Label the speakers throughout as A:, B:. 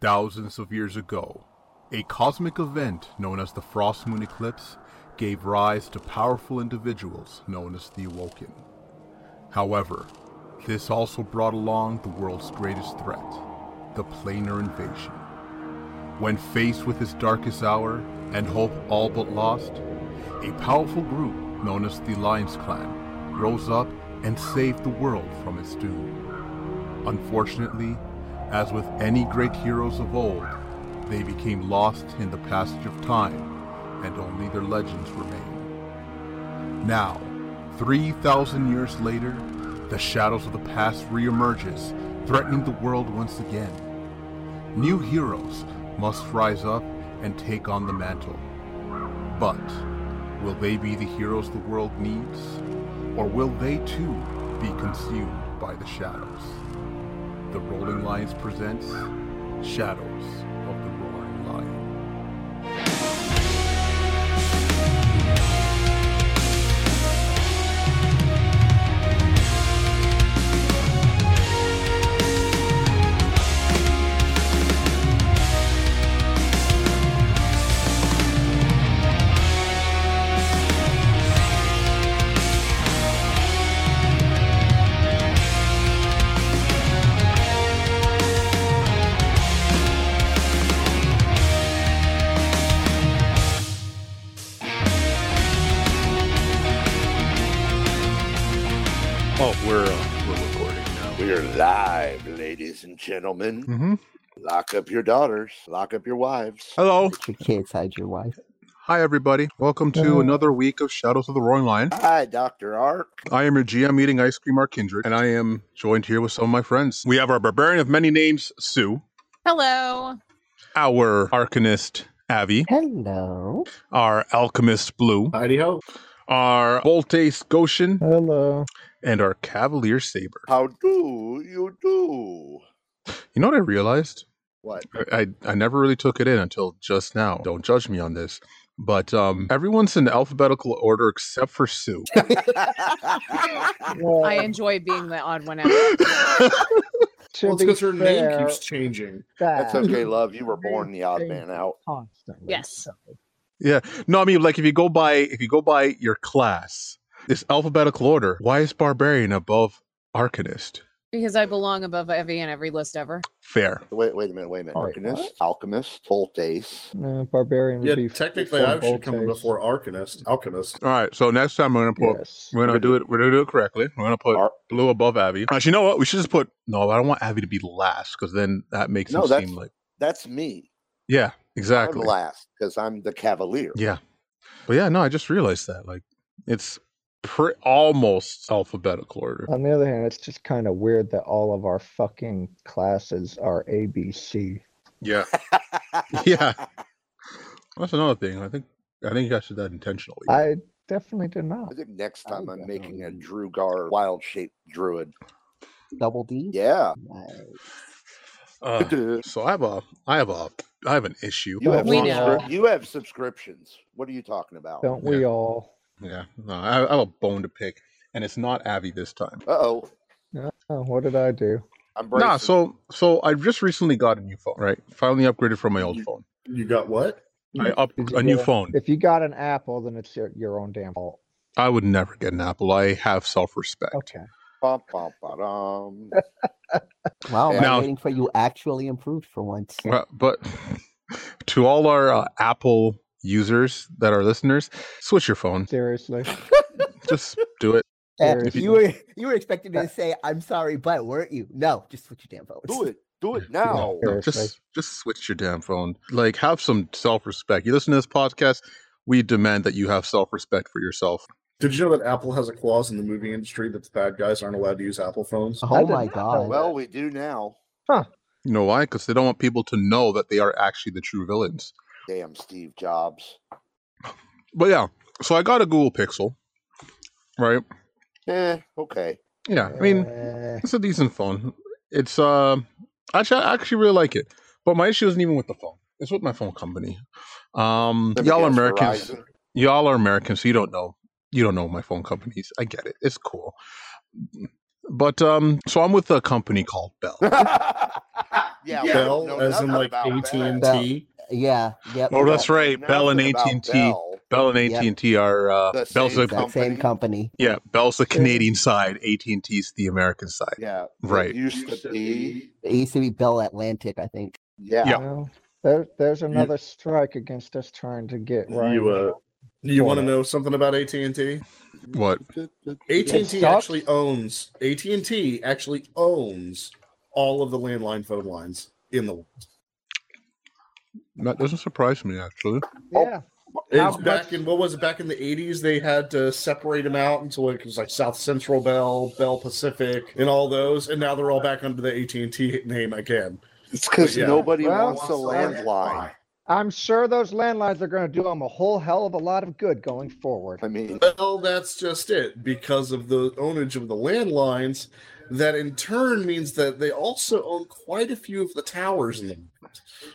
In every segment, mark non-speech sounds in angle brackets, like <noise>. A: Thousands of years ago, a cosmic event known as the Frost Moon Eclipse gave rise to powerful individuals known as the Awoken. However, this also brought along the world's greatest threat, the planar invasion. When faced with his darkest hour and hope all but lost, a powerful group known as the Lions Clan rose up and saved the world from its doom. Unfortunately, as with any great heroes of old, they became lost in the passage of time and only their legends remain. Now, 3,000 years later, the shadows of the past reemerges, threatening the world once again. New heroes must rise up and take on the mantle. But will they be the heroes the world needs? Or will they too be consumed by the shadows? The Rolling Lions presents Shadows of the Roaring Lion. Oh, uh,
B: live, ladies and gentlemen.
A: Mm-hmm.
B: Lock up your daughters. Lock up your wives.
A: Hello.
C: Let your kids hide your wife.
A: Hi, everybody. Welcome to Hello. another week of Shadows of the Roaring Lion.
B: Hi, Dr. Ark.
A: I am your GM eating ice cream, Ark Kindred, and I am joined here with some of my friends. We have our barbarian of many names, Sue.
D: Hello.
A: Our arcanist, Avi.
C: Hello.
A: Our alchemist, Blue.
E: Heidi ho.
A: Our Voltace Goshen.
F: Hello
A: and our Cavalier Saber.
B: How do you do?
A: You know what I realized?
B: What? <laughs>
A: I, I, I never really took it in until just now. Don't judge me on this. But um, everyone's in alphabetical order except for Sue. <laughs>
D: well, Ah,
G: Oh.
D: I enjoy being the
A: <gasps>
D: odd one out.
E: well, because her fair, name keeps changing.
B: That's
C: <laughs>
B: okay, love. You were born the odd man out.
D: Constantly. Yes.
A: Yeah. No, I mean, like if you go by if you go by your class, this alphabetical order. Why is barbarian above arcanist?
D: Because I belong above Evie in every list ever.
A: Fair.
B: Wait, wait a minute, wait a minute. Arcanist, what? alchemist, voltace.
C: uh,
F: No, barbarian.
E: Yeah, technically, I should come before arcanist, alchemist.
A: All right, so next time we're gonna put, yes. we're gonna do it, we're gonna do it correctly. We're gonna put Ar- blue above Abby. Actually, you know what? We should just put no. I don't want Abby to be last because then that makes no, him seem like
B: that's me.
A: Yeah, exactly.
B: I'm last because I'm the cavalier.
A: Yeah, but yeah, no, I just realized that like it's Pre- almost alphabetical order.
F: On the other hand, it's just kind of weird that all of our fucking classes are ABC.
A: Yeah, yeah. That's another thing. I think I think you guys did that intentionally.
F: I definitely did not.
B: I think next time I'm definitely. making a Drugar wild shaped druid.
C: Double D.
B: Yeah.
A: Nice.
B: <laughs>
A: Uh, so I have a I have a I have an issue.
B: You have, subscri- you have subscriptions. What are you talking about?
F: Don't we yeah. all?
A: Yeah, no, I, have a bone to pick, and it's not Abby this time.
B: Uh-oh.
F: Uh oh. What did I do?
B: I'm bracing.
A: Nah, so so I just recently got a new phone, right? Finally upgraded from my old
E: you,
A: phone.
E: You got what?
A: I up a new
F: a,
A: phone.
F: If you got an Apple, then it's your, your own damn fault.
A: I would never get an Apple. I have self respect.
F: Okay.
B: Bum, bum, bum,
C: wow, now, I'm waiting for you actually improved for once.
A: Well, but <laughs> to all our uh, Apple users that are listeners, switch your phone.
F: Seriously.
A: just do it.
C: Uh, you, you, were you were expecting to say I'm sorry, but weren't you? No, just switch your damn phone.
B: Do it. Do it now.
A: No, just just switch your damn phone. Like have some self-respect. You listen to this podcast, we demand that you have self-respect for yourself.
E: Did you know that Apple has a clause in the movie industry that the bad guys aren't allowed to use Apple phones?
C: <laughs> Oh my god.
B: Well, we do now.
F: Huh.
A: You know why? Because they don't want people to know that they are actually the true villains
B: damn Steve Jobs.
A: But yeah, so I got a Google Pixel, right?
B: Yeah, Eh, okay.
A: Yeah, I mean, uh... it's a decent phone. It's uh, actually I actually really like it. But my issue isn't even with the phone; it's with my phone company. Um, Let y'all are Americans. Verizon. Y'all are Americans, so you don't know. You don't know my phone companies. I get it. It's cool. But um, so I'm with a company called Bell.
B: yeah, we don't know
E: Bell, as in
B: nothing
E: like
B: about
E: AT and
B: Bell.
E: T.
C: Yeah. Yep.
A: Oh,
B: We
A: that's
B: don't know
A: right, Bell and
B: nothing about
A: AT&T.
B: Bell.
A: Bell and AT
C: Yep.
A: and T are uh,
B: The
A: Bell's
B: same
A: the
C: that same company.
A: yeah Bell's the Canadian side, AT and T's the American side.
B: Yeah, it
A: Right.
B: Used to be.
E: E.
C: It used to be Bell Atlantic, I think.
A: <laughs>
B: Yeah.
A: Yeah.
F: Well, There, there's another strike against us trying to get Ryan.
E: You uh, you want
F: Corner.
E: to know something about AT and T?
A: What?
E: AT and T
F: stopped?
E: actually owns AT and T actually owns all of the landline phone lines in the.
A: That doesn't surprise me actually.
F: yeah. How
E: It's back in what was it back in the eighties? They had to separate them out until it was like South Central Bell, Bell Pacific, and all those, and now they're all back under the AT and T name again.
B: It's because
E: Yeah.
B: nobody
F: Well,
B: wants a landline.
F: I'm sure those landlines are going to do them a whole hell of a lot of good going forward.
B: I mean,
E: Well, that's just it. Because of the ownage of the landlines, that in turn means that they also own quite a few of the towers in them,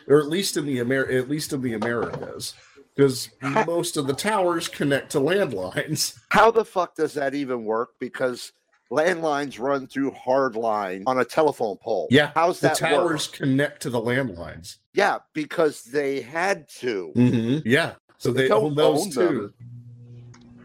E: or at least in the Amer, at least in the Americas, because
B: <laughs>
E: most of the towers connect to landlines.
B: how the fuck does that even work? Because landlines run through hard line on a telephone pole.
E: Yeah,
B: How's
E: The
B: that work?
E: towers connect to the landlines.
B: Yeah, because they had to.
E: Mm-hmm. Yeah, so they
B: don't
E: own those
B: own them.
E: too.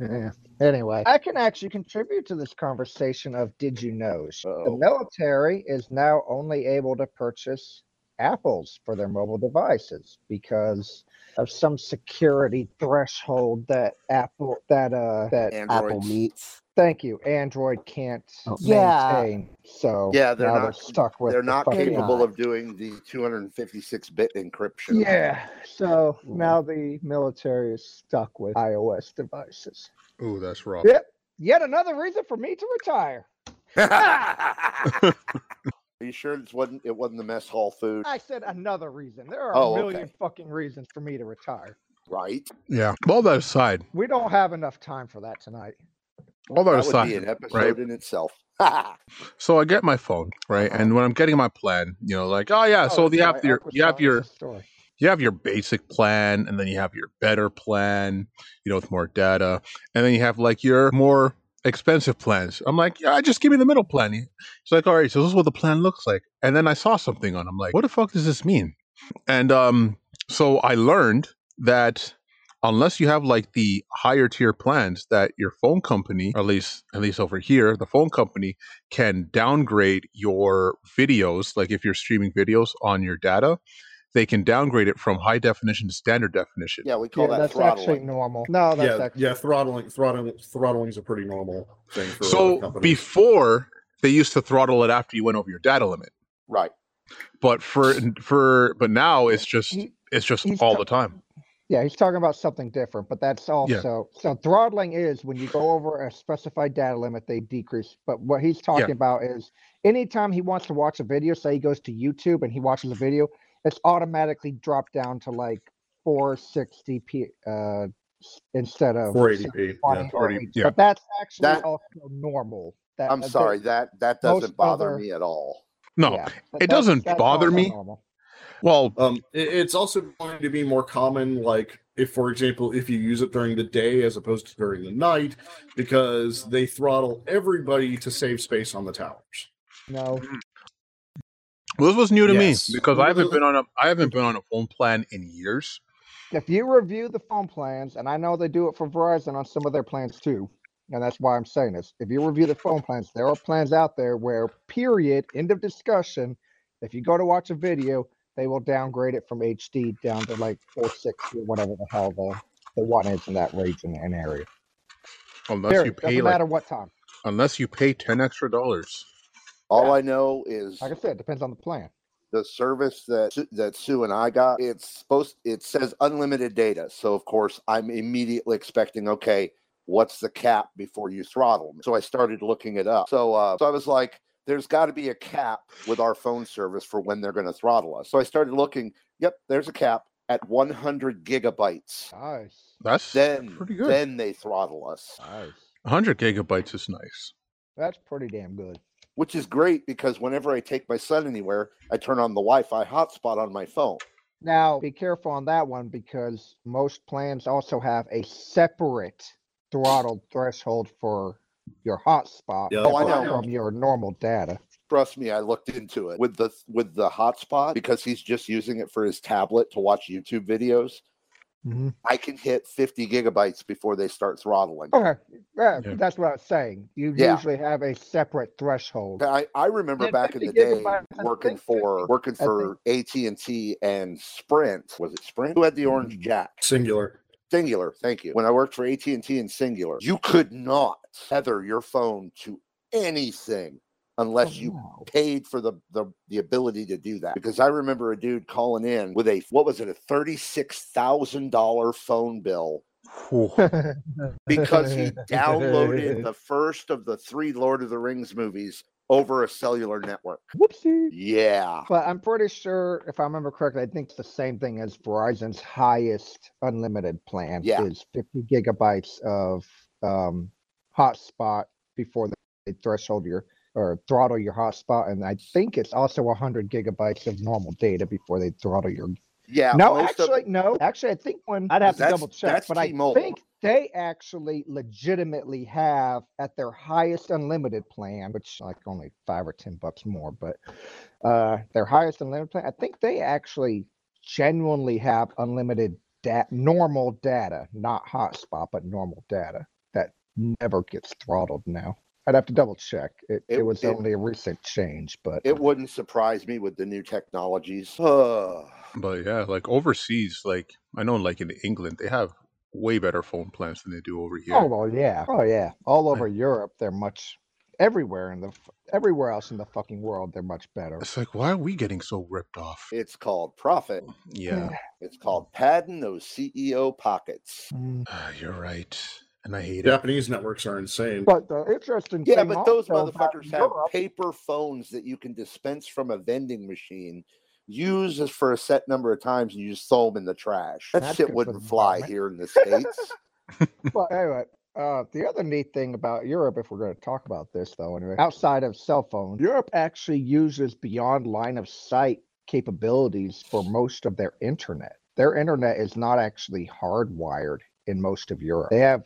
F: Yeah. Anyway, I can actually contribute to this conversation of did you knows. The
B: Uh-oh.
F: military is now only able to purchase apples for their mobile devices because of some security threshold that Apple that uh that
C: Apple
B: Androids.
C: meets.
F: thank you Android can't
C: Oh. Yeah.
F: maintain. So
B: Yeah, they're
F: now
B: not-
F: they're stuck with
B: They're
F: the
B: not
F: fucking-
B: capable of doing the 256 bit encryption.
F: Yeah. So now the military is stuck with iOS devices.
A: Oh, that's rough.
F: Yeah. Yet another reason for me to retire.
B: Are you sure it wasn't it wasn't the mess hall food?
F: I said another reason. There are
B: Oh,
F: a million
B: okay.
F: fucking reasons for me to retire.
B: Right.
A: Yeah. All that aside,
F: We don't have enough time for that tonight.
A: all that,
B: That would
A: aside,
B: be an episode
A: right.
B: in itself. <laughs>
A: so I get my phone right, and when I'm getting my plan, you know, like Uh-huh. oh yeah, so you have your you have your
F: story.
A: you have your basic plan, and then you have your better plan, you know, with more data, and then you have like your more expensive plans. I'm like, yeah, just give me the middle plan. He's like, all right, so this is what the plan looks like, and then I saw something on. I'm like, what the fuck does this mean? And um, so I learned that unless you have like the higher tier plans that your phone company or at least at least over here the phone company can downgrade your videos like if you're streaming videos on your data they can downgrade it from high definition to standard definition
B: yeah, we call
F: yeah,
B: that
F: that's actually
B: throttling.
F: normal. No, that's
E: yeah,
F: actually
E: yeah, throttling, throttling, throttling's a pretty normal thing for a lot of
A: so
E: companies.
A: before they used to throttle it after you went over your data limit
B: Right.
A: but for for but now it's just
F: He-
A: it's just
F: he's
A: all
F: ta-
A: the time
F: yeah. He's talking about something different, but that's also so throttling is when you go over a specified data limit, they decrease. But what he's talking about is anytime he wants to watch a video, say he goes to YouTube and he watches a video, it's automatically dropped down to like 460 p uh s- instead
B: Oh.
F: of
E: 480p.
F: funny
E: Yeah.
F: or
A: 40,
F: eight-
A: yeah.
F: But that's actually
B: That-
F: also normal. That,
B: I'm
F: that-
B: sorry, that that
F: most
B: doesn't bother
F: other-
B: me at all.
A: no
F: yeah, but
A: it
F: that's-
A: doesn't
F: that's
A: bother
F: also
A: me.
F: normal.
A: well
E: Um, it, it's also going to be more common, like if, for example, if you use it during the day as opposed to during the night, because they throttle everybody to save space on the towers.
F: No,
A: this was new to
E: Yes.
A: me because i haven't been on a i haven't been on a phone plan in years
F: if you review the phone plans, and I know they do it for Verizon on some of their plans too, and that's why I'm saying this. If you review the phone plans, there are plans out there where, period, end of discussion. If you go to watch a video, they will downgrade it from HD down to like 460 or whatever the hell the, the one is in that region and area.
A: Unless you
F: Period.
A: pay
F: Doesn't
A: like
F: matter what time.
A: unless you pay ten extra dollars.
B: All
F: Yeah.
B: I know is
F: Like I said, it depends on the plan.
B: the service that Su- that Sue and I got, it's supposed it says unlimited data. So of course I'm immediately expecting, okay, what's the cap before you throttle me? So I started looking it up. So uh, so I was like, there's got to be a cap with our phone service for when they're going to throttle us. So I started looking. Yep, there's a cap at 100 gigabytes.
F: Nice.
A: That's
B: Then
A: pretty good.
B: then they throttle us,
F: Nice.
A: hundred gigabytes is nice.
F: That's pretty damn good.
B: which is great because whenever I take my son anywhere, I turn on the Wi-Fi hotspot on my phone.
F: Now, be careful on that one because most plans also have a separate throttled threshold for your hotspot
E: Yeah,
B: Oh, I
F: apart
B: know.
F: from your normal data.
B: Trust me, I looked into it with the with the hotspot because he's just using it for his tablet to watch YouTube videos.
F: Mhm.
B: I can hit 50 gigabytes before they start throttling.
F: Okay, yeah,
A: Yeah.
F: that's what I was saying. You
B: Yeah.
F: usually have a separate threshold.
B: I, I remember
F: Yeah,
B: back in the
F: 50
B: day
F: gigabytes, I
B: working
F: think
B: for
F: 50
B: working
F: I
B: for AT and T and Sprint. Was it Sprint who had the orange jack?
E: Singular.
B: Singular, thank you. When I worked for AT and T and Singular, you could not tether your phone to anything
F: Oh,
B: unless you
F: Wow. <laughs>
B: paid for the, the the ability to do that because I remember a dude calling in with a what was it a thirty six thousand dollar phone bill
A: Whew.
B: because he downloaded the first of the three Lord of the Rings movies over a cellular network.
F: Whoopsie.
B: Yeah,
F: But I'm pretty sure, if I remember correctly, I think it's the same thing as Verizon's highest unlimited plan
B: Yeah.
F: is 50 gigabytes of um, hotspot before they threshold your or throttle your hotspot, and I think it's also 100 gigabytes of normal data before they throttle your.
B: yeah.
F: no,
B: most of-
F: actually, no, actually, I think when I'd have to
B: That's-
F: double check,
B: that's
F: but I
B: T-Mobile.
F: think they actually legitimately have at their highest unlimited plan, which like only five or ten bucks more, but uh, their highest unlimited plan. I think they actually genuinely have unlimited da- normal data, not hotspot, but normal data that never gets throttled now. I'd have to double check. It, it,
B: It-
F: was
B: it-
F: only a recent change, but
B: it wouldn't surprise me with the new technologies. Ugh.
A: But yeah, like overseas, like I know, like in England, they have way better phone plans than they do over here.
F: Oh well, yeah. Oh yeah. All
A: I-
F: over Europe, they're much. Everywhere in the f- everywhere else in the fucking world, they're much better.
A: It's like, why are we getting so ripped off?
B: it's called profit.
A: Yeah,
B: It's called padding those CEO pockets.
F: Mm.
A: Uh, you're right, and I hate it.
E: Japanese networks are insane.
F: But the interesting
B: Yeah,
F: thing
B: but those
F: also about
B: motherfuckers have
F: Europe-
B: paper phones that you can dispense from a vending machine, use as for a set number of times, and you just throw them in the trash. That
F: That's good
B: shit
F: for
B: wouldn't
F: the
B: fly
F: environment.
B: here in the states.
F: But anyway, uh, the other neat thing about Europe, if we're going to talk about this though, anyway, outside of cell phone, Europe actually uses beyond line of sight capabilities for most of their internet. Their internet is not actually hardwired in most of Europe. They have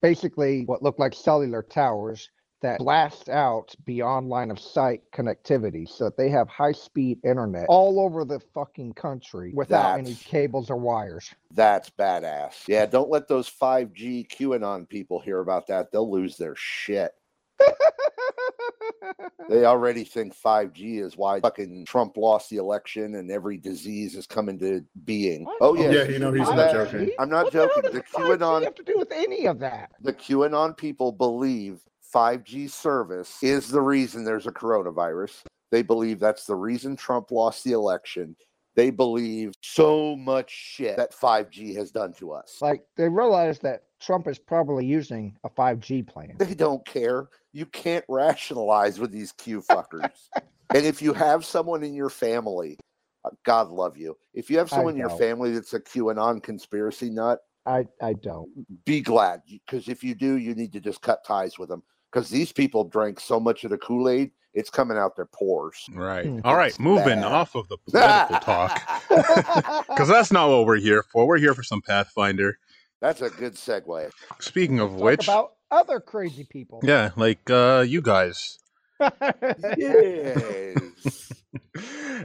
F: basically what look like cellular towers that blast out beyond line of sight connectivity so that they have high speed internet all over the fucking country without any
B: That's-
F: cables or wires.
B: That's badass. Yeah, don't let those 5G QAnon people hear about that. They'll lose their shit. They already think 5G is why fucking Trump lost the election and every disease is coming to being.
F: What?
B: Oh, yeah.
E: Yeah, you know he's not
B: that-
E: joking.
B: I'm not
F: What the hell
B: joking.
F: does
B: The
F: 5G
B: QAnon
F: have to do with any of that?
B: the QAnon people believe 5G service is the reason there's a coronavirus. They believe that's the reason Trump lost the election. They believe so much shit that 5G has done to us.
F: Like they realize that Trump is probably using a 5G plan.
B: They don't care. You can't rationalize with these Q fuckers. and if you have someone in your family, uh, God love you. If you have
F: I
B: someone in your
F: know.
B: family that's a QAnon conspiracy nut,
F: I
B: <laughs>
F: I don't. <laughs>
B: be glad because if you do, you need to just cut ties with them because these people drank so much of the Kool Aid, it's coming out their pores.
A: Right.
F: Hmm.
A: All right, moving
B: bad.
A: off of the political talk, <laughs>
F: <laughs>
A: because that's not what we're here for. We're here for some Pathfinder.
B: That's a good segue.
A: Speaking of
F: Talk
A: which,
F: about other crazy people.
A: yeah, like uh, you guys <laughs>
F: <laughs>
B: Yes.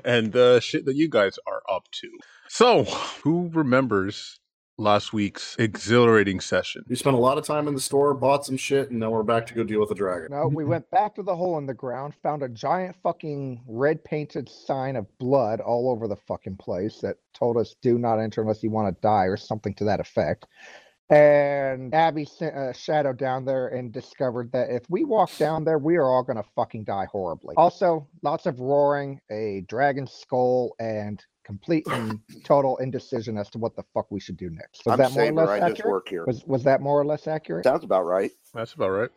A: and the shit that you guys are up to. So, who remembers last week's exhilarating session?
E: We spent a lot of time in the store, bought some shit, and now we're back to go deal with the <laughs> dragon.
F: No, we went back to the hole in the ground, found a giant fucking red painted sign of blood all over the fucking place that told us do not enter unless you want to die or something to that effect. And Abby sent a shadow down there and discovered that if we walk down there, we are all going to fucking die horribly. Also, lots of roaring, a dragon skull, and complete and total indecision as to what the fuck we should do next. Was
B: I'm
F: that more
B: Saber.
F: or less
B: I
F: accurate?
B: just work here.
F: Was, was that more or less accurate?
B: Sounds about right.
A: That's about right.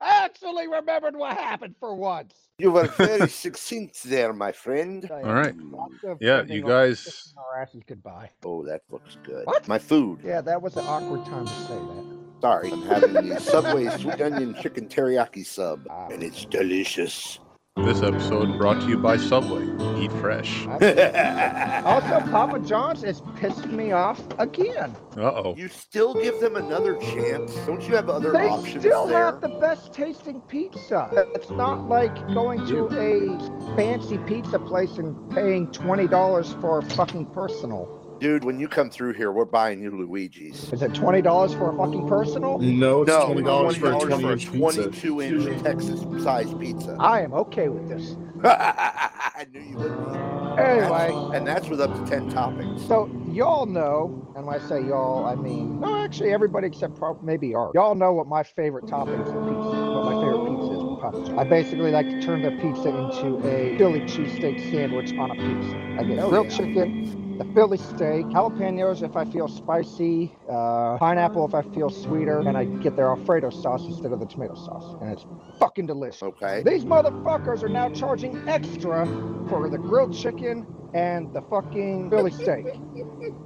F: I actually remembered what happened for <laughs> once.
B: You were very succinct there, my friend.
A: All right.
B: Mm,
A: Yeah, you guys.
F: Our asses goodbye.
B: Oh, that looks good.
F: What?
B: My food.
F: Yeah, that was an awkward time to say that.
B: Sorry, I'm having the Subway sweet onion
F: Ah,
B: chicken teriyaki sub, and it's delicious.
A: This episode brought to you by Subway. eat fresh.
F: Also, Papa John's is pissing me off again.
A: Uh oh.
B: you still give them another chance. Don't you have other
F: They
B: options
F: still
B: there?
F: have the best tasting pizza. It's not like going to a fancy pizza place and paying twenty dollars for a fucking personal.
B: Dude, when you come through here, we're buying you Luigi's.
F: Is it twenty dollars for a fucking personal?
A: Mm.
E: No, it's
B: no,
E: twenty dollars for a
B: $20
E: twenty inch pizza.
B: 22 inch Texas size pizza.
F: I am okay with this.
B: <laughs> I knew you would be.
F: Anyway,
B: And that's with up to 10 toppings.
F: so y'all know, and when I say y'all, I mean no, actually everybody except prob- maybe Art. Y'all know what my favorite toppings of pizza, what my favorite pizza is from Papa John's. I basically like to turn the pizza into a Philly cheesesteak sandwich on a pizza. I get
B: Oh,
F: grilled
B: yeah.
F: chicken, the Philly steak, jalapenos if I feel spicy, uh, pineapple if I feel sweeter, and I get their Alfredo sauce instead of the tomato sauce, and it's fucking delicious.
B: Okay.
F: These motherfuckers are now charging extra for the grilled chicken and the fucking Philly steak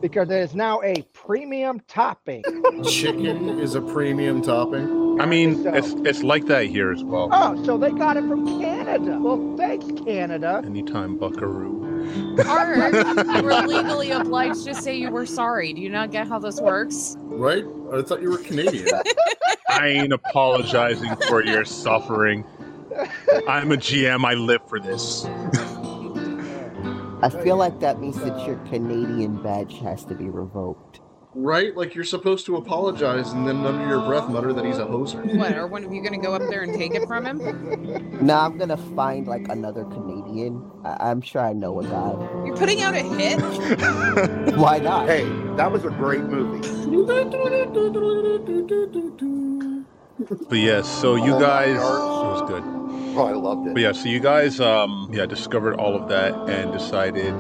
F: because it is now a premium topping.
E: Chicken is a premium topping.
A: I mean,
F: So-
A: it's it's like that here as well.
F: Oh, so they got it from Canada. Well, thanks, Canada.
A: Anytime, Buckaroo.
D: Art, you were legally obliged to say you were sorry. Do you not get how this works?
E: Right? I thought you were Canadian.
A: I ain't apologizing for your suffering. I'm a GM. I live for this.
G: I feel like that means that your Canadian badge has to be revoked.
E: right? Like you're supposed to apologize and then under your breath mutter that he's a hoser.
D: What? Are one of you going to go up there and take it from him?
G: Now I'm gonna find like another Canadian. I- I'm sure I know a guy. <laughs>
D: You're putting out a hit.
G: Why not?
B: Hey, that was a great movie.
A: But yes, so you
B: Oh my
A: guys, it
B: God.
A: was good.
B: Oh, I loved it.
A: But yeah, so you guys, um, yeah, discovered all of that and decided,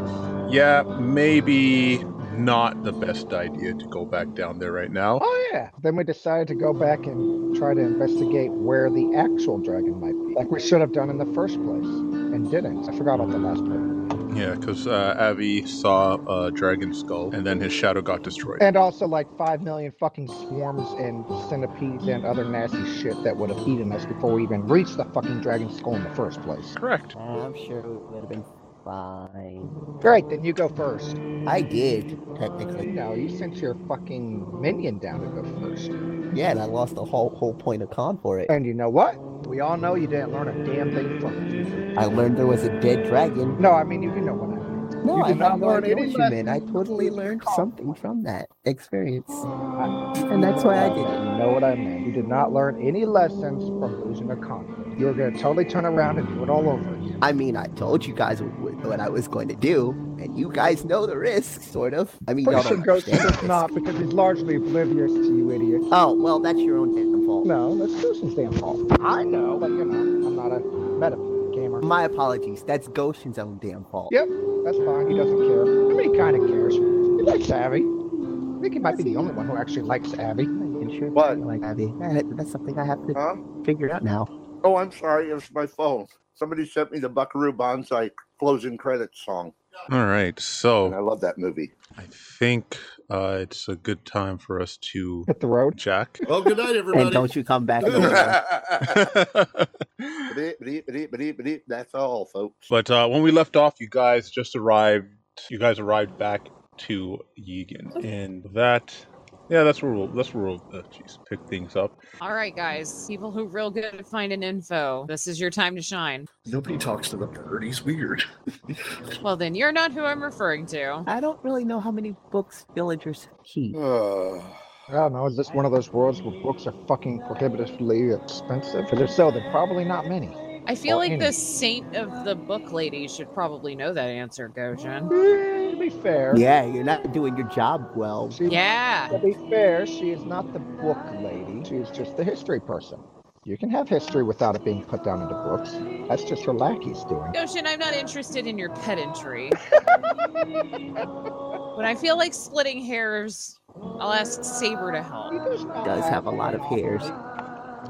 A: yeah, maybe not the best idea to go back down there right now.
F: Oh, yeah. Then we decided to go back and try to investigate where the actual dragon might be, like we should have done in the first place and didn't. I forgot about the last part.
A: Yeah, because uh, Avi saw a dragon skull, and then his shadow got destroyed.
F: And also, like, five million fucking swarms and centipedes and other nasty shit that would have eaten us before we even reached the fucking dragon skull in the first place.
A: Correct.
G: I'm sure it would have been fine.
F: Great, then you go first.
G: I did technically.
F: No, you sent your fucking minion down to go first.
G: Yeah, and I lost the whole whole point of con for it.
F: And you know what? We all know you didn't learn a damn thing from it.
G: I learned there was a dead dragon.
F: No, I mean, you, you know what I mean.
G: No,
F: You
G: I
F: did not
G: have no
F: learn
G: idea
F: any
G: what you
F: lessons
G: meant. I totally learned
F: con.
G: something from that experience, and that's why I did it.
F: You know what I mean. You did not learn any lessons from losing a conflict. You were going to totally turn around and do it all over again.
G: I mean, I told you guys what what I was going to do, and you guys know the risk, sort of. I mean, y'all
F: Pretty sure
G: don't
F: Ghost
G: understand. the
F: does
G: risk.
F: not because he's largely oblivious to you, idiot.
G: Oh, well, that's your own damn fault.
F: No, that's Ghosts' damn fault. I know, but you know, I'm not a meta gamer.
G: My apologies. That's Goshen's own damn fault.
F: Yep, that's fine. He doesn't care. I mean, he kind of cares. He likes Abby. I think he might be the only one who actually likes Abby.
G: And sure,
B: What?
G: Like, Abby, that- that's something I have to
B: Huh?
G: figure out now.
B: Oh, I'm sorry. It was my phone. Somebody sent me the Buckaroo Banzai closing credits song,
A: All right,
B: and I
A: so
B: love that movie.
A: I think uh, it's a good time for us to
F: Hit the road.
E: <laughs>
A: Jack.
E: Well, good night, everybody.
G: And don't you come back. over.
B: Bleep,
A: but
B: bleep, bleep, bleep, bleep. <laughs> That's all, folks.
A: uh, when we left off, you guys just arrived. You guys arrived back to Yegan, and that, yeah, that's where we'll that's where we'll uh, jeez, pick things up.
D: All right, guys. People who real good at finding info. This is your time to shine.
E: Nobody talks to the bird. He's weird.
D: Well, then you're not who I'm referring to.
G: I don't really know how many books villagers keep.
F: I don't know. Is this one of those worlds where books are fucking prohibitively expensive? Because if so, they're probably not many.
D: I feel
F: Or
D: like
F: any.
D: the saint of the book lady should probably know that answer, Goshen.
F: Eh, to be fair,
G: Yeah, you're not doing your job well.
F: she-
D: Yeah.
F: To be fair, she is not the book lady. She is just the history person. You can have history without it being put down into books. That's just her lackeys doing.
D: Goshen, I'm not interested in your
F: <laughs>
D: pedantry. when I feel like splitting hairs, I'll ask Saber to help.
F: He does, not
G: Does have a lot of hairs.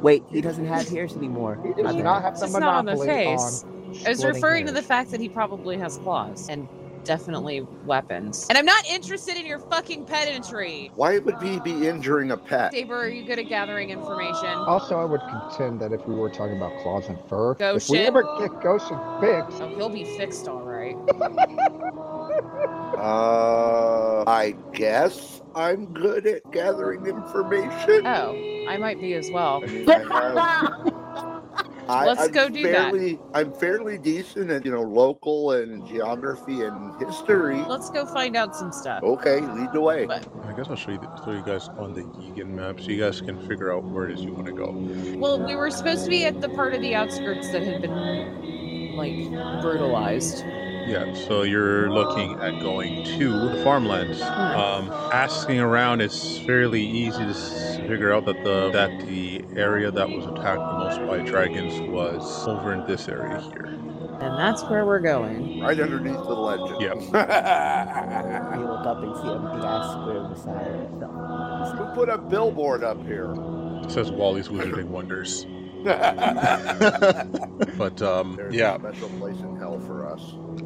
G: Wait, he doesn't have hairs anymore.
F: He does
G: My bad.
F: not have the
D: It's just not on the
F: monopoly
D: face.
F: on
D: I was
F: splitting
D: referring to the
F: hairs.
D: fact that he probably has claws and definitely weapons. And I'm not interested in your fucking pedantry.
B: <sighs> Why would we be injuring a pet?
D: Saber, are you good at gathering information?
F: Also, I would contend that if we were talking about claws and fur, if we
D: Goshen.
F: ever get Goshen fixed,
D: Oh, he'll be fixed all right.
B: Uh, I guess I'm good at gathering information.
D: <laughs> Oh, I might be as well.
B: I mean, I have- I,
D: Let's
B: I'm
D: go do that.
B: fairly, I'm fairly decent at you know local and geography and history.
D: Let's go find out some
F: Oh.
D: stuff.
B: Okay, lead the way.
D: But-
A: I guess I'll show you, the, show you guys on the Yegan map so you guys can figure out where it is you want to go.
D: Well, we were supposed to be at the part of the outskirts that had been like brutalized.
A: Yeah, so you're looking at going to the farmlands. Um, asking around, it's fairly easy to s- figure out that the that the area that was attacked the most by dragons was over in this area here.
D: And that's where we're going.
B: Right underneath the legend.
G: You look up and see a black square beside
B: <laughs>
G: herself.
B: Who put a billboard up here? <laughs>
A: It says Wally's Wizarding Wonders. But um,
B: There's
A: yeah,
B: a special place in hell for us.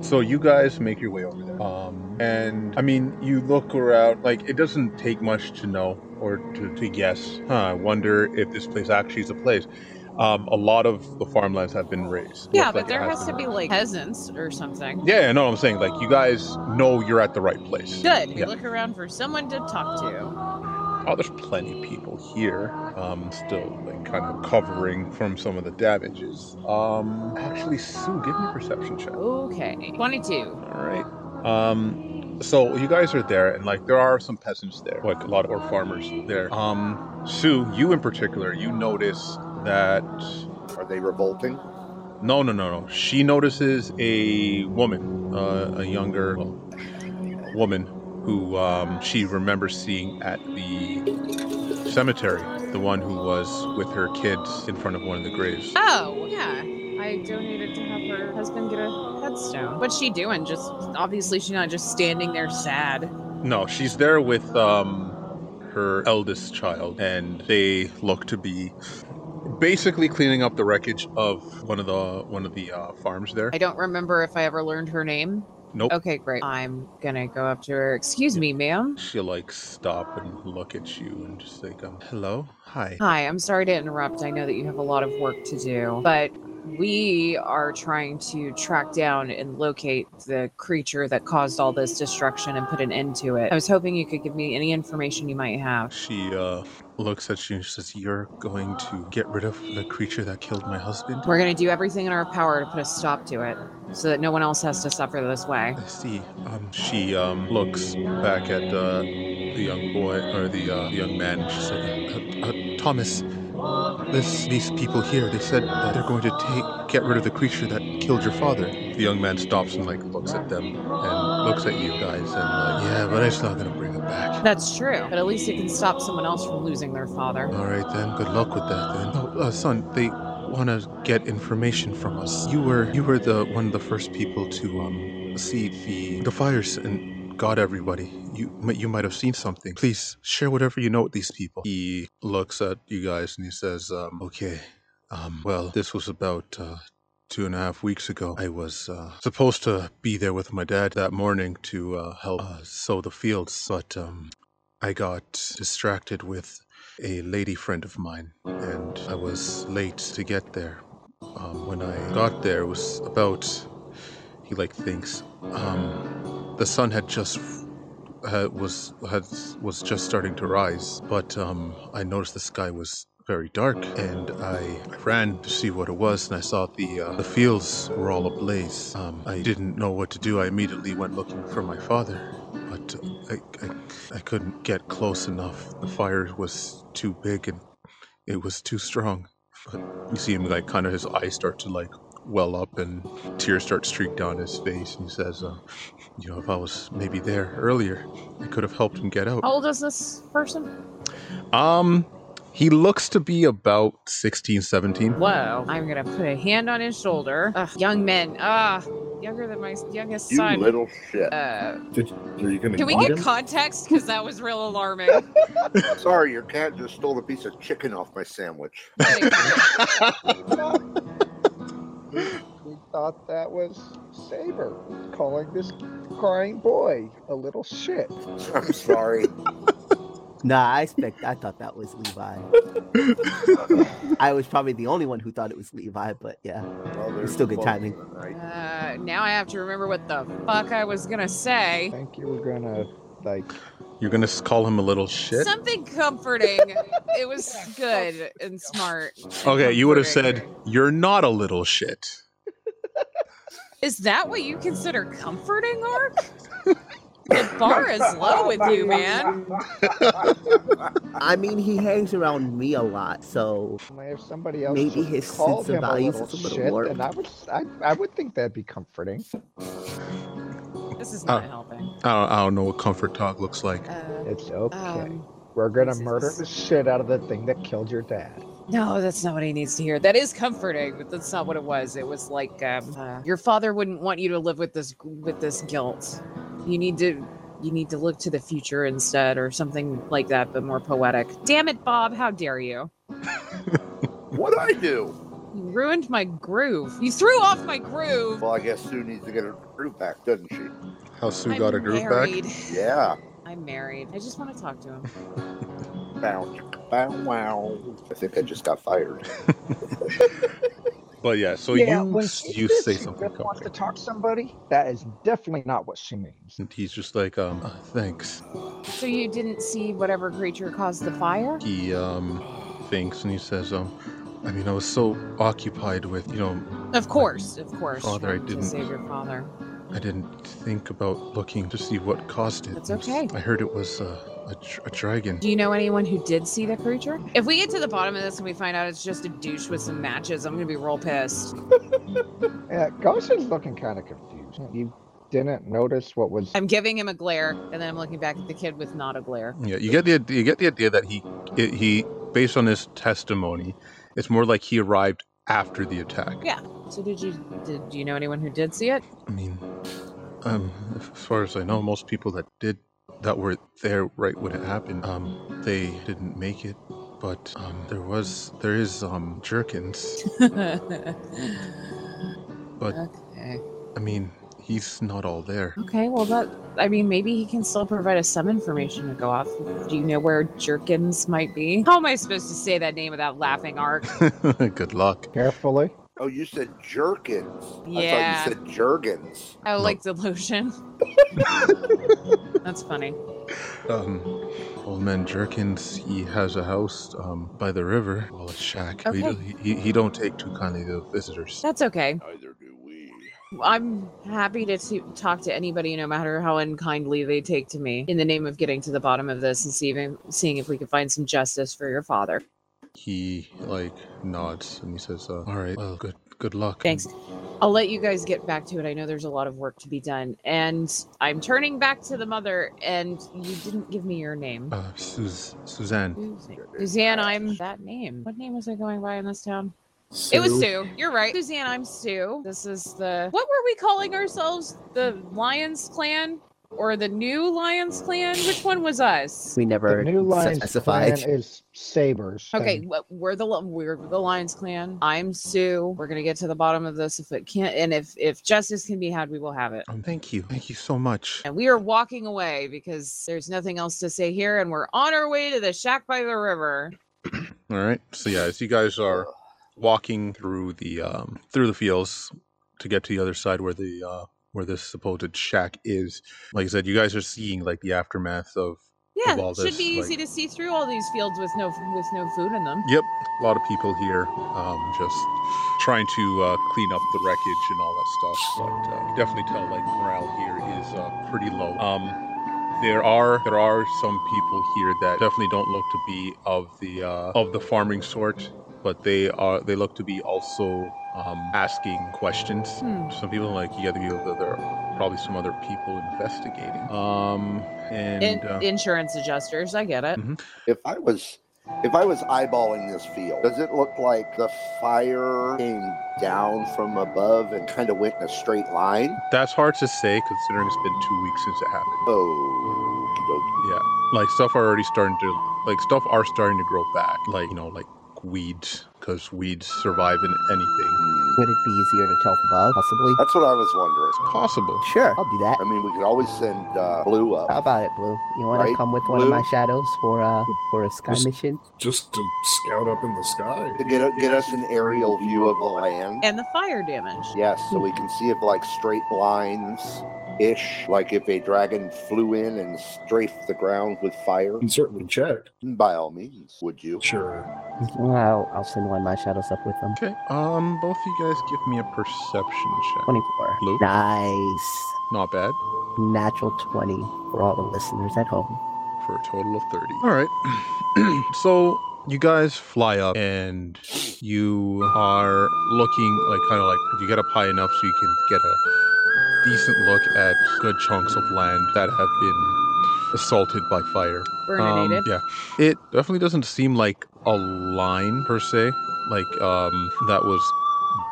A: So you guys make your way over there. Um, and I mean, you look around, like, it doesn't take much to know or to, to guess. Huh, I wonder if this place actually is a place. Um, a lot of the farmlands have been raised.
D: Yeah,
A: Looks like
D: but
A: it
D: there has to
A: been
D: be like peasants or something.
A: raised. Yeah, no, I'm saying, like, you guys know you're at the right place.
D: Good. We
A: Yeah.
D: look around for someone to talk to.
A: Oh, there's plenty of people here. Um, still, like, kind of covering from some of the damages. Um, actually, Sue, give me a perception check.
D: Okay. 22.
A: All right. Um, so you guys are there, and like there are some peasants there, like a lot of or farmers there. Um, Sue, you in particular, you notice that
B: Are they revolting?
A: no, no, no, no. She notices a woman, uh, a younger well, woman who um, she remembers seeing at the cemetery, the one who was with her kids in front of one of the graves.
D: Oh, yeah. I donated to have her husband get a headstone. What's she doing? Just obviously, she's not just standing there sad.
A: No, she's there with um, her eldest child, and they look to be basically cleaning up the wreckage of one of the one of the uh, farms there.
D: I don't remember if I ever learned her name.
A: Nope.
D: Okay, great. I'm gonna go up to her. Excuse me, ma'am.
A: She like stop and look at you and just like, um, hello, hi.
D: Hi, I'm sorry to interrupt. I know that you have a lot of work to do, but we are trying to track down and locate the creature that caused all this destruction and put an end to it. I was hoping you could give me any information you might have.
A: She uh, looks at you and she says, "You're going to get rid of the creature that killed my husband."
D: We're gonna do everything in our power to put a stop to it so that no one else has to suffer this way.
A: I see. Um, she um, looks back at uh, the young boy or the, uh, the young man. She said, uh, uh, "Thomas, this these people here. They said that they're going to take get rid of the creature that killed your father." The young man stops and like looks at them and looks at you guys and like, "Yeah, but it's not gonna bring it back."
D: That's true, but at least it can stop someone else from losing their father.
A: All right then. Good luck with that then. Oh, uh, son, they want to get information from us. You were you were the one of the first people to um see the the fires and got everybody. You mi- you might have seen something. Please share whatever you know with these people. He looks at you guys and he says, um, "Okay, um, well, this was about." Uh, Two and a half weeks ago, I was uh, supposed to be there with my dad that morning to uh, help uh, sow the fields, but um, I got distracted with a lady friend of mine, and I was late to get there. Um, when I got there, it was about. He like thinks. Um, the sun had just had, was had was just starting to rise, but um, I noticed the sky was very dark, and I, I ran to see what it was, and I saw the uh, the fields were all ablaze. Um, I didn't know what to do. I immediately went looking for my father, but I, I I couldn't get close enough. The fire was too big and it was too strong. But you see him like kind of his eyes start to like well up and tears start to streak down his face and he says, uh, you know, if I was maybe there earlier, I could have helped him get out.
D: How old is this person?
A: Um he looks to be about 16, 17.
D: Whoa. I'm gonna put a hand on his shoulder. Ugh, young men. Ah, younger than my s- youngest
B: You
D: son.
B: little shit.
D: Uh,
E: Did, are you gonna
D: can we
E: eat
D: get
E: him?
D: context? Because that was real alarming.
B: Sorry, your cat just stole a piece of chicken off my sandwich.
D: Like,
F: we thought that was Saber calling this crying boy a little shit.
B: I'm sorry.
G: Nah, I expect. I thought that
B: <laughs>
G: was Levi. I was probably the only one who thought it was Levi, but yeah.
B: Well, there's
G: still good
B: both
G: timing.
B: of them, right?
D: Uh, now I have to remember what the fuck I was gonna
F: I
D: say.
F: think you were gonna like
A: You're gonna s- call him a little shit.
D: Something comforting. it was good and smart.
A: okay, you would have said
D: comforting.
A: you're not a little shit.
D: Is that what you consider comforting, Ark? the bar is low with you, man.
G: I mean, he hangs around me a lot, so
F: if somebody else
G: Maybe
F: just
G: his
F: called
G: sense of
F: him a
G: values
F: little
G: is a little
F: shit,
G: warped.
F: then I would I, I would think that'd be comforting.
D: This is not
A: Oh.
D: helping.
A: I don't, I don't know what comfort talk looks like.
D: Uh,
F: It's okay.
D: um,
F: we're gonna
D: this
F: murder
D: is-
F: the shit out of the thing that killed your dad.
D: no, that's not what he needs to hear. That is comforting, but that's not what it was. It was like um, uh, your father wouldn't want you to live with this with this guilt. You need to you need to look to the future instead, or something like that, but more poetic. Damn it, Bob! How dare you?
B: What I do?
D: You ruined my groove. You threw off my groove.
B: Well, I guess Sue needs to get her group back, doesn't she?
A: How Sue
D: I'm
A: got her groove back?
D: married.
B: Yeah.
D: I'm married. I just want to talk to him.
B: Bow, bow, wow. I think I just got fired.
A: But yeah, so you s- you say something
F: really wants to
A: comforting.
F: talk to somebody. That is definitely not what she means.
A: And he's just like, um, uh, thanks.
D: So you didn't see whatever creature caused the fire?
A: He um thinks and he says, um, I mean, I was so occupied with, you know,
D: Of course, of course.
A: Father, I
D: trying
A: didn't.
D: To save your father.
A: I didn't think about looking to see what caused it.
D: That's okay.
A: I heard it was uh, a, dr- a dragon.
D: Do you know anyone who did see the creature? If we get to the bottom of this and we find out it's just a douche with some matches, I'm gonna be real pissed.
F: Yeah, Goshen's looking kind of confused. You didn't notice what was
D: I'm giving him a glare, and then I'm looking back at the kid with not a glare.
A: Yeah, you get the id- you get the idea that he it, he based on his testimony, it's more like he arrived after the attack.
D: Yeah. So did you did do you know anyone who did see it?
A: I mean, um, as far as I know, most people that did that were there right when it happened, um, they didn't make it. But um, there was there is um Jerkins. But-
D: okay.
A: I mean, he's not all there. <laughs>
D: Okay, well that I mean maybe he can still provide us some information to go off. Do you know where Jerkins might be? How am I supposed to say that name without laughing, Ark?
A: Good luck.
F: carefully.
B: Oh, you said jerkins.
D: Yeah.
B: I thought you said jergens.
D: Oh,
A: No.
D: like delusion. <laughs> That's funny.
A: Um, old man Jerkins, he has a house um, by the river, well, a shack. He,
D: Okay.
A: do- he, he don't take too kindly to visitors.
D: That's okay.
B: Neither do we.
D: I'm happy to t- talk to anybody, no matter how unkindly they take to me, in the name of getting to the bottom of this and seeing, seeing if we can find some justice for your father.
A: He like nods and he says, uh, "All right, well, good good luck."
D: Thanks. I'll let you guys get back to it. I know there's a lot of work to be done. And I'm turning back to the mother, and you didn't give me your name.
A: Uh, Sus- Suzanne.
D: Susan. Suzanne, I'm that name. What name was I going by in this town? It was
E: Sue.
D: Sue. You're right. Suzanne, I'm Sue. This is the what were we calling ourselves? The Lions Clan or the New Lions Clan? Which one was us?
G: we
F: The
G: never
F: new line
G: specified.
F: is sabers.
D: Okay,
F: and
D: wh- we're the Li- we're the Lions Clan. I'm Sue. We're gonna get to the bottom of this if it can't, and if if justice can be had, we will have it.
A: Um, thank you, thank you so much.
D: And we are walking away because there's nothing else to say here, and we're on our way to the shack by the river.
A: All right. So yeah, as you guys are walking through the um, through the fields to get to the other side where the uh, where this supposed shack is, like I said, you guys are seeing like the aftermath of
D: Yeah,
A: all
D: it should
A: this,
D: be easy
A: like-
D: to see through all these fields with no with no food in them.
A: Yep, a lot of people here, um, just trying to uh, clean up the wreckage and all that stuff. But uh, you can definitely tell like morale here is uh, pretty low. Um, there are there are some people here that definitely don't look to be of the uh, of the farming sort, but they are they look to be also um, asking questions.
D: Hmm.
A: Some people like you got to be able to. There are probably some other people investigating. Um, and
D: In-
A: uh,
D: insurance adjusters, I get it.
B: If I was if I was eyeballing this field, does it look like the fire came down from above and kind of went in a straight line?
A: that's hard to say considering it's been two weeks since it happened.
B: Oh,
A: like stuff are already starting to like stuff are starting to grow back like you know like weeds, because weeds survive in anything.
G: Would it be easier to tell from above? Possibly.
B: That's what I was wondering.
A: It's possible.
G: Sure, I'll do that.
B: I mean, we could always send uh, Blue
G: How
B: up.
G: about it, Blue? You want
B: Right,
G: to come with one of my
B: Blue?
G: shadows for uh for a sky
E: Just-
G: mission?
E: just to scout up in the sky.
B: to get get us an aerial view of the land.
D: And the fire damage.
B: Yes, so we can see if like straight lines ish, like if a dragon flew in and strafed the ground with fire.
E: You can certainly check.
B: By all means, would you?
E: Sure.
G: Well, I'll send one of my shadows up with them.
A: Okay. Um, both of you guys give me a perception check.
G: Twenty-four.
A: Blue?
G: Nice.
A: Not bad.
G: Natural twenty for all the listeners at home.
A: for a total of 30. All right. <clears throat> so you guys fly up and you are looking like kind of like you get up high enough so you can get a decent look at good chunks of land that have been assaulted by fire. Um,
D: Burninated.
A: yeah. It definitely doesn't seem like a line per se, like um, that was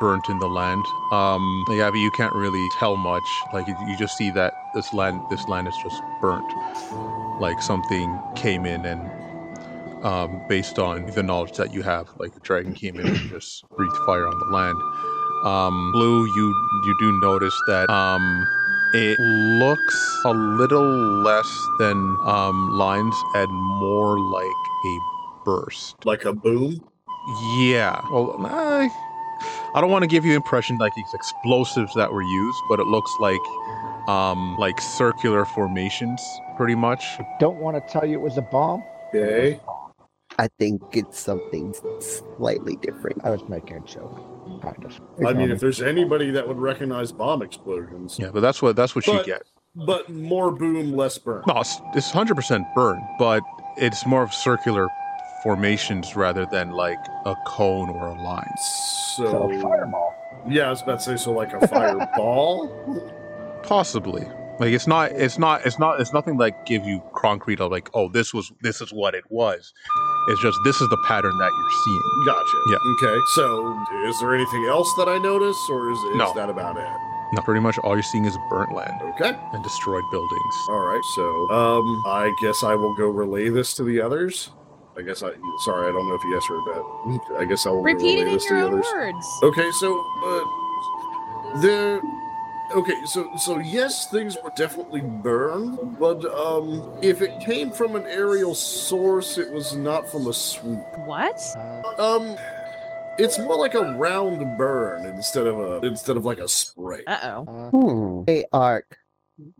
A: burnt in the land. Um, like, Abby, you can't really tell much. Like you, you just see that this land, this land is just burnt. Like something came in and. Um, based on the knowledge that you have, like a dragon came in and just breathed fire on the land. Um, Blue, you you do notice that um, it looks a little less than um, lines and more like a burst.
E: Like a boom.
A: Yeah. Well, I, I don't want to give you impression like these explosives that were used, but it looks like um, like circular formations, pretty much.
F: Don't want to tell you it was a bomb.
E: Okay.
G: I think it's something slightly different.
F: I was making a joke. Kind of.
E: I mean, if there's anybody that would recognize bomb explosions,
A: Yeah, but that's what that's what you
E: But-
A: get.
E: but more boom, less burn.
A: No, it's- it's hundred percent burn, but it's more of circular formations rather than like a cone or a line.
E: So,
F: So, fireball.
E: yeah, I was about to say so, like a fireball.
A: possibly like it's not it's not it's not it's nothing like give you concrete of like oh this was this is what it was it's just this is the pattern that you're seeing
E: Gotcha.
A: Yeah.
E: Okay. So, is there anything else that I notice, or is, is
A: No.
E: that about it?
A: no, pretty much all you're seeing is burnt land
E: Okay.
A: and destroyed buildings
E: All right. So, um, I guess I will go relay this to the others. I guess I. Sorry, I don't know if yes or that. I guess I will go
D: Repeat it
E: relay
D: in
E: this to
D: your
E: the
D: own
E: others.
D: words.
E: Okay, so uh, there. Okay, so so yes, things were definitely burned, but um, if it came from an aerial source, it was not from a swoop.
G: Oh.
D: What?
E: Um, it's more like a round burn instead of a instead of like a spray.
D: Uh oh.
G: Hmm. Hey, Ark.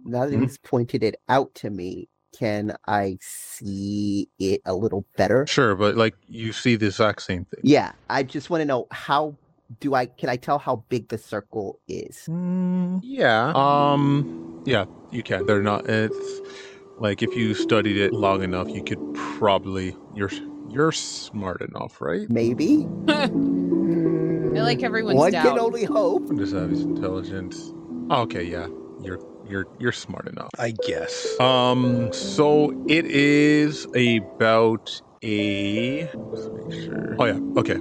G: Now that he's pointed it out to me, can I see it a little better?
A: sure but like you see the exact same thing
G: Yeah, I just want to know how do I can I tell how big the circle is?
A: Mm, yeah um yeah you can they're not it's like if you studied it long enough you could probably you're you're smart enough right
G: Maybe
D: I like everyone's
G: one
D: down.
G: can only hope.
A: What is Abby's intelligence? Okay, yeah, you're you're you're smart enough, I guess. Um, so it is about a. Let's make sure. Oh yeah, okay.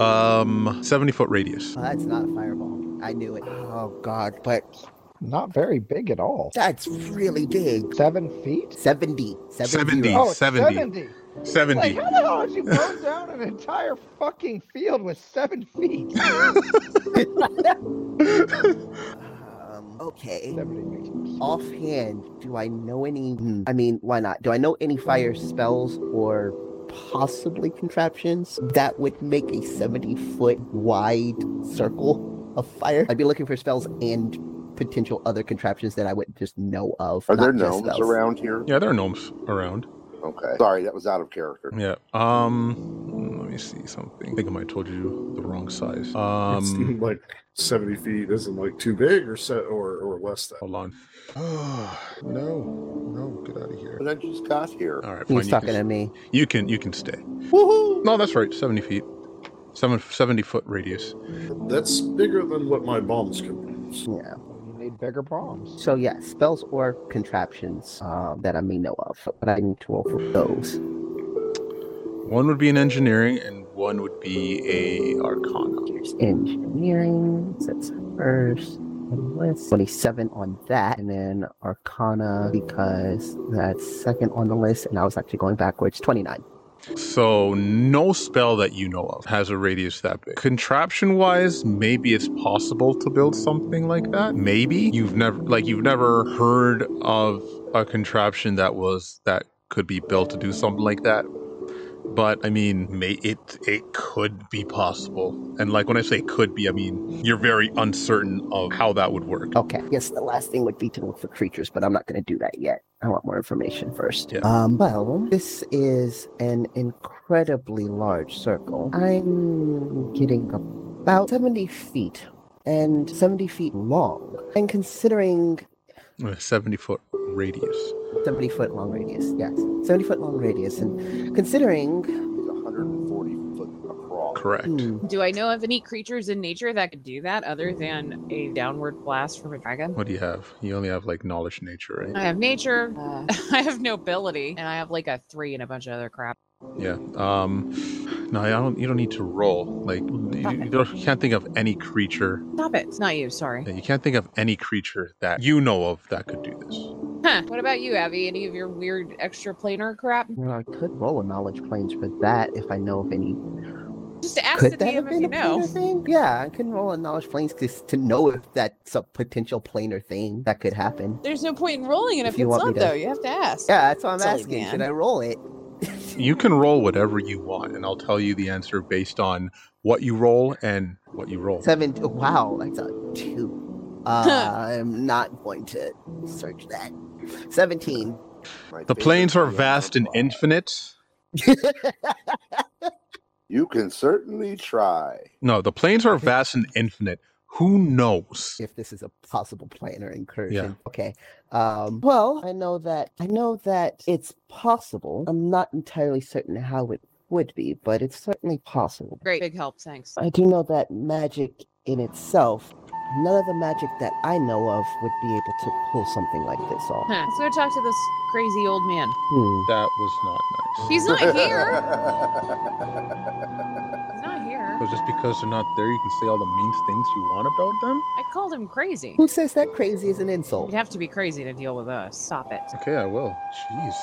A: Um, seventy foot radius.
G: Oh, that's not a fireball. I knew it.
F: Oh God, but not very big at all.
G: That's really big.
F: Seven feet.
G: 70. 70.
A: Seventy.
F: Oh, it's
A: 70.
F: 70. Like,
A: Seventy.
F: how the hell did you burn down an entire fucking field with seven feet?
G: Um, okay.
F: Seventy makes no sense.
G: offhand, do I know any? hmm, I mean, why not? Do I know any fire spells or possibly contraptions that would make a 70 foot wide circle of fire? I'd be looking for spells and potential other contraptions that I would just know of.
B: Are
G: not
B: there
G: just
B: gnomes
G: spells.
B: around here?
A: Yeah, there are gnomes around.
B: Okay. Sorry, that was out of character.
A: Yeah. Um, let me see something. I think I might have told you the wrong size.
E: it's
A: Um,
E: <laughs> like seventy feet isn't like too big or set or or less than.
A: hold on. Oh no, no, get out of here.
B: But I just got here.
A: All right, fine.
G: He's
A: you
G: talking
A: can-
G: to me.
A: You can you can stay. No, that's right. Seventy feet. Seven, 70 foot radius.
E: That's bigger than what my bombs can. be.
G: Yeah.
F: You need bigger bombs.
G: So yeah, spells or contraptions um, that I may know of, but I need to roll for those.
A: One would be an engineering, and one would be a arcana.
G: There's engineering. That's first. on the list. 27 on that, and then Arcana because that's second on the list. And I was actually going backwards. 29.
A: So no spell that you know of has a radius that big. Contraption wise, maybe it's possible to build something like that. Maybe you've never like you've never heard of a contraption that was that could be built to do something like that. But I mean, may, it it could be possible. And like when I say could be, I mean you're very uncertain of how that would work.
G: Okay. Yes, the last thing would be to look for creatures, but I'm not going to do that yet. I want more information first.
A: Yeah.
G: Um, well, this is an incredibly large circle. I'm getting about 70 feet and 70 feet long. And considering
A: A 70 foot radius.
G: 70 foot long radius, yes, 70 foot long radius, and considering.
B: It's 140 foot across.
A: Correct.
G: hmm,
D: Do I know of any creatures in nature that could do that other than a downward blast from a dragon?
A: What do you have? You only have like knowledge nature, right?
D: I have nature, uh, <laughs> I have nobility, and I have like a three and a bunch of other crap.
A: Yeah. Um, no, I don't. You don't need to roll. Like you, you, don't, you can't think of any creature.
D: Stop it. It's not you, sorry.
A: You can't think of any creature that you know of that could do this.
D: Huh. What about you, Abby? Any of your weird extra planar crap?
G: you know, I could roll a knowledge planes for that if I know of any.
D: Just ask
G: Could
D: the
G: that have
D: DM if
G: been
D: you
G: a planar
D: know.
G: thing? Yeah, I can roll a knowledge planes just to know if that's a potential planar thing that could happen.
D: There's no point in rolling it
G: If
D: if,
G: you
D: it's
G: want me
D: not,
G: to-
D: though. You have to ask.
G: Yeah, that's what I'm
D: Silly
G: asking. Should
D: man.
G: I roll it?
A: You can roll whatever you want, and I'll tell you the answer based on what you roll and what you roll.
G: Seven. oh, Wow, that's a two.
D: <laughs>
G: Uh, I'm not going to search that. Seventeen.
B: My
A: The
B: favorite
A: plains are
B: DM
A: vast and
B: spot.
A: infinite.
B: You can certainly try.
A: No, the plains are vast and infinite. Who knows?
G: if this is a possible planar incursion.
A: Yeah.
G: Okay. Um, well, I know that I know that it's possible. I'm not entirely certain how it would be, but it's certainly possible.
D: Great. Big help. Thanks.
G: I do know that magic in itself, none of the magic that I know of would be able to pull something like this off.
D: Huh. Let's go talk to this crazy old man.
G: Hmm.
A: That was not nice.
D: He's not here. He's not here.
A: So just because they're not there, you can say all the mean things you want about them.
D: I called him crazy.
G: Who says that crazy is an insult?
D: You'd have to be crazy to deal with us. Stop it.
A: Okay, I will. Jeez.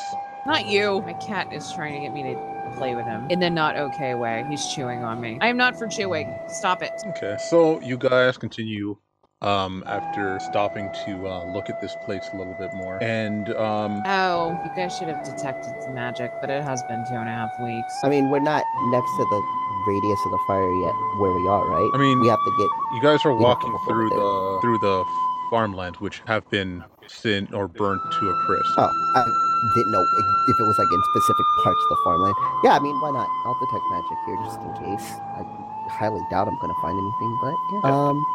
D: Not you. My cat is trying to get me to play with him in the not okay way. He's chewing on me. I am not for chewing. Stop it.
A: Okay, so you guys continue um, after stopping to uh, look at this place a little bit more, and um,
D: Oh, you guys should have detected the magic, but it has been two and a half weeks.
G: I mean, we're not next to the radius of the fire yet, where we are, right?
A: I mean-
G: we have to get.
A: you guys are
G: have to
A: walking
G: walk over
A: through
G: there.
A: the through the farmland, which have been sin or burnt to a crisp.
G: Oh, I didn't know i- if it was like in specific parts of the farmland. Yeah, I mean, why not? I'll detect magic here just in case. I highly doubt I'm gonna find anything, but yeah. Um,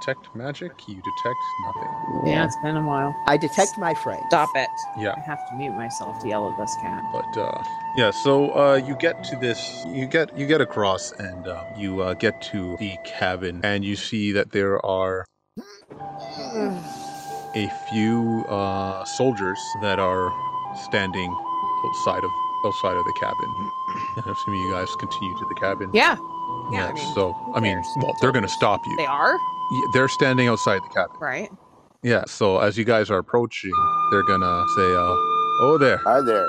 A: Detect magic? You detect nothing.
D: yeah. it's been a while.
G: I detect my friend.
D: Stop it.
A: Yeah.
D: I have to mute myself to yell at this cat.
A: But uh, yeah, so uh, you get to this, you get you get across, and um, you uh, get to the cabin, and you see that there are a few uh, soldiers that are standing outside of outside of the cabin. I'm assuming you guys continue to the cabin.
D: Yeah. Yeah. I mean,
A: so I mean,
D: cares?
A: well, they're gonna stop you.
D: they are,
A: Yeah, They're standing outside the cabin.
D: right?
A: Yeah. So as you guys are approaching, they're gonna say, uh, "Oh there,
B: Hi there.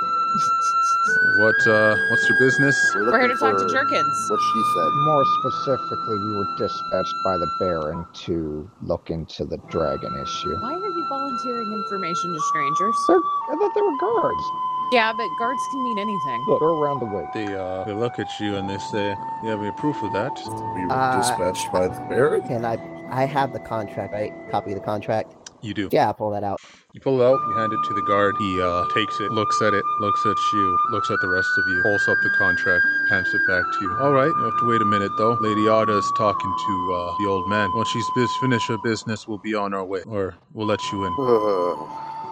A: what uh, what's your business?"
B: We're,
D: We're here
B: looking
D: to talk to
B: for
D: Jerkins.
B: What she said.
F: More specifically, we were dispatched by the Baron to look into the dragon issue.
D: Why are you volunteering information to strangers?
F: I thought they were guards.
D: Yeah, but guards can mean anything.
F: Look, they're around the way.
A: They uh, they look at you and they say, "Yeah, we approve of that."
E: We were
G: Uh,
E: dispatched by the Baron.
G: Can I? I have the contract, right? Copy of the contract.
A: You do.
G: Yeah, I'll pull that out.
A: You pull it out, you hand it to the guard. He uh, takes it, looks at it, looks at you, looks at the rest of you, pulls up the contract, hands it back to you. All right, you have to wait a minute though. Lady Ada is talking to uh, the old man. When she's biz- finished her business, we'll be on our way, or we'll let you in.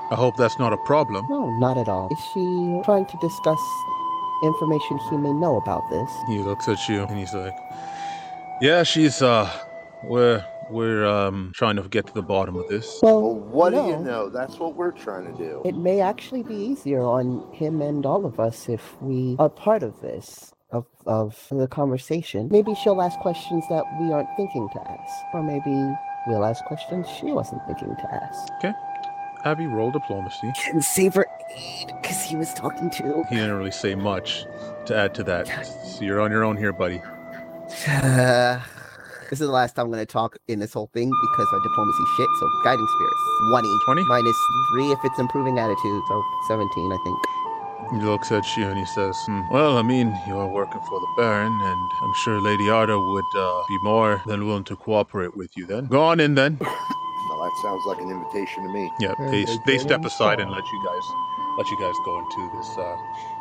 A: I hope that's not a problem.
G: No, not at all. Is she trying to discuss information she may know about this?
A: He looks at you and he's like, "Yeah, she's uh, we're we're um trying to get to the bottom of this."
B: well, what do you
G: no.
B: know? That's what we're trying to do.
G: It may actually be easier on him and all of us if we are part of this, of, of the conversation. Maybe she'll ask questions that we aren't thinking to ask, or maybe we'll ask questions she wasn't thinking to ask.
A: Abby, roll diplomacy.
G: Can savor aid because he was talking to.
A: He didn't really say much to add to that. So you're on your own here, buddy.
G: <sighs> this is the last time I'm going to talk in this whole thing because my diplomacy shit. So guiding spirits, twenty.
A: 20?
G: minus three if it's improving attitude. So seventeen, I think.
A: He looks at you and he says, "Hmm, Well, I mean, you are working for the Baron, and I'm sure Lady Arda would uh, be more than willing to cooperate with you then. Go on in then.
B: Now that sounds like an invitation to me.
A: Yeah,
F: And
A: they,
F: they
A: they
F: go
A: step aside and
F: inside.
A: let you guys let you guys go into this. Uh,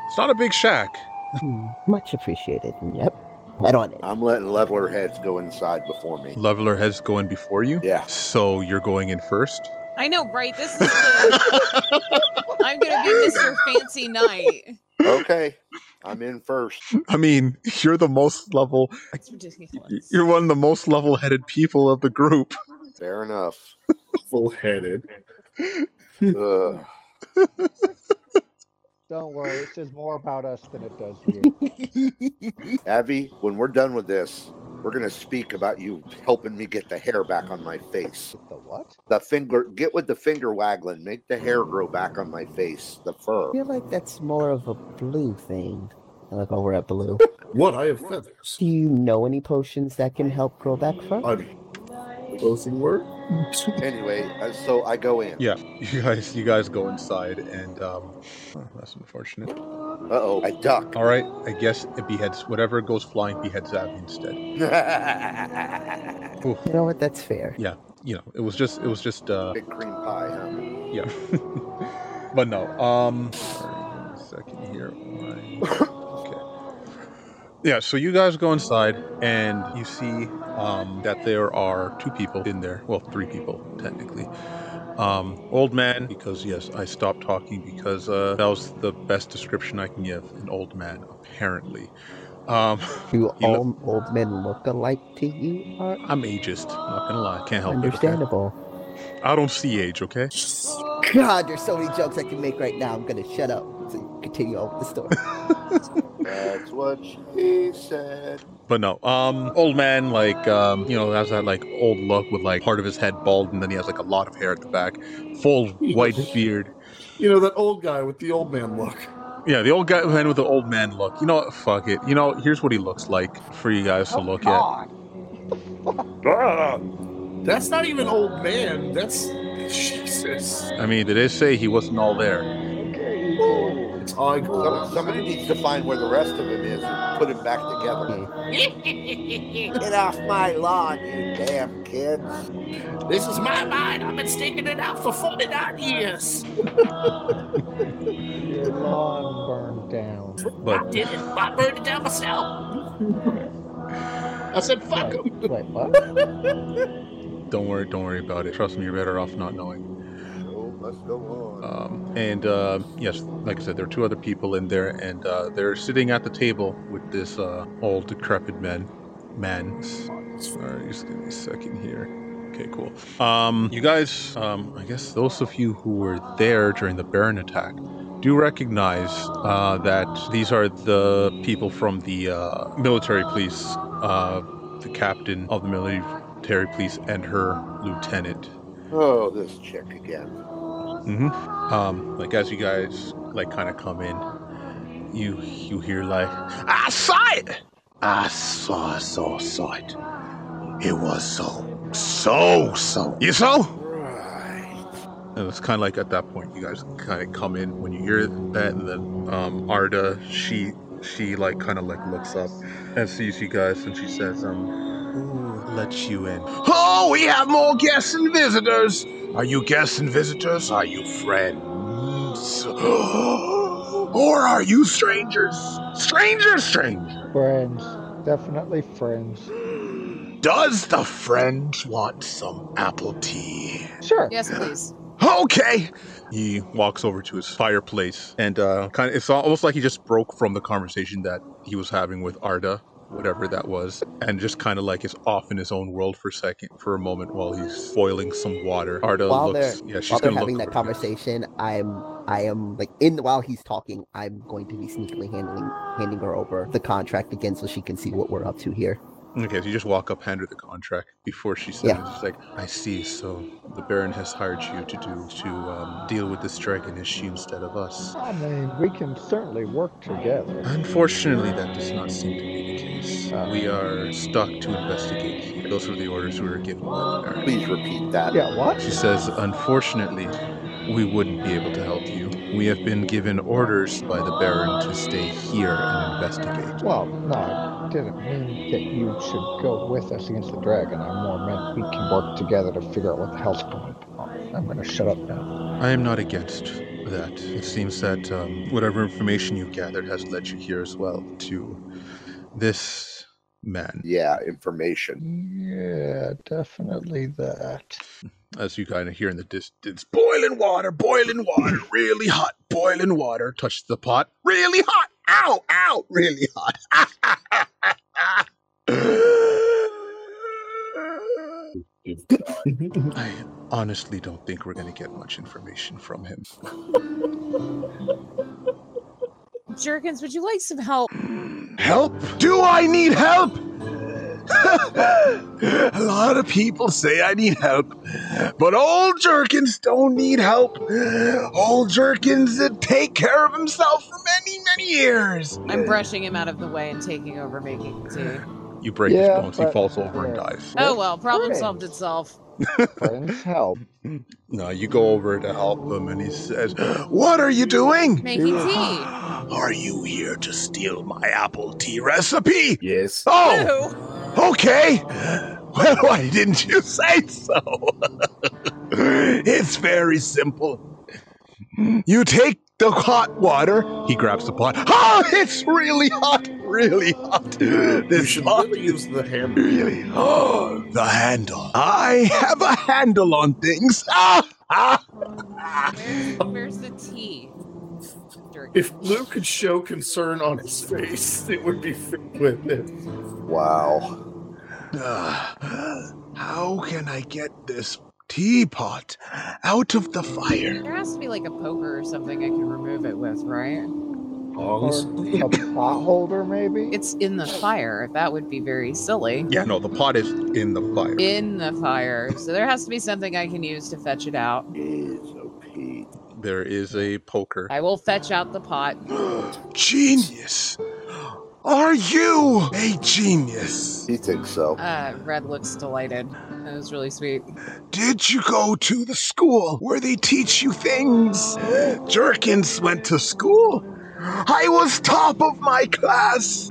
A: it's not a big shack.
G: Hmm, Much appreciated. Yep. Right on it.
B: I'm letting leveler heads go inside before me.
A: Leveler heads going before you.
B: Yeah.
A: So you're going in first.
D: I know, right? This is the.
A: <laughs>
D: I'm gonna give this your fancy night.
B: Okay. I'm in first.
A: I mean, <laughs> you're the most level.
D: It's ridiculous.
A: You're one of the most level-headed people of the group.
B: Fair enough.
E: Full headed.
B: Ugh.
F: Don't worry, it says more about us than it does you.
B: Abby, when we're done with this, we're gonna speak about you helping me get the hair back on my face.
F: the what?
B: The finger, get with the finger waggling, make the hair grow back on my face, the fur.
G: I feel like that's more of a blue thing. I like while we're at blue.
E: What? I have feathers.
G: Do you know any potions that can help grow back fur?
A: Oh,
E: I'm closing word.
B: Anyway, uh, so I go in.
A: Yeah. <laughs> You guys, you guys go inside, and um, oh, that's unfortunate.
B: Uh oh, I duck. <laughs>
A: All right, I guess it beheads whatever goes flying beheads Abby instead.
B: Big
A: Oof.
G: You know what? That's fair.
A: You know, it was just, it was just, uh,
B: cream pie, huh?
A: yeah. <laughs> but no, um, sorry, one second here. My- Okay. Yeah, so you guys go inside, and you see um, that there are two people in there. Well, three people technically. Um, old man, because yes, I stopped talking because uh, that was the best description I can give an old man, apparently. Um, <laughs>
G: Do
A: He lo-
G: all old men look alike to you? Are
A: I'm ageist. Not gonna lie, can't help it.
G: understandable.
A: okay? I don't see age, okay?
G: God, there's so many jokes I can make right now. I'm gonna shut up to continue on with the story.
B: That's what she said.
A: But no, um, old man, like, um, you know, has that like old look with like part of his head bald, and then he has like a lot of hair at the back, full white beard.
E: You know, that old guy with the old man look.
A: Yeah, the old guy man with the old man look. You know, what? fuck it. You know, here's what he looks like for you guys to look at.
E: That's not even old man. That's Jesus.
A: I mean, they did say he wasn't all there?
E: It's eye
B: Some,
E: glow.
B: somebody needs to find where the rest of him is and put him back together.
G: Hmm.
B: Get off my lawn, you damn kids.
E: This is my mind. I've been sticking it out for 49 years.
F: Your lawn burned down.
A: But
E: did it. I burned it down myself. I said, fuck him.
F: Wait, what?
A: don't worry, don't worry about it. Trust me, you're better off not knowing.
B: Oh, must go on.
A: Um, and uh, yes, like I said, there are two other people in there, and uh, they're sitting at the table with this uh, old, decrepit man. Man, all right, just give me a second here. Okay, cool. Um, you guys, um, I guess those of you who were there during the Baron attack do recognize uh, that these are the people from the uh, military police, uh, the captain of the military police, and her lieutenant.
B: oh, this chick again.
A: Um, like as you guys like kind of come in, you you hear like I saw it. I saw saw saw it. It was so so so. You so?
B: Right.
A: And it's kind of like at that point you guys kind of come in when you hear that, and then um, Arda she she like kind of like looks up and sees you guys, and she says um. "Who Let you in. Oh, we have more guests and visitors. Are you guests and visitors? Are you friends? <gasps> or are you strangers? Stranger, stranger.
F: Friends. Definitely friends.
A: Does the friend want some apple tea?
F: Sure.
D: Yes, please.
A: Okay. He walks over to his fireplace and uh, kind of, it's almost like he just broke from the conversation that he was having with Arda, whatever that was, and just kind of like is off in his own world for a second, for a moment while he's boiling some water. Arda
G: While
A: looks, yeah, <laughs> she's
G: while they're
A: gonna
G: having
A: look
G: that
A: over to you.
G: conversation, I'm I am like in while he's talking, I'm going to be sneakily handling handing her over the contract again so she can see what we're up to here.
A: Okay, so you just walk up, hand her the contract before she says, it. She's like, I see, so the Baron has hired you to do, to um, deal with this dragon issue instead of us.
F: I mean, we can certainly work together.
A: Unfortunately, that does not seem to be the case. We are stuck to investigate here. Those were the orders we were given by the Baron.
B: Please repeat that.
F: Yeah, what?
A: She says, Unfortunately, we wouldn't be able to help you. We have been given orders by the Baron to stay here and investigate.
F: Well, no, I didn't mean that you should go with us against the dragon. I more meant we can work together to figure out what the hell's going on. I'm gonna shut up now.
A: I am not against that. It seems that um, whatever information you've gathered has led you here as well to this man.
B: Yeah, information.
F: Yeah, definitely that.
A: as you kind of hear in the distance boiling water boiling water really hot boiling water touch the pot really hot ow ow really hot i honestly don't think we're going to get much information from him
D: Jerkins, would you like some help?
A: help do i need help <laughs> a lot of people say i need help but old jerkins don't need help old jerkins did take care of himself for many many years
D: I'm brushing him out of the way and taking over making tea.
A: you break
F: Yeah,
A: his bones he
F: but-
A: falls over and
F: yeah.
A: dies
D: Oh well, problem
F: Great.
D: solved itself.
F: Friends help.
A: No, you go over to help him and he says, What are you doing?
D: Making tea.
A: Are you here to steal my apple tea recipe?
E: Yes.
A: Oh,
D: Woo!
A: okay. Well, why didn't you say so? it's very simple. You take the hot water. He grabs the pot. Oh, it's really hot, really hot.
E: You
A: This
E: should
A: pot
E: really use the handle.
A: Really? Oh, the handle. I have a handle on things. <laughs> Ah, ah, ah.
D: Where's the tea? Jerkins.
E: If Lou could show concern on his face, it would be filled with it.
B: Wow.
A: Ah, how can I get this teapot out of the fire?
D: There has to be like a poker or something I can remove it with, right?
F: Or a pot holder, maybe?
D: It's in the fire. That would be very silly.
A: Yeah, no, the pot is in the fire.
D: In the fire. So there has to be something I can use to fetch it out.
B: Jeez, oh, Pete.
A: There is a poker.
D: I will fetch out the pot.
A: <gasps> Genius! Are you a genius?
B: He thinks so.
D: Uh, Red looks delighted. That was really sweet.
A: Did you go to the school where they teach you things? Jerkins went to school. I was top of my class.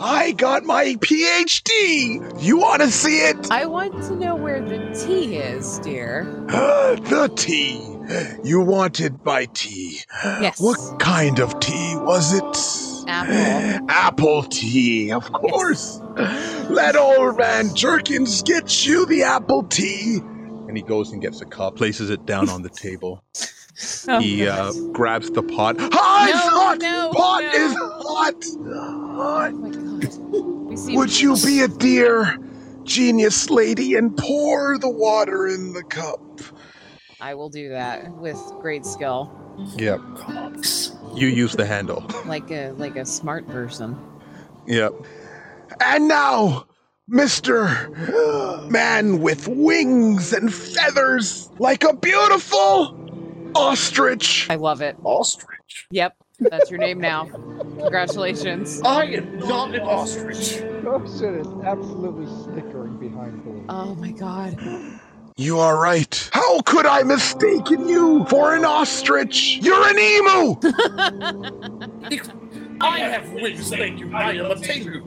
A: I got my PhD. You want to see it? <gasps>
D: I want to know where the tea is, dear.
A: the tea. You wanted my tea.
D: Yes. Oh,
A: What kind of tea was it?
D: Apple.
A: <gasps> Apple tea, of course. Let old man Jerkins get you the apple tea. And he goes and gets a cup, places it down
D: <laughs>
A: on the table.
D: Oh,
A: he
D: God.
A: uh, grabs the pot. Ah, it's
D: No,
A: hot!
D: no,
A: pot
D: no.
A: is hot! Hot!
D: Oh my God. We seem-
A: Would you be a dear genius lady and pour the water in the cup?
D: I will do that with great skill,
A: Yep. You use the handle.
D: like a like a smart person.
A: Yep. And now, Mr. Man with wings and feathers, like a beautiful ostrich.
D: I love it.
E: Ostrich.
D: Yep, that's your name now. Congratulations.
E: I am not an ostrich.
F: Ocean is Oh, absolutely snickering behind Blue.
D: Oh my God.
A: You are right. How could I mistaken you for an ostrich? You're an emu!
E: I have wings, thank you. I am a tengu.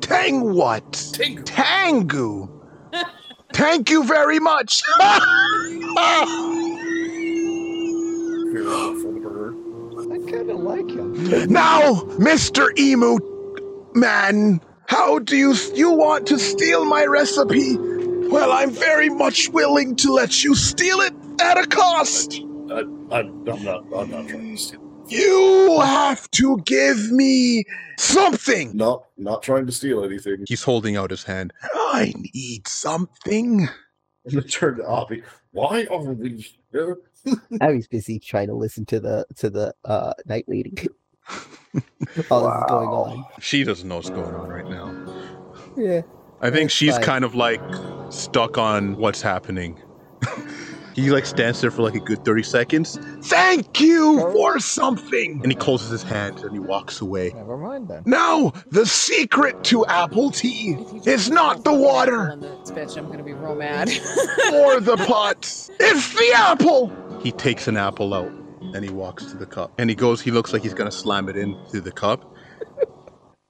A: Tang what?
E: Tengu.
A: Tangu. Thank you very much.
E: Beautiful bird.
F: I kind of like him.
A: Now, Mr. Emu Man, how do you you want to steal my recipe? Well, I'm very much willing to let you steal it at a cost.
E: I, I, I'm not. I'm not trying to steal.
A: You have to give me something.
E: Not. Not trying to steal anything.
A: He's holding out his hand. I need something.
E: I'm gonna turn to Oppie. Why are we here?
G: I was busy trying to listen to the to the uh night <laughs> lady. All this is going on.
A: She doesn't know what's going on right now.
G: Yeah.
A: I think
G: It's
A: she's
G: like-
A: kind of like stuck on what's happening. <laughs> he like stands there for like a good 30 seconds. Thank you for something. And he closes his hand and he walks away.
F: Never mind then.
A: Now, the secret to apple tea
D: If you just
A: is
D: put
A: not the
D: apple
A: water
D: in this bitch, I'm gonna be real mad. <laughs> Oh
A: or the pots. It's the apple. He takes an apple out and he walks to the cup. And he goes, he looks like he's going to slam it into the cup.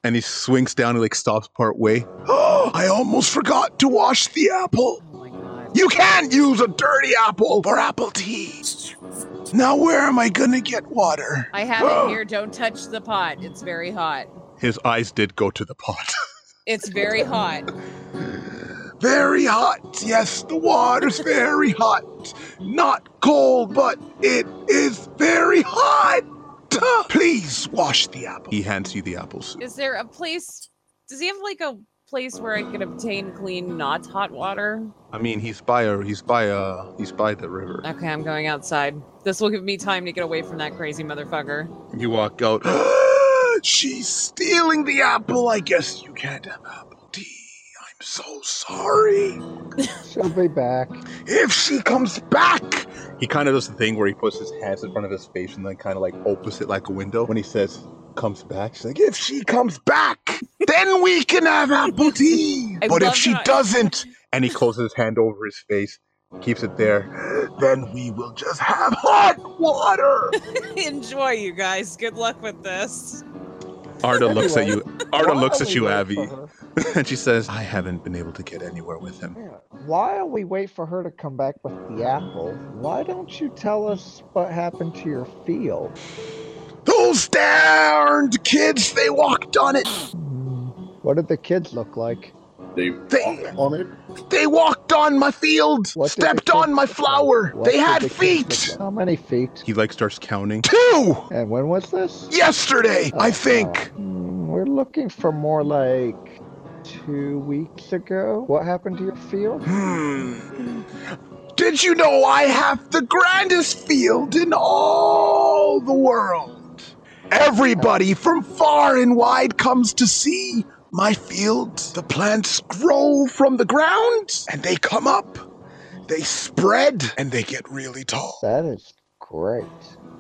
A: And he swings down and like stops part way. Oh, <gasps> I almost forgot to wash the apple.
D: oh my god.
A: You can't use a dirty apple for apple tea. Now where am I gonna get water?
D: I
A: <gasps>
D: have it here. Don't touch the pot. It's very hot.
A: His eyes did go to the pot.
D: It's very hot.
A: very hot. Yes, the water's very hot. Not cold, but it is very hot. Please wash the apple. He hands you the apples.
D: Is there a place? Does he have like a place where I can obtain clean, not hot water?
A: I mean, he's by a, he's by a, he's by the river.
D: Okay, I'm going outside. This will give me time to get away from that crazy motherfucker. <laughs>
A: You walk out. <gasps> She's stealing the apple. I guess you can't have apple tea. I'm so sorry.
F: She'll be back.
A: If she comes back, he kind of does the thing where he puts his hands in front of his face and then kind of like opens it like a window. When he says "comes back," she's like, "If she comes <laughs> back, then we can have apple tea."
D: I
A: but if
D: love
A: she
D: that.
A: doesn't, and he closes his hand over his face, keeps it there, then we will just have hot <laughs> water.
D: Enjoy, you guys. Good luck with this.
A: Arda looks at you. Arda
F: While
A: looks at
F: we
A: you,
F: wait
A: Abby,
F: for her-
A: <laughs> and she says, "I haven't been able to get anywhere with him."
F: yeah, While we wait for her to come back with the apple, why don't you tell us what happened to your field?
A: Those darned kids, they walked on it.
F: What did the kids look like?
E: They
A: They-
E: walk on it.
A: They walked on my field,
F: What did the
A: stepped
F: kids
A: on my
F: look like?
A: flower.
F: What
A: They
F: did
A: had
F: the kids
A: feet.
F: look like? How many feet?
A: He like starts counting. Two!
F: And when was this?
A: Yesterday,
F: Oh,
A: I think.
F: oh. Mm, we're looking for more like two weeks ago. What happened to your field?
A: Hmm. Did you know I have the grandest field in all the world? Everybody from far and wide comes to see my field. The plants grow from the ground and they come up. They spread and they get really tall.
F: That is great.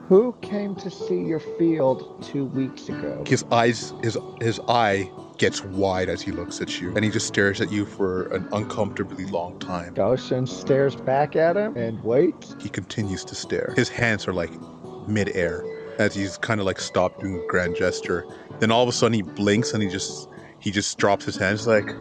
F: Who came to see your field two weeks ago?
A: His eyes, his his eye gets wide as he looks at you, and he just stares at you for an uncomfortably long time.
F: Goshen stares back at him and waits.
A: He continues to stare. His hands are like midair as he's kind of like stopped doing a grand gesture. Then all of a sudden he blinks and he just he just drops his hands like,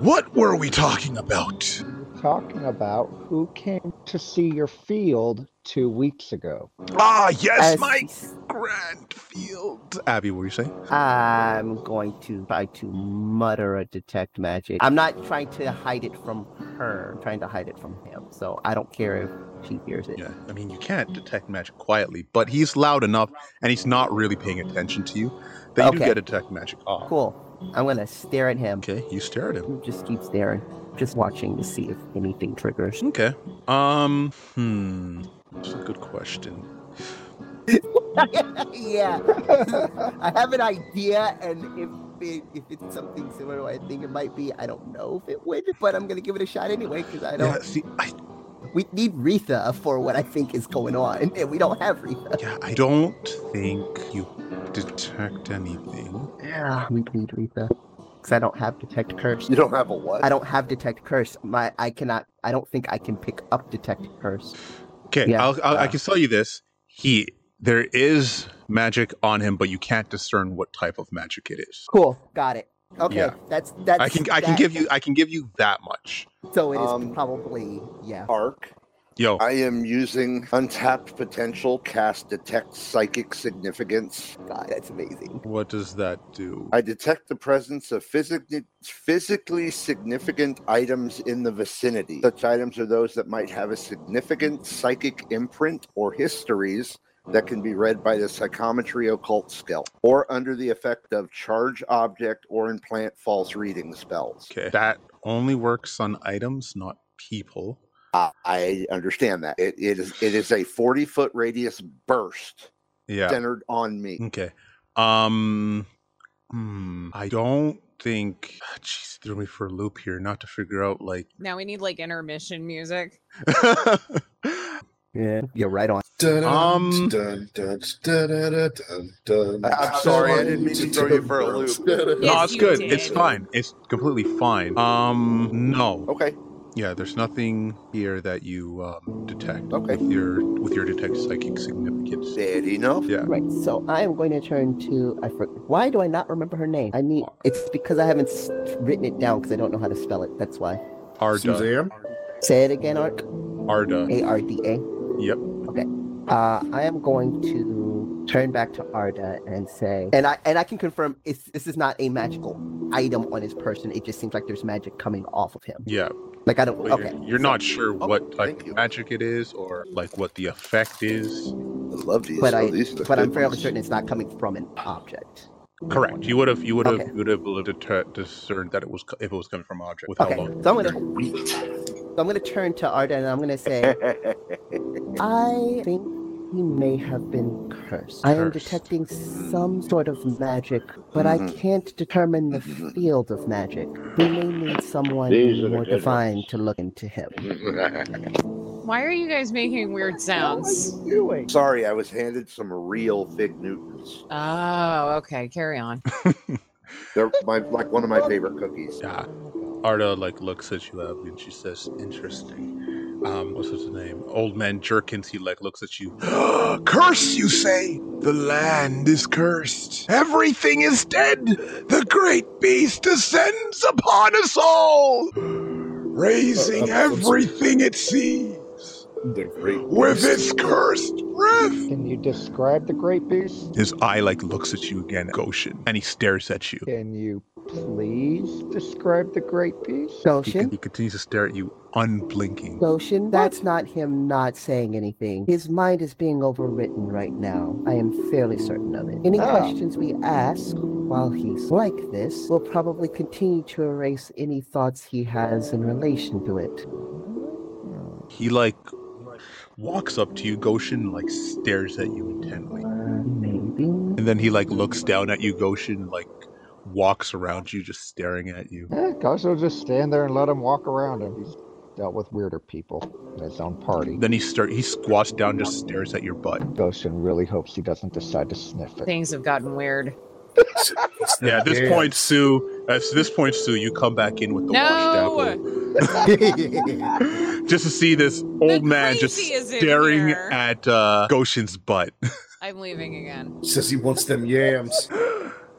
A: "What were we talking about?"
F: Talking about who came to see your field two weeks ago.
A: Ah, yes,
G: As
A: my
G: he s-
A: grand field. Abby, what were you saying?
G: I'm going to try to mutter a detect magic. I'm not trying to hide it from her. I'm trying to hide it from him. So I don't care if she hears it.
A: Yeah, I mean you can't detect magic quietly, but he's loud enough and he's not really paying attention to you. That you do
G: Okay.
A: get a detect magic off.
G: Cool. I'm gonna stare at him.
A: Okay, you stare at him.
G: Just keep staring. Just watching to see if anything triggers.
A: Okay. Um. Hmm. That's a good question.
G: <laughs> yeah. I have an idea, and if it, if it's something similar, to what I think it might be. I don't know if it would, but I'm gonna give it a shot anyway because I
A: Yeah.
G: don't.
A: See, I,
G: We need Retha for what I think is going on, <laughs> and we don't have Retha.
A: yeah, I don't think you detect anything.
G: Yeah, we need Retha because I don't have detect curse.
B: You don't have a what?
G: I don't have detect curse. My I cannot. I don't think I can pick up detect curse.
A: Okay.
G: Yeah,
A: I'll, I'll, I
G: uh,
A: can tell you this. He there is magic on him, but you can't discern what type of magic it is.
G: Cool, got it. Okay,
A: Yeah.
G: that's that's.
A: I can I can
G: that.
A: give you I can give you that much.
G: So it is
B: Um,
G: probably yeah.
B: Arc.
A: Yo.
B: I am using untapped potential cast detect psychic significance.
G: God, that's amazing.
A: what does that do?
B: I detect the presence of physic- physically significant items in the vicinity. Such items are those that might have a significant psychic imprint or histories that can be read by the psychometry occult skill or under the effect of charge object or implant false reading spells.
A: okay. That only works on items, not people.
B: I- I understand that. It, it is it is a 40 foot radius burst
A: Yeah. Mm.
B: centered on me.
A: Okay. Um. Hmm. I don't think. <sighs> Jeez, threw me for a loop here. Not to figure out like. <laughs>
D: Now we need like intermission music.
G: Yeah, you're right on.
A: Um,
B: I'm sorry, I didn't mean to throw you for a loop.
A: no,
D: Yes,
A: it's
D: you
A: good.
D: did.
A: It's fine. It's completely fine. Um, no.
B: Okay.
A: Yeah, there's nothing here that you um, detect
B: Okay.
A: with your with your detect psychic significance.
B: Said enough.
A: Yeah.
G: Right, so I am going to turn to. I for, Why do I not remember her name? I need. It's because I haven't s- written it down because I don't know how to spell it. That's why.
A: Arda.
E: Suzanne?
G: Say it again, Ark.
A: Arda.
G: A R D A.
A: Yep.
G: Uh, I am going to turn back to Arda and say, and I and I can confirm it's, this is not a magical item on his person. It just seems like there's magic coming off of him.
A: Yeah.
G: Like I don't.
A: But
G: Okay.
A: You're, you're not sure
B: Oh,
A: what type
B: thank
A: of
B: you.
A: magic it is or like what the effect is.
B: I love these.
G: But
B: Oh,
G: I-
B: these are the
G: But I'm
B: good
G: fairly
B: ones.
G: certain it's not coming from an object.
A: Correct. You would have you would have
G: Okay.
A: you would have been able to ter- discern that it was co- if it was coming from an object with
G: Okay.
A: how long.
G: So I'm gonna so I'm gonna turn to Arda and I'm gonna say, I think he may have been cursed. I am
A: Cursed.
G: detecting some sort of magic, but I
B: Mhm.
G: can't determine the
B: Mhm.
G: field of magic. We may need someone
B: These are the
G: more
B: good
G: divine
B: ones.
G: to look into him.
B: <laughs>
D: Why are you guys making weird sounds?
F: doing?
B: Sorry, I was handed some real fig Newtons.
D: Oh, okay. Carry on.
B: They're my like one of my favorite cookies.
A: Yeah. Arda like looks at you up and she says, "Interesting. Um, what's his name? Old man Jerkins." He like looks at you. <gasps> Curse, you say? The land is cursed. Everything is dead. The great beast descends upon us all, raising
E: Uh, uh,
A: everything it sees
E: The great
A: with
E: beast.
A: its cursed breath.
F: Can you describe the great beast?
A: His eye like looks at you again, Goshen, and he stares at you.
F: Can you please describe the great beast?
A: He, con- he
G: Goshen?
A: continues to stare at you, unblinking.
G: Goshen? That's not him not saying anything. His mind is being overwritten right now. I am fairly certain of it. Any
F: Ah.
G: questions we ask while he's like this will probably continue to erase any thoughts he has in relation to it.
A: He like walks up to you, Goshen, like stares at you intently,
G: Uh, Maybe.
A: and then he like looks down at you, Goshen, like walks around you, just staring at you.
F: Eh, Gosh, will just stand there and let him walk around him. He's dealt with weirder people in his own party.
A: Then he start he squats down, just stares at your butt.
F: Goshen really hopes he doesn't decide to sniff it.
D: Things have gotten weird.
E: It's the
A: Yeah, at this
E: dance.
A: point, Sue. At this point, Sue, you come back in with the
D: No,
A: washed
D: <laughs>
A: apple, just to see this old man just
D: crazy is in
A: staring
D: here.
A: at uh, Goshen's butt.
D: I'm leaving again.
E: Says he wants them yams.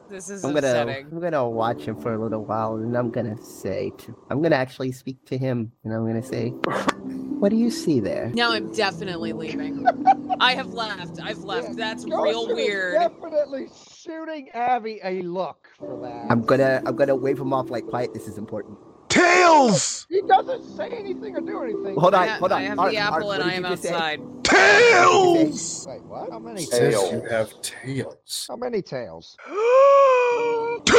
D: This is
G: I'm gonna,
D: upsetting.
G: I'm gonna watch him for a little while and I'm gonna say to, I'm gonna actually speak to him and I'm gonna say, What do you see there?
D: Now I'm
G: <laughs>
D: definitely leaving. I have left. I've left. That's real
F: Goshen is
D: weird.
F: Definitely shooting Abby a look for that.
G: I'm gonna I'm gonna wave him off like quiet, this is important.
A: Tails!
F: He doesn't say anything or do anything.
G: Hold on,
D: I,
G: hold on.
D: I have
G: Ark,
D: the
G: Ark,
D: apple
G: what
D: and
G: did
D: I
G: you
D: am
G: just say?
D: outside.
F: <laughs>
A: Tails!
F: Wait, what? How many
E: Says
F: tails?
E: you
B: Tails.
E: have tails.
F: How many tails?
A: <gasps> Two!
F: But-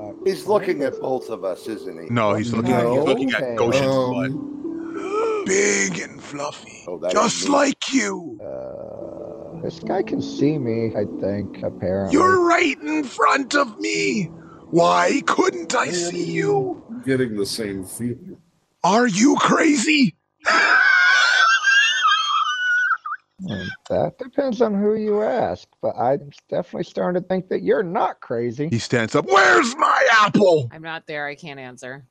F: uh,
B: He's looking at both of us, isn't he?
A: No, he's looking at he's
E: No.
A: looking at Goshen's
B: <gasps>
A: butt.
E: Um,
A: Big and fluffy.
B: Oh, that is me.
A: like you.
F: Uh, this guy can see me, I think, apparently.
A: right in front of me. Why couldn't I
E: Getting the same feeling.
A: Are you crazy?
F: And That depends on who you ask, but I'm definitely starting to think that you're not crazy.
A: He stands up. Where's my apple? <laughs>
D: I'm not there. I can't answer.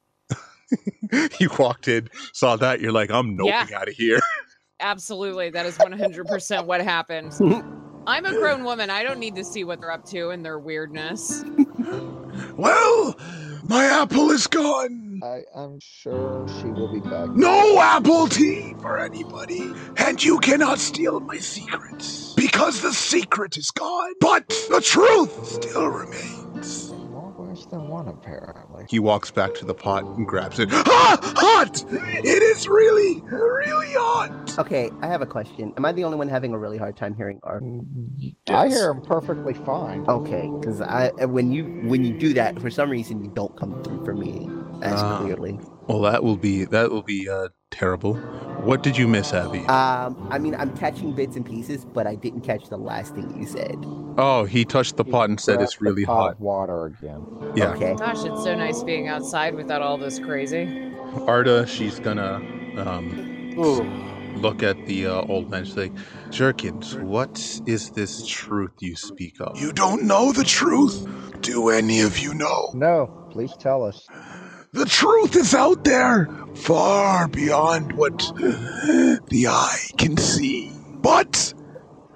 A: you walked in, saw that, you're like, I'm
D: Yeah.
A: noping out of here.
D: Absolutely. That is 100%
G: <laughs>
D: what happened. I'm a grown woman. I don't need to see what they're up to and their weirdness.
A: Well, my apple is gone.
F: I, I'm sure she will be back.
A: No apple tea for anybody, and you cannot steal my secrets because the secret is gone, but the truth still remains.
F: More worse than one, apparently.
A: He walks back to the pot and grabs it. Ah, hot! It is really, really hot.
G: Okay, I have a question. Am I the only one having a really hard time hearing Ark?
F: I
E: Yes.
F: hear him perfectly fine.
G: Okay, because I when you when you do that for some reason you don't come through for me as
A: Ah.
G: clearly.
A: Well, that will be that will be uh, Terrible. What did you miss, Abby?
G: Um, I mean, I'm catching bits and pieces, but I didn't catch the last thing you said.
A: oh, he touched the pot and said
F: Grab
A: it's
F: the
A: really
F: pot
A: hot.
F: of Water again.
A: Yeah.
G: Okay.
D: Gosh, it's so nice being outside without all this crazy.
A: Arda, she's gonna um, look at the uh, old man. She's like, Jerkins, what is this truth you speak of?
H: You don't know the truth? Do any of you know?
F: No, please tell us.
H: The truth is out there, far beyond what the eye can see. But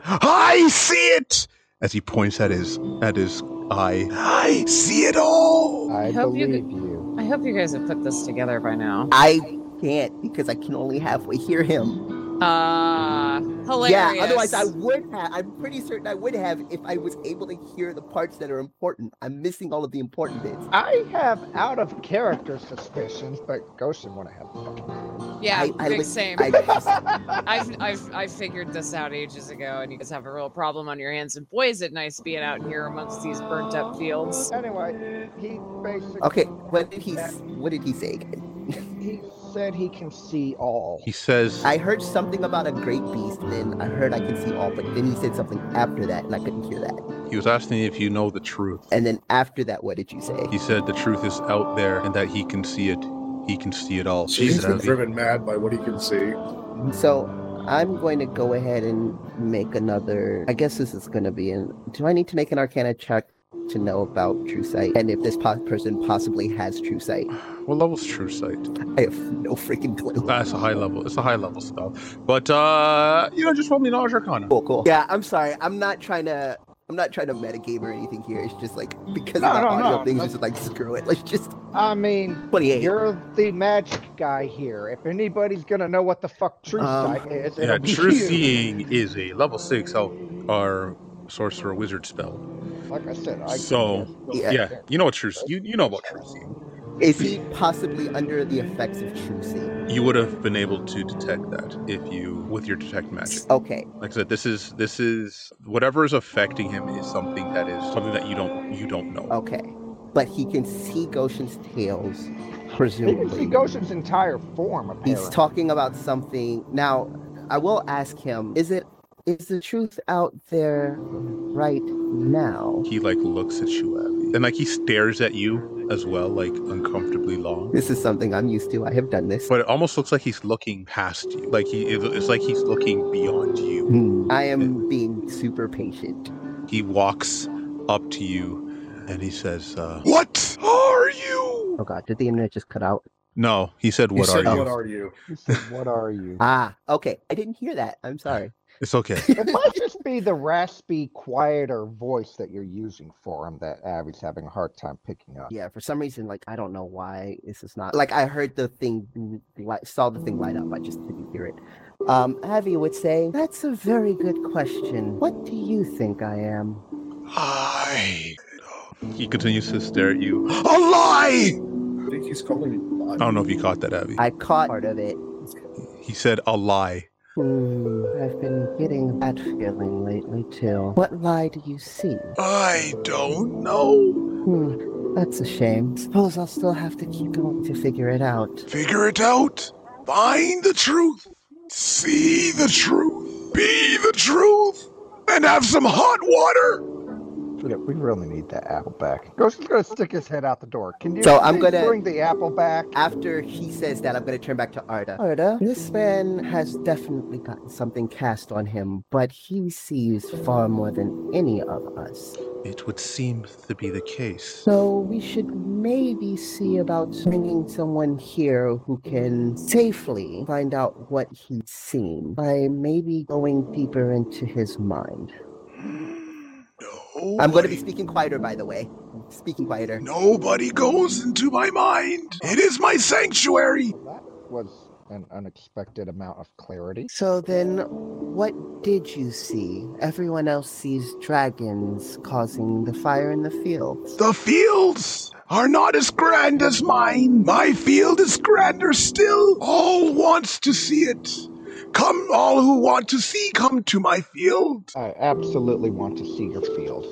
H: I see it.
A: As he points at his at his eye,
H: I see it all.
F: I
D: hope you
F: believe
D: could-
F: you.
D: I hope you guys have put this together by now.
G: I can't because I can only halfway hear him.
D: Ah, hilarious.
G: Yeah, otherwise I would have. I'm pretty certain I would have if I was able to hear the parts that are important. I'm missing all of the important bits.
F: I have out of character suspicions, but Goshen went ahead.
D: yeah,
G: I- I
D: big
G: li-
D: same.
G: I,
D: I've, I've, I figured this out ages ago, and you guys have a real problem on your hands. And boy, is it nice being out here amongst these burnt up fields.
F: Anyway, he basically
G: okay, what did he? s- What did he say again?
F: he said he can see all.
A: he says,
G: I heard something about a great beast, and then I heard I can see all, but then he said something after that, and I couldn't hear that.
A: he was asking if you know the truth.
G: And then after that, what did you say?
A: He said the truth is out there and that he can see it. He can see it all.
E: She's
A: Said
E: been
A: Abby.
E: driven mad by what he can see.
G: So I'm going to go ahead and make another. I guess this is going to be an. Do I need to make an Arcana check to know about True Sight and if this po- person possibly has True Sight?
A: What level's true sight? <laughs>
G: I have no freaking clue.
A: That's a high level. It's a high level spell. But uh, you know, just roll me knowledge arcana.
G: Cool, cool. Yeah, I'm sorry. I'm not trying to. I'm not trying to metagame or anything here. It's just like because
F: No,
G: of that
F: no,
G: audio
F: no,
G: thing,
F: no.
G: just like screw it. Let's just
F: I mean,
G: 28.
F: you're the magic guy here. If anybody's gonna know what the fuck true
G: Um,
F: sight is,
A: Yeah,
F: it'll be <laughs>
A: true
F: you.
A: seeing is a level six help our sorcerer wizard spell.
F: Like I said, I
A: So,
G: Yeah.
A: Yeah, you know what true you you know about true seeing.
G: Is he possibly under the effects of True Sight?
A: You would have been able to detect that if you with your detect magic.
G: Okay.
A: Like I said, this is this is whatever is affecting him is something that is something that you don't you don't know.
G: Okay. But he can see Goshen's tails,
F: You
G: presumably.
F: can see Goshen's entire form. Apparently,
G: He's talking about something. Now, I will ask him, is it is the truth out there right now?
A: He like looks at you, Abby, and like he stares at you as well, like uncomfortably long.
G: This is something I'm used to. I have done this.
A: But it almost looks like he's looking past you. Like he it's like he's looking beyond you.
G: Hmm, I am being super patient.
A: He walks up to you and he says, uh,
H: What are you?
G: Oh god, did the internet just cut out?
A: No, he said,
E: He
A: What
E: said,
A: are you?
E: What are you?
F: He said, "What
G: <laughs>
F: are you?"
G: Ah, okay. I didn't hear that. I'm sorry.
A: It's
E: <laughs>
A: okay.
F: It might just be the raspy, quieter voice that you're using for him that Abby's having a hard time picking up.
G: yeah, for some reason, like I don't know why this is not like I heard the thing, li- saw the thing light up. I just didn't hear it. Um, Avi would say, "That's a very good question. What do you think I am?"
H: I.
A: He continues to stare at you.
H: A lie!
E: I think he's calling you.
A: I don't know if you caught that, Abby.
G: I caught part of it.
A: He said a lie.
G: Hmm, I've been getting that feeling lately too. What lie do you see?
H: I don't know.
G: Hmm, that's a shame. Suppose I'll still have to keep going to figure it out.
H: Figure it out. Find the truth. See the truth. Be the truth. And have some hot water.
F: Yeah, we really need that apple back. Goshen's gonna stick his head out the door. Can you
G: So I'm
F: please
G: gonna-
F: bring the apple back?
G: After he says that, I'm going to turn back to Arda. Arda, this man has definitely gotten something cast on him, but he sees far more than any of us.
A: It would seem to be the case.
G: So we should maybe see about bringing someone here who can safely find out what he's seen by maybe going deeper into his mind.
H: No.
G: I'm going to be speaking quieter, by the way. Speaking quieter.
H: Nobody goes into my mind. It is my sanctuary.
F: Well, that was an unexpected amount of clarity.
G: So then, what did you see? Everyone else sees dragons causing the fire in the fields.
H: The fields are not as grand as mine. My field is grander still. All wants to see it. Come, all who want to see, come to my field.
F: I absolutely want to see your field.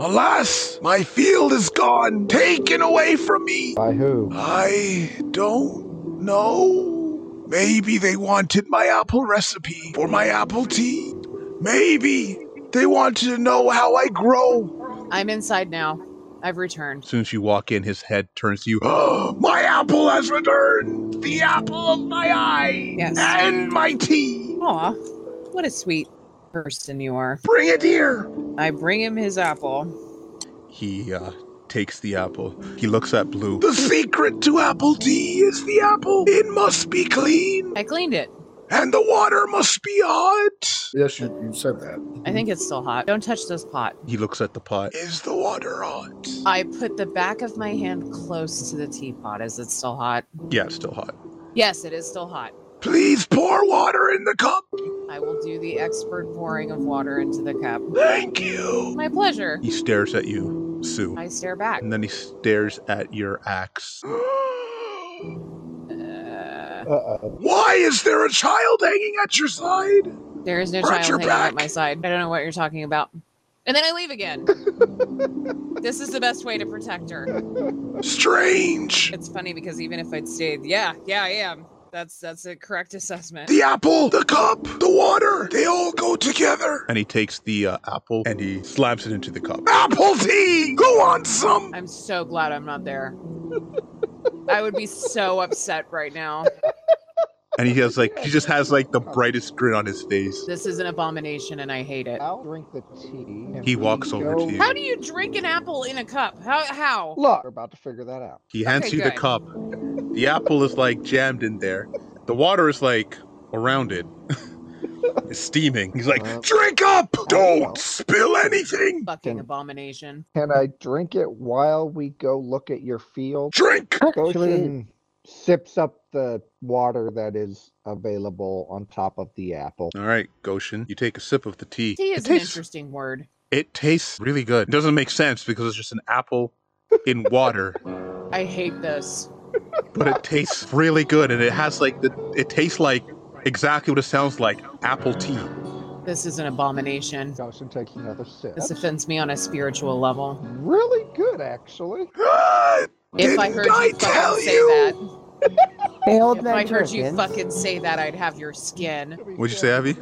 H: Alas, my field is gone, taken away from me.
F: By who?
H: I don't know. Maybe they wanted my apple recipe or my apple tea. Maybe they wanted to know how I grow.
D: I'm inside now. I've returned.
A: As soon as you walk in, his head turns to you.
H: <gasps> my apple has returned! The apple of my eye!
D: Yes.
H: And my tea!
D: Aw, what a sweet person you are.
H: Bring it here!
D: I bring him his apple.
A: He uh, takes the apple. He looks at Blue.
H: The secret to apple tea is the apple. It must be clean,
D: I cleaned it.
H: and the water must be hot.
E: Yes, you, you said that.
D: I think it's still hot. Don't touch this pot.
A: He looks at the pot.
H: Is the water hot?
D: I put the back of my hand close to the teapot. Is it still hot?
A: Yeah, it's still hot.
D: Yes, it is still hot.
H: Please pour water in the cup.
D: I will do the expert pouring of water into the cup.
H: Thank you.
D: My pleasure.
A: He stares at you, Sue.
D: I stare back.
A: And then he stares at your axe.
D: Uh,
F: Uh-oh.
H: <gasps> Why is there a child hanging at your side?
D: there is no
H: Watch
D: child
H: your
D: hanging
H: back.
D: at my side. I don't know what you're talking about. And then I leave again.
H: <laughs>
D: this is the best way to protect her.
H: Strange.
D: It's funny because even if I'd stayed, yeah, yeah, I am. That's that's a correct assessment.
H: The apple, the cup, the water, they all go together.
A: And he takes the uh, apple and he slams it into the cup.
H: Apple tea! Go on some!
D: I'm so glad I'm not there. I would be so upset right now.
A: And he has like, he just has like the brightest grin on his face.
D: This is an abomination and I hate it.
F: I'll drink the tea. and
A: He
F: we
A: walks over
F: go-
A: to you.
D: How do you drink an apple in a cup? How how?
F: Look, we're about to figure that out.
A: He hands
D: Okay,
A: you the
D: good.
A: cup. The apple is like jammed in there. The water is like around it. <laughs> it's steaming. He's like,
F: Uh,
H: Drink up!
F: well.
H: Don't spill anything!
D: Fucking
F: Can-
D: abomination.
F: Can I drink it while we go look at your field?
H: Drink!
G: Actually,
F: Goshen sips up the water that is available on top of the apple.
A: all right, Goshen, you take a sip of the tea.
D: Tea is
A: it,
D: an
A: tastes,
D: interesting word.
A: it tastes really good. It doesn't make sense because it's just an apple in water,
D: I hate this.
A: but it tastes really good. And it has like the, it tastes like exactly what it sounds like apple tea.
D: This is an abomination.
F: Goshen takes another sip.
D: This
F: That's
D: offends me on a spiritual level.
F: really good, actually.
H: Ah,
D: If I
H: Didn't
D: heard you
H: I tell
D: fucking say
H: you?
D: that,
G: failed
D: if I heard you
G: Nigerians.
D: fucking say that, I'd have your skin.
A: What'd you say, Abby?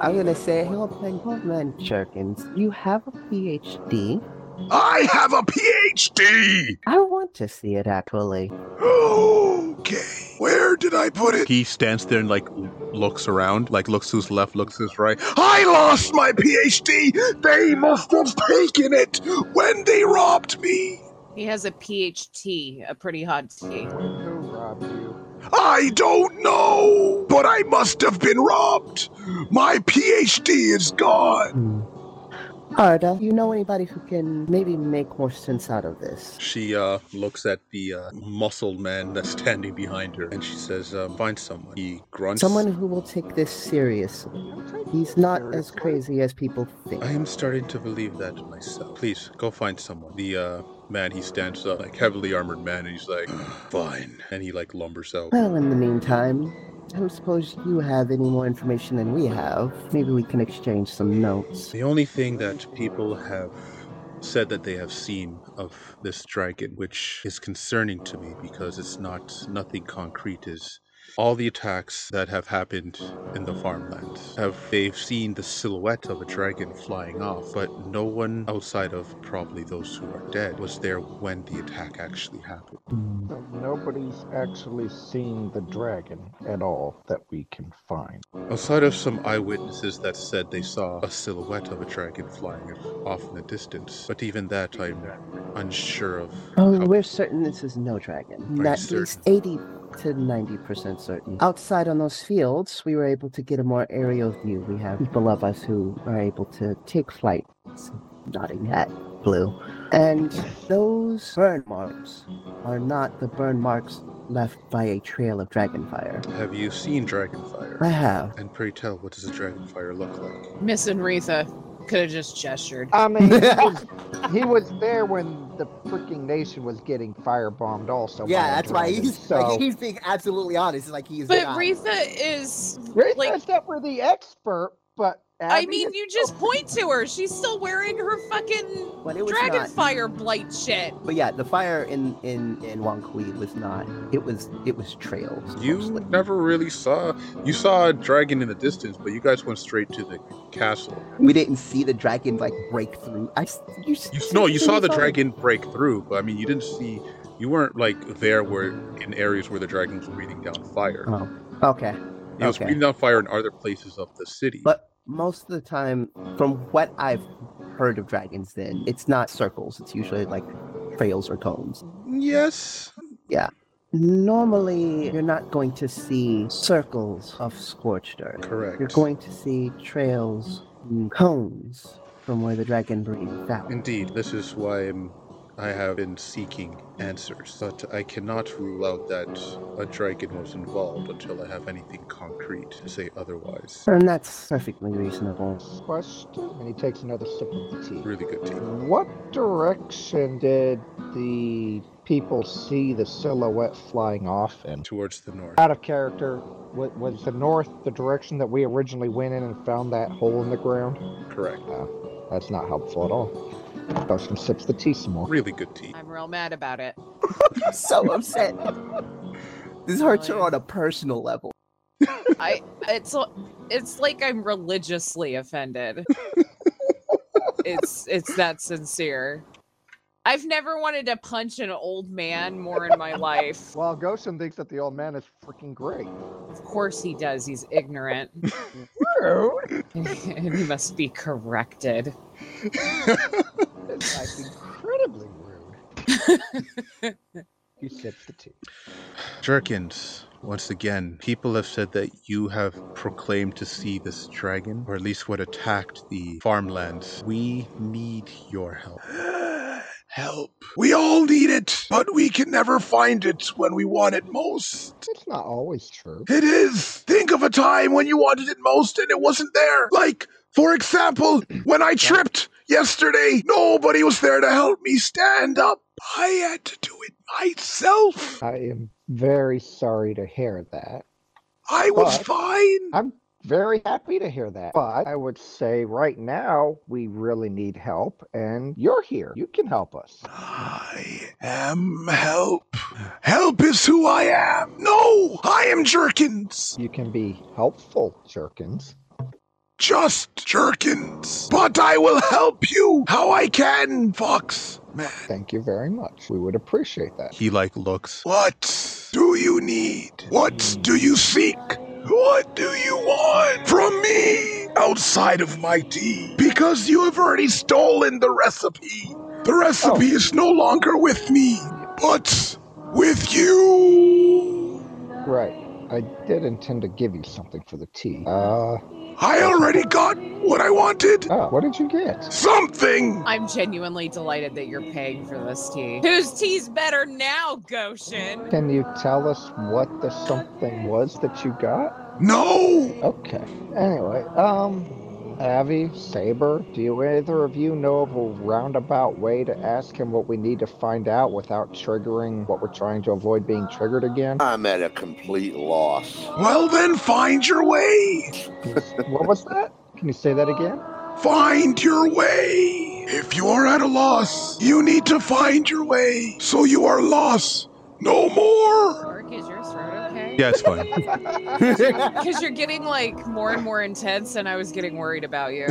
G: I'm gonna say, hold on, hold on, Jerkins. You have a PhD.
H: I have a PhD!
G: I want to see it actually.
H: <gasps> Okay. Where did I put it?
A: He stands there and like looks around, like looks to his left, looks to his right.
H: I lost my PhD! They must have taken it when they robbed me!
D: He has a PhD, a pretty hot tea.
F: Who robbed you?
H: I don't know, but I must have been robbed. My PhD is gone.
G: Hmm. Arda, you know anybody who can maybe make more sense out of this?
A: She uh, looks at the uh, muscled man that's standing behind her, and she says, um, "Find someone." He grunts.
G: Someone who will take this seriously. He's not as crazy as people think.
A: I am starting to believe that myself. Please go find someone. The uh, man he stands up, like heavily armored man, and he's like, <sighs> "Fine," and he like lumbers out.
G: Well, in the meantime, I don't suppose you have any more information than we have. Maybe we can exchange some notes.
A: The only thing that people have said that they have seen of this dragon, which is concerning to me because it's not nothing concrete, is all the attacks that have happened in the farmlands have they've seen the silhouette of a dragon flying off, but no one outside of probably those who are dead was there when the attack actually happened.
G: Hmm.
F: So nobody's actually seen the dragon at all that we can find.
A: Outside of some eyewitnesses that said they saw a silhouette of a dragon flying off in the distance, but even that I'm unsure of.
G: Oh,
A: how-
G: we're certain this is no dragon.
A: you
G: At least 80 to 90% certain. Outside on those fields, we were able to get a more aerial view. We have people of us who are able to take flight. It's nodding hat, blue. And those burn marks are not the burn marks left by a trail of dragon fire.
A: Have you seen dragonfire?
G: I <laughs> have.
A: And pray tell, what does a dragonfire look like?
D: Miss Enritha could have just gestured.
F: I mean, he was, he was there when the freaking nation was getting firebombed, also. by
C: yeah,
F: a
C: that's why
F: dragon,
C: he's
G: <laughs>
F: so.
C: like he's being absolutely honest. Like he is
D: But
C: not.
D: Retha is
F: Rita
D: like
F: is definitely the expert, but
D: I
F: Abby
D: mean,
F: is-
D: you just point to her. She's still wearing her fucking
G: But it was
D: dragon
G: not.
D: fire blight shit.
G: But yeah, the fire in in in Wankui was not. It was it was trails.
I: You
G: mostly.
I: never really saw. You saw a dragon in the distance, but you guys went straight to the castle.
G: We didn't see the dragon like break through. I s- you, s-
I: You no, you saw the
G: it.
I: dragon break through, but I mean, you didn't see. You weren't like there where in areas where the dragon was breathing down fire.
G: Oh, okay.
I: It was
G: Oh, okay.
I: breathing down fire in other places of the city.
G: But most of the time, from what I've heard of dragons, then it's not circles. It's usually like trails or cones.
I: yes,
G: Normally, you're not going to see circles of scorched earth.
I: correct.
G: You're going to see trails, and cones from where the dragon breathed out.
I: Indeed, this is why I'm, I have been seeking answers, but I cannot rule out that a dragon was involved until I have anything concrete to say otherwise.
G: And that's perfectly reasonable.
F: Question, and he takes another sip of the tea.
I: Really good team.
F: What direction did the people see the silhouette flying off in?
I: Towards the north.
F: Out of character, wa- was the north the direction that we originally went in and found that hole in the ground?
I: Correct.
F: That's not helpful at all. Question sips the tea some more.
I: Really good team.
D: I'm real mad about it.
G: I'm so upset. This hurts her on a personal level.
D: I it's it's like I'm religiously offended. it's it's that sincere. I've never wanted to punch an old man more in my life.
F: While Goshen thinks that the old man is freaking great.
D: Of course he does. He's ignorant. <laughs> and he must be corrected.
F: That's incredibly rude. he sips the tea.
I: Jerkins, once again, people have said that you have proclaimed to see this dragon, or at least what attacked the farmlands. We need your help.
A: <gasps> Help. We all need it, but we can never find it when we want it most.
F: It's not always true.
A: It is. Think of a time when you wanted it most and it wasn't there. Like, for example, when I tripped yesterday, nobody was there to help me stand up. I had to do it myself.
F: I am very sorry to hear that.
A: I was
F: But-
A: fine.
F: I'm very happy to hear that. But I would say right now we really need help, and you're here. You can help us.
A: I am help. Help is who I am. No, I am Jerkins.
F: You can be helpful, Jerkins.
A: Just Jerkins. But I will help you how I can, Fox. Man,
F: Thank you very much. We would appreciate that.
I: He like looks. Hmm.
A: what do you need? What do you seek? What do you want from me outside of my tea? Because you have already stolen the recipe. The recipe
I: Oh.
A: is no longer with me, but with you.
F: Right. I did intend to give you something for the tea. Uh,
A: I already got what I wanted.
F: oh, what did you get?
A: Something.
D: I'm genuinely delighted that you're paying for this tea. Whose tea's better now, Goshen?
F: Can you tell us what the something was that you got?
A: No.
F: Okay. Anyway, um, Avi, Saber, do you, either of you know of a roundabout way to ask him what we need to find out without triggering what we're trying to avoid being triggered again?
B: I'm at a complete loss.
A: Well, then find your way.
F: what was that? Can you say that again?
A: Find your way. If you are at a loss, you need to find your way. So you are lost no more.
D: Mark, is your throat okay?
I: Yeah, it's fine.
D: Because you're getting like more and more intense, and I was getting worried about you.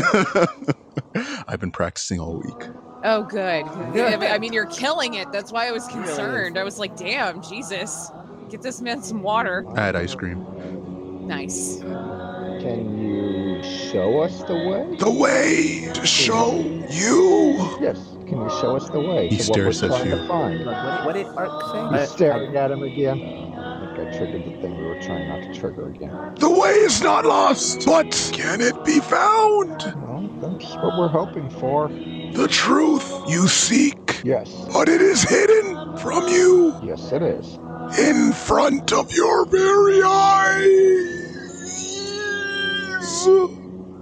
I: <laughs> I've been practicing all week.
D: Oh, good. I mean- I mean, you're killing it. That's why I was concerned. I was like, damn, Jesus. Get this man some water.
I: I had ice cream.
D: Nice.
F: Can you show us the way?
A: The way to show you.
F: Yes. Can you show us the way
I: He
F: to what we're
I: stares at
F: trying
I: you.
F: to find?
G: Look, what, what did Ark say?
F: He's
G: I-
F: staring at him again. I think I triggered the thing we were trying not to trigger again.
A: The way is not lost, but can it be found?
F: Well, that's what we're hoping for.
A: The truth you seek,
F: Yes.
A: but it is hidden from you
F: Yes, it is.
A: in front of your very eyes.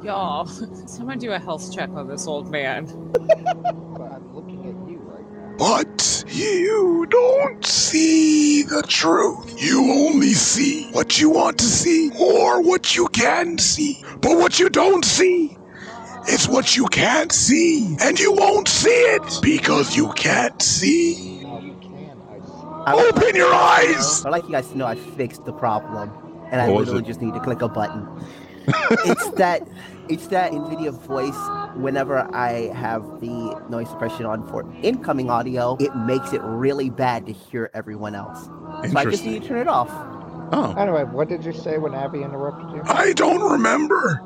D: Y'all, <laughs> someone do a health check on this old man.
F: But I'm looking at you right
A: But you don't see the truth. You only see what you want to see or what you can see. But what you don't see
H: It's what you can't see, and you won't see it because you can't see.
F: Oh, you can. I see.
G: I would
A: Oh,
H: Open
G: like-
H: your eyes!
G: I'd like you guys to know I fixed the problem, and I
A: What was
G: literally
A: it?
G: just need to click a
A: <laughs>
G: button. it's that, it's that NVIDIA voice. Whenever I have the noise suppression on for incoming audio, it makes it really bad to hear everyone else. So I just need
A: Interesting.
G: to turn it off.
A: Oh,
F: Anyway, what did you say when Abby interrupted you?
H: I don't remember.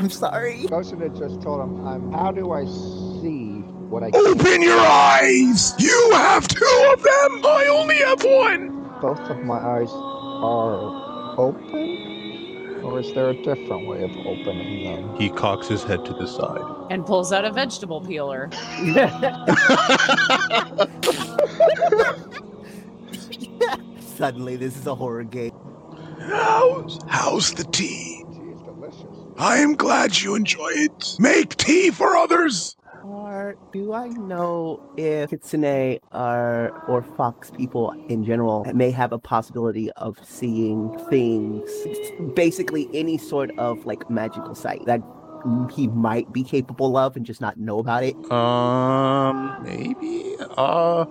G: I'm sorry.
F: Goshen had just told him, I'm, how do I see what I can?
H: Open your eyes! You have two of them! I only have one!
F: Both of my eyes are open? Or is there a different way of
A: <laughs>
F: opening them?
A: he cocks his head to the side.
D: and pulls out a vegetable peeler.
G: Suddenly, this is a horror game.
H: How's, how's the tea?
F: Tea is delicious.
H: I am glad you enjoy it. Make tea for others!
G: Or do I know if Kitsune or, or fox people in general may have a possibility of seeing things, basically any sort of like magical sight that he might be capable of and just not know about it?
A: Um, maybe. Uh,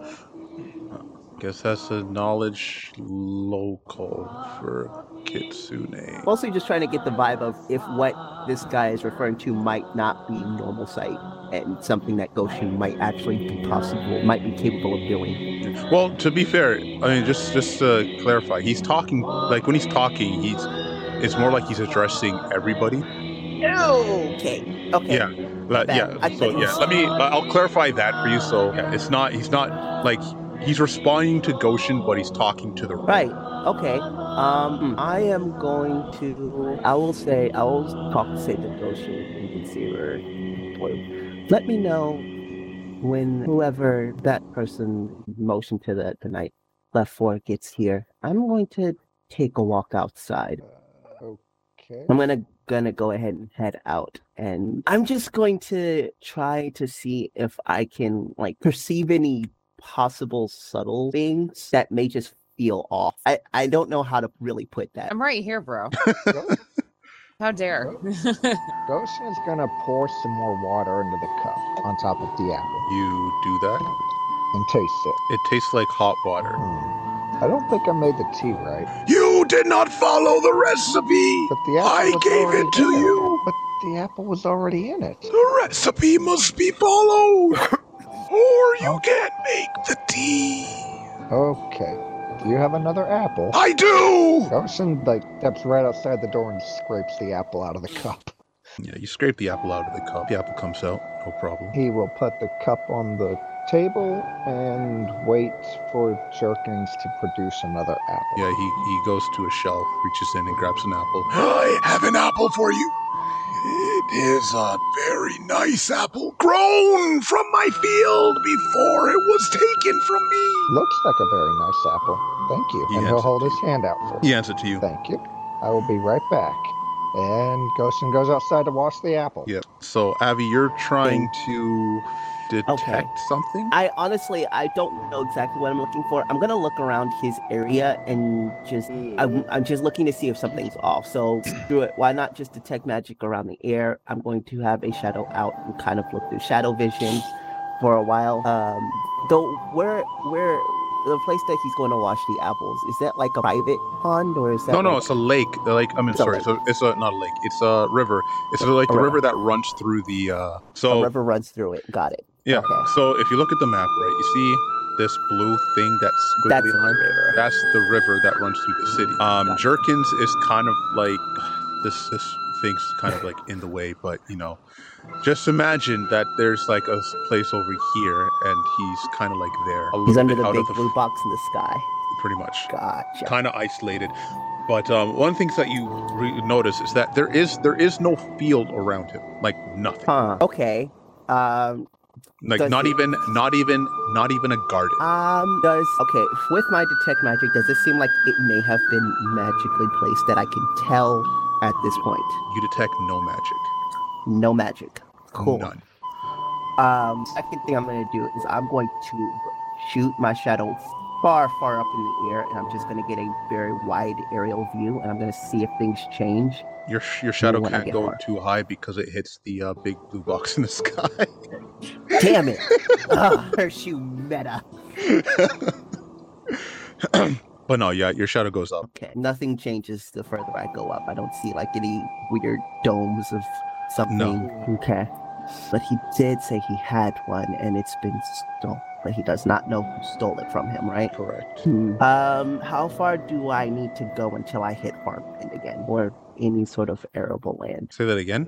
A: guess that's a knowledge local for Kitsune.
G: Mostly just trying to get the vibe of if what this guy is referring to might not be normal sight and something that Goshen might actually be possible, might be capable of doing.
A: Well, to be fair, I mean, just just to clarify, he's talking like when he's talking, he's it's more like he's addressing everybody.
G: Okay. Okay.
A: Yeah. Like,
G: Bad.
A: yeah.
G: I
A: So
G: think-
A: yeah, let me. I'll clarify that for you. So yeah, it's not. He's not like he's responding to Goshen, but he's talking to the room.
G: Right. Okay. Um, I am going to. I will say. I will talk to say the Goshen and Conceiver. Boy, Let me know when whoever that person motioned to the tonight left for gets here. I'm going to take a walk outside.
F: Uh, okay.
G: I'm gonna gonna go ahead and head out, and I'm just going to try to see if I can like perceive any possible subtle things that may just feel off. I I don't know how to really put that.
D: I'm right here, bro.
F: Go-
D: How dare? <laughs>
F: Goshen is gonna pour some more water into the cup on top of the apple
A: You do that.
F: and taste it.
A: It tastes like hot water.
F: Hmm. I don't think I made the tea right,
H: You did not follow the recipe!
F: but the apple
H: I
F: was
H: gave
F: already
H: it to
F: in
H: you.
F: But the apple was already in it.
H: The recipe must be followed, or you can't make the tea.
F: Okay. Do you have another apple?
H: I do!
F: Goshen like steps right outside the door and scrapes the apple out of the cup.
A: Yeah, you scrape the apple out of the cup. The apple comes out, no problem.
F: He will put the cup on the table and wait for Jerkins to produce another apple.
A: Yeah, he, he goes to a shelf, reaches in and grabs an apple.
H: I have an apple for you. It is a very nice apple, grown from my field before it was taken from me.
F: Looks like a very nice apple. Thank you.
A: He
F: and
A: hands
F: he'll
A: it
F: hold
A: to
F: his hand out for
A: He
F: you.
A: hands it to you.
F: Thank you. I will be right back. And Goshen goes outside to wash the apple.
A: Yep. So, Avi, you're trying to detect
G: Okay.
A: something?
G: I honestly I don't know exactly what I'm looking for. I'm gonna look around his area and just I'm, I'm just looking to see if something's off. So do it. Why not just detect magic around the air? I'm going to have a shadow out and kind of look through shadow vision for a while. Um, though where where the place that he's going to wash the apples is that like a private pond or is that
A: No, no,
G: like-
A: it's a lake. Like, I mean,
G: It's a
A: sorry, it's,
G: lake.
A: a, it's a, not a lake. It's a river. It's like
G: A
A: the
G: river.
A: river that runs through the. Uh,
G: a
A: so
G: river runs through it. Got it.
A: yeah.
G: okay.
A: So if you look at the map, right, you see this blue thing that's squiggly
G: That's the
A: line.
G: river.
A: That's the river that runs through the city. Um,
G: Gotcha.
A: Jerkins is kind of like this. This thing's kind of like in the way, but you know, just imagine that there's like a s- place over here, and he's kind of like there, a
G: He's
A: little
G: under
A: bit
G: the
A: out
G: big
A: of the
G: blue box in the sky.
A: pretty much
G: Gotcha.
A: kind of isolated. But um, one of the things that you re- notice is that there is there is no field around him, like nothing,
G: Huh. Okay. Um,
A: like
G: does
A: not
G: it-
A: even not even not even a garden.
G: Um, does okay with my detect magic? Does this seem like it may have been magically placed that I can tell at this point?
A: You detect no magic,
G: No magic. Cool.
A: none.
G: Um, second thing I'm gonna do is I'm going to shoot my shadow far, far up in the air, and I'm just going to get a very wide aerial view, and I'm going to see if things change.
A: Your sh- your shadow
G: when I
A: can't
G: get
A: go
G: far.
A: too high because it hits the uh, big blue box in the <laughs> sky.
G: Damn it! Ah, <laughs> Hershey meta.
A: but no, yeah, your shadow goes up.
G: Okay, nothing changes the further I go up. I don't see like any weird domes of something. Okay. But he did say he had one, and it's been stolen. But he does not know who stole it from him, right?
A: Correct.
G: Um, how far do I need to go until I hit farmland again, or any sort of arable land?
A: Say that again.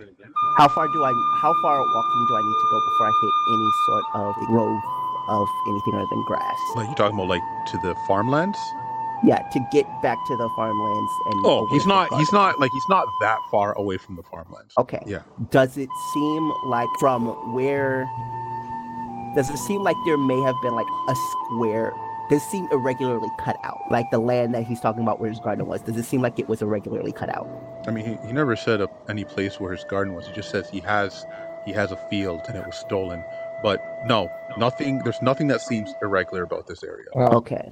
G: How far do I? How far walking do I need to go before I hit any sort of growth of anything other than grass?
A: Like you're talking about like to the farmlands.
G: Yeah, to get back to the farmlands and.
A: Oh,
G: away
A: he's
G: from
A: not. He's
G: farmland.
A: not like he's not that far away from the farmlands.
G: Okay.
A: Yeah.
G: Does it seem like from where? Does it seem like there may have been like a square? Does it seem irregularly cut out? Like the land that he's talking about where his garden was, does it seem like it was irregularly cut out?
A: I mean, he, he never said of any place where his garden was. He just says he has he has a field and it was stolen. But no, nothing. There's nothing that seems irregular about this area.
F: Uh,
G: Okay.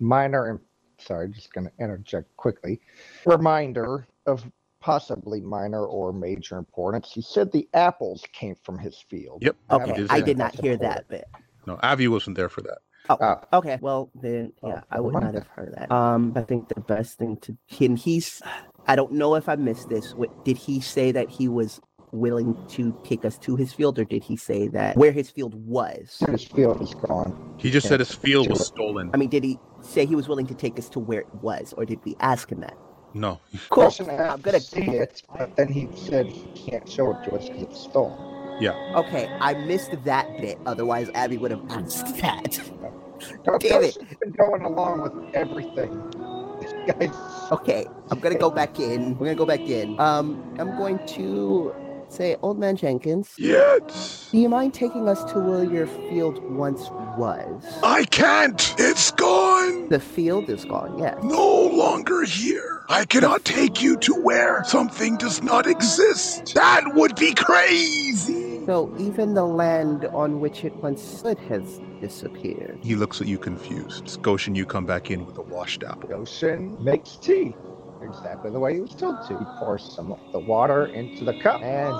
F: minor and sorry, just going to interject quickly. Reminder of possibly minor or major importance. He said the apples came from his field.
A: Yep.
F: I
G: Okay.
F: haven't
A: yeah.
G: I did
F: seen
G: not
F: that's
G: hear
F: important.
G: that bit.
A: No, Avi wasn't there for that.
F: Oh,
G: Okay, well then, yeah, I would not
F: reminder.
G: have heard that. Um, I think the best thing to can he's, I don't know if I missed this. What, did he say that he was willing to take us to his field, or did he say that where his field was?
F: his field is gone.
A: He just
F: Yeah.
A: said his field was
F: Sure.
A: stolen.
G: I mean, did he say he was willing to take us to where it was, or did we ask him that?
A: No,
G: Cool.
F: Person asked
G: I'm
F: to
G: gonna.
F: see it, but then he said he can't show it to us because it's stolen.
G: Okay, I missed that bit. Otherwise, Abby would have asked that.
F: No,
G: Damn it.
F: Person's been going along with everything. This guy's
G: Okay, I'm gonna go back in. We're gonna go back in. Um, I'm going to say, Old Man Jenkins.
H: Yet,
G: Do you mind taking us to where your field once was?
H: I can't. It's gone.
G: The field is gone, yes.
H: No longer here. I cannot take you to where something does not exist. That would be crazy.
G: So even the land on which it once stood has disappeared.
A: he looks at you confused. Scotian, you come back in with a washed apple.
F: Goshen makes tea. Exactly the way he was told to. He pours some of the water into the cup and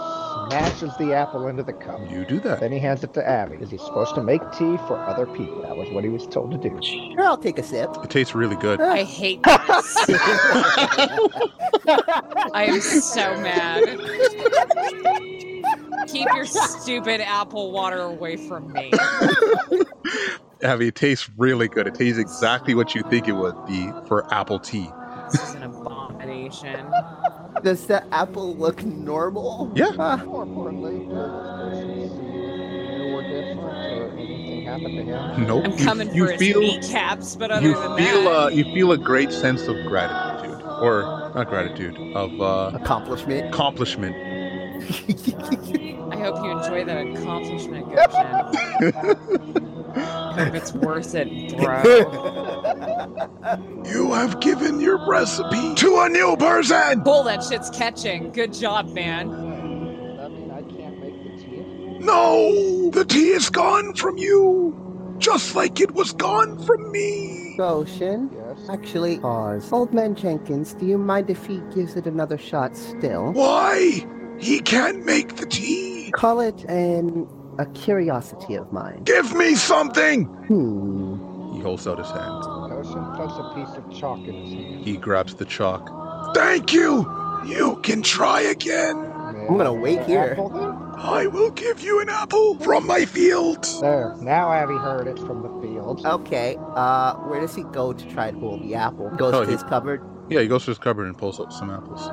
F: smashes the apple into the cup.
A: You do that.
F: Then he hands it to Abby because he's supposed to make tea for other people. That was what he was told to do.
G: Sure, I'll take a sip.
A: It tastes really good.
D: I hate this. <laughs> I am so mad. Keep your stupid apple water away from me.
A: Abby, it tastes really good. It tastes exactly what you think it would be for apple tea.
D: This is an abomination.
G: Does the apple look normal?
A: Yeah.
G: Ah,
F: More importantly, no different or anything happened to him.
A: Nope.
D: I'm
A: You-
D: coming
A: you
D: for his
A: feel-
D: kneecaps, but other
A: you
D: than
A: feel
D: that,
A: a you feel a great sense of gratitude, or not gratitude, of uh,
G: accomplishment.
A: accomplishment.
D: I hope you enjoy that accomplishment, Goshen.
B: <laughs>
D: hope it's worth it, bro.
H: You have given your recipe to a new person.
D: Cool, that shit's catching. Good job, man.
F: I mean, I can't make the tea.
H: No, the tea is gone from you, just like it was gone from me.
G: Goshen.
F: Yes.
G: Actually, pause. Old Man Jenkins, do you mind if he gives it another shot still?
H: Why? He can't make the tea.
G: Call it an a curiosity of mine.
H: Give me something.
G: Hmm.
A: He holds out his hand.
F: Goshen puts a piece of chalk in his hand.
A: He grabs the chalk.
H: Thank you. You can try again.
F: I'm
G: gonna wait here.
H: I will give you an apple from my field.
F: There. Now Abby heard it from the field.
G: Okay. Uh, where does he go to try and pull the apple? Goes
A: Oh,
G: to
A: he-
G: his cupboard.
A: Yeah, he goes to his cupboard and pulls out some apples.
G: Uh,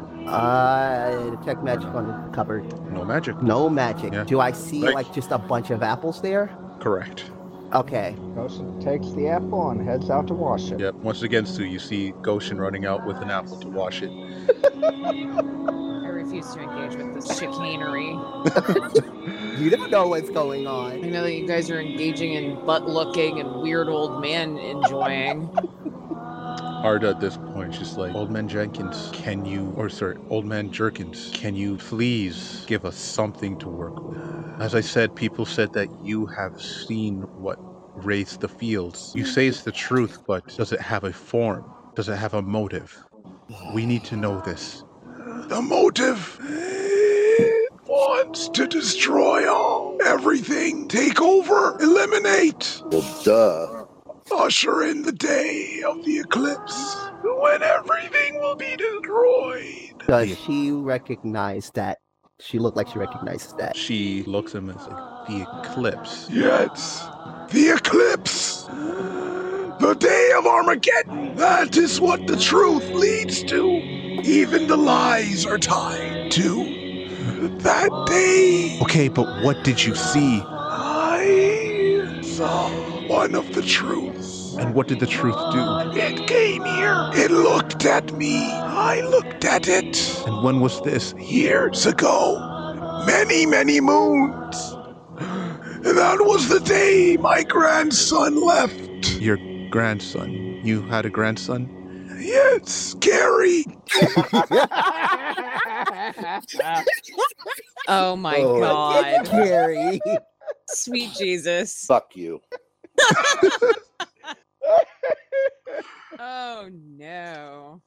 G: detect magic on the cupboard.
A: No magic.
G: No magic.
A: Yeah.
G: Do I see
A: Right.
G: like just a bunch of apples there?
A: Correct.
G: Okay.
F: Goshen takes the apple and heads out to wash <laughs> it.
A: Yep. Once again, Sue, you see Goshen running out with an apple to wash it.
D: I refuse to engage with this chicanery.
G: You don't know what's going
D: I
G: on.
D: know that you guys are engaging in butt looking and weird old man enjoying.
A: Arda at this point, she's like, Old Man Jenkins, can you, or sorry, Old Man Jerkins, can you please give us something to work with? As I said, people said that you have seen what
J: raise the fields. You say it's the truth, but does it have a form? Does it have a motive? We need to know this.
A: The motive it wants to destroy all, everything, take over, eliminate,
B: Well, duh.
A: usher in the day of the eclipse when everything will be destroyed.
G: Does she recognize that? She looked like she recognizes that.
J: She looks at him as like the eclipse.
A: Yes, the eclipse. The day of Armageddon. That is what the truth leads to. Even the lies are tied to that day.
J: Okay, but what did you see?
A: I saw one of the truths.
J: And what did the truth do?
A: It came here. It looked at me. I looked at it
J: And when was this?
A: years ago, many, many moons. That was the day my grandson left.
J: Your grandson. You had a grandson?
A: Yes, Gary.
F: Ah,
D: Oh my
B: <laughs>
E: Oh.
D: god.
K: Gary.
D: Sweet Jesus.
B: Fuck you.
D: Oh no.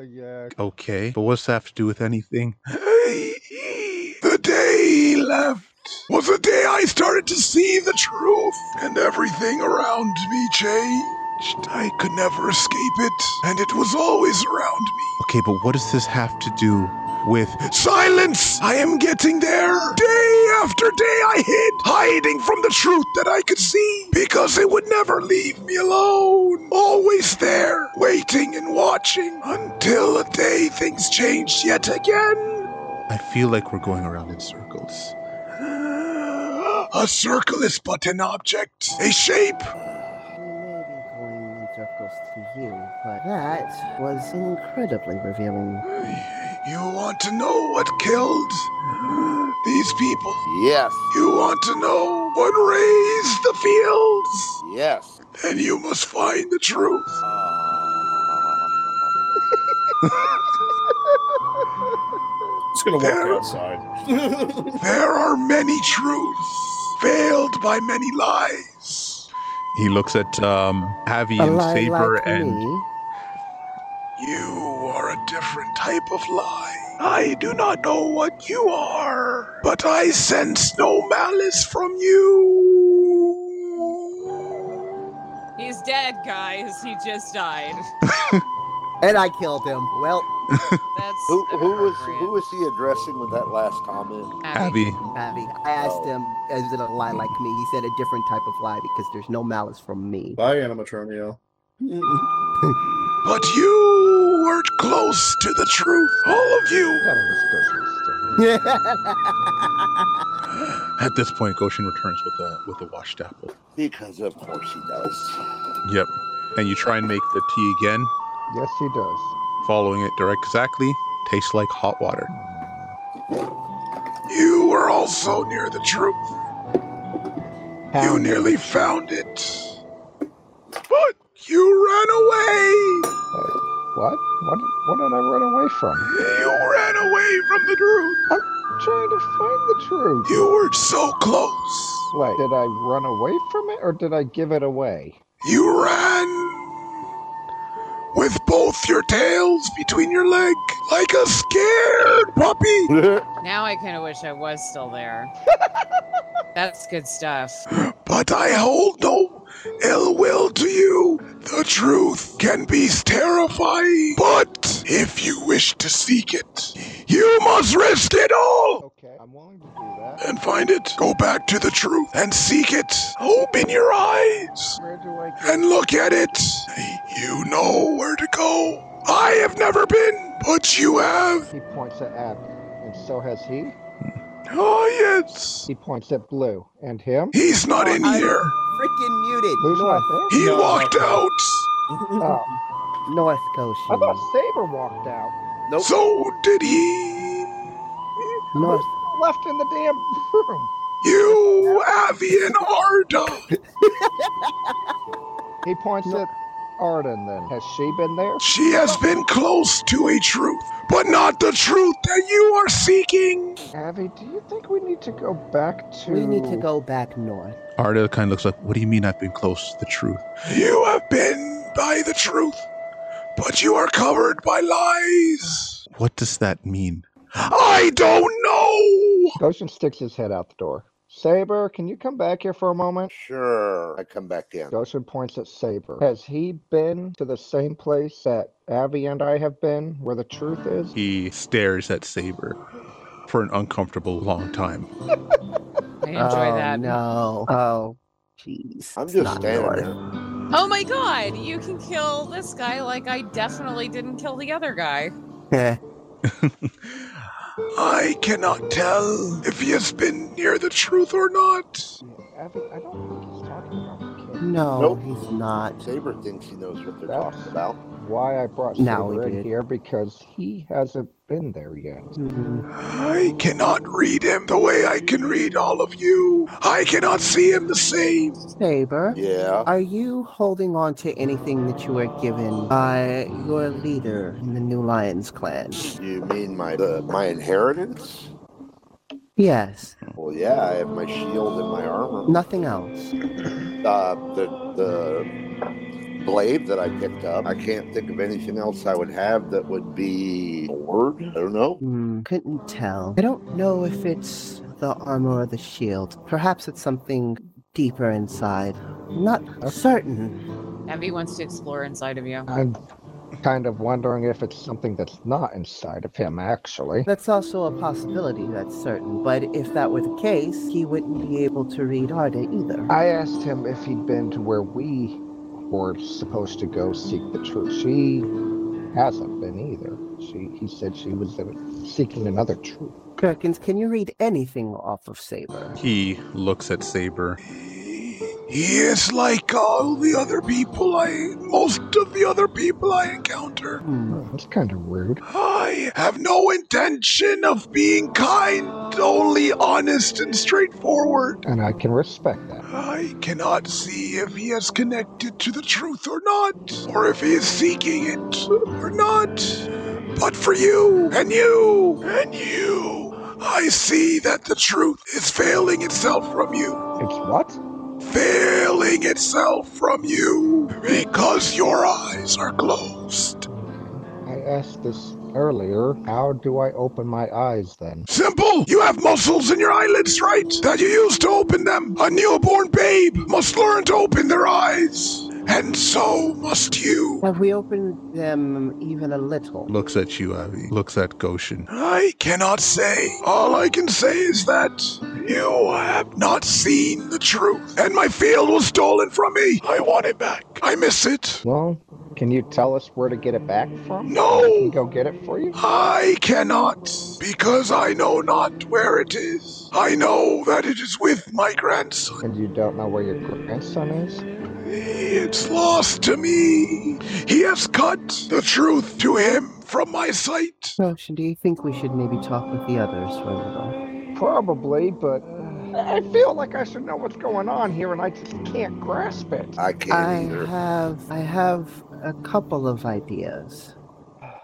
F: yeah.
J: Okay, but what's that have to do with anything?
A: The day he left was the day I started to see the truth, and everything around me changed. I could never escape it, and it was always around me.
J: Okay, but what does this have to do with
A: Silence! I am getting there! Day after day I hid, hiding from the truth that I could see, because it would never leave me alone. Always there, waiting and watching, until a day things changed yet again.
J: I feel like we're going around in circles.
A: A circle is but an object, a shape.
G: going in circles to you, but that was incredibly revealing.
A: You want to know what killed these people.
B: Yes.
A: You want to know what raised the fields.
B: Yes.
A: Then you must find the truth.
E: Just gonna walk outside.
A: There are many truths, veiled by many lies.
J: He looks at um, Avi
G: A
J: and
G: lie
J: Saber
G: like
J: and
G: me,
A: You are a different type of lie. I do not know what you are, but I sense no malice from you.
D: He's dead, guys. He just died.
K: And I killed him. Well,
D: That's
B: Who who was who
D: appropriate.
B: was he addressing with that last comment?
J: Avi.
G: Abby. I asked him, is it a lie like me? He said a different type of lie because there's no malice from <laughs> me.
E: Bye, animatronio.
A: But you were close to the truth, all of you.
J: At this point, Goshen returns with the with the washed apple.
B: Because of course he does.
J: Yep. And you try and make the tea again,
F: Yes, he does.
J: following it direct exactly. Tastes like hot water.
A: You were also near the truth. You
F: Pound it.
A: nearly found it. But you ran away.
F: What? What? What did I run away from?
A: You ran away from the truth.
F: Trying to find the truth.
A: You were so close.
F: Wait, did I run away from it or did I give it away?
A: You ran with both your tails between your leg like a scared puppy.
D: Now I kind of wish I was still there.
B: <laughs>
D: That's good stuff.
A: But I hold no ill will to you. The truth can be terrifying, but if you wish to seek it, you must risk it all
F: Okay, I'm willing to do that.
A: and find it. Go back to the truth and seek it. Open your eyes
F: Where do I get?
A: and look at it. You know where to go. I have never been, but you have.
F: He points at Abby, and so has he.
A: Oh, yes.
F: He points at Blue and him.
A: He's not in
K: I-
A: here.
K: freaking muted.
F: Blue's not there.
A: He
E: No.
A: walked out.
F: Oh,
G: North eh? Oh,
F: I
G: Goshen.
F: thought Saber walked out.
B: Nope.
A: So did he.
G: North.
F: Left in the damn <laughs> room.
A: You, Avi, and Arda.
F: He points at Arden then? Has she been there?
A: She has been close to a truth, but not the truth that you are seeking.
F: Abby, do you think we need to go back to?
G: We need to go back north.
L: Arda kind of looks like, What do you mean I've been close to the truth?
A: You have been by the truth, but you are covered by lies.
L: What does that mean?
A: I don't know.
F: Goshen sticks his head out the door. Saber, can you come back here for a moment?
B: Sure. I come back in.
F: Goshen points at Saber. Has he been to the same place that Abby and I have been, where the truth is?
L: He stares at Saber for an uncomfortable long time. <laughs>
D: I enjoy
G: oh,
D: that.
G: No. Oh, jeez.
B: I'm
G: It's
B: just
G: not
B: standing
G: north. <laughs>
B: there.
D: Oh my god, you can kill this guy like I definitely didn't kill the other guy.
G: Eh.
A: I cannot tell if he has been near the truth or not.
F: Yeah, Abby, I don't think he's talking about the kid.
G: No,
B: Nope.
G: he's not.
B: Saber thinks he knows what they're
F: That's-
B: talking about.
F: Why I brought
G: No,
F: Saber
G: he
F: in
G: did.
F: here because he hasn't been there yet.
G: Mm,
A: I cannot read him the way I can read all of you. I cannot see him the same.
G: Saber,
B: Yeah.
G: are you holding on to anything that you were given by your leader in the New Lions Clan?
B: You mean my the, my inheritance?
G: Yes.
B: Well, yeah. I have my shield and my armor.
G: Nothing else.
B: Uh, the the blade that I picked up. I can't think of anything else I would have that would be a word. I don't know.
G: Hmm, couldn't tell. I don't know if it's the armor or the shield. Perhaps it's something deeper inside. Not certain.
D: Envy wants to explore inside of you.
F: I'm kind of wondering if it's something that's not inside of him, actually.
G: That's also a possibility, that's certain. But if that were the case, he wouldn't be able to read Arda either.
F: I asked him if he'd been to where we were supposed to go seek the truth. She hasn't been either. She he said she was uh, seeking another truth.
G: Perkins, can you read anything off of Saber?
L: He looks at Saber.
A: He is like all the other people I, most of the other people I encounter.
G: Hmm.
F: Huh, That's kind of rude.
A: I have no intention of being kind, only honest and straightforward.
F: And I can respect that.
A: I cannot see if he has connected to the truth or not, or if he is seeking it or not. But for you, and you, and you, I see that the truth is failing itself from you
F: It's what?
A: failing itself from you because your eyes are closed.
F: I asked this earlier. How do I open my eyes then?
A: Simple! You have muscles in your eyelids, right? That you use to open them. A newborn babe must learn to open their eyes. And so must you.
G: Have we opened them even a little?
L: Looks at you, Abby. Looks at Goshen.
A: I cannot say. All I can say is that you have not seen the truth. And my field was stolen from me. I want it back. I miss it.
F: Well, can you tell us where to get it back from?
A: No!
F: I can go get it for you.
A: I cannot, because I know not where it is. I know that it is with my grandson.
F: And you don't know where your grandson is?
A: It's lost to me. He has cut the truth to him from my sight.
G: Goshen, do you think we should maybe talk with the others for a little?
F: Probably, but uh, I feel like I should know what's going on here, and I just can't grasp it.
B: I can't
G: I
B: either.
G: have I have a couple of ideas,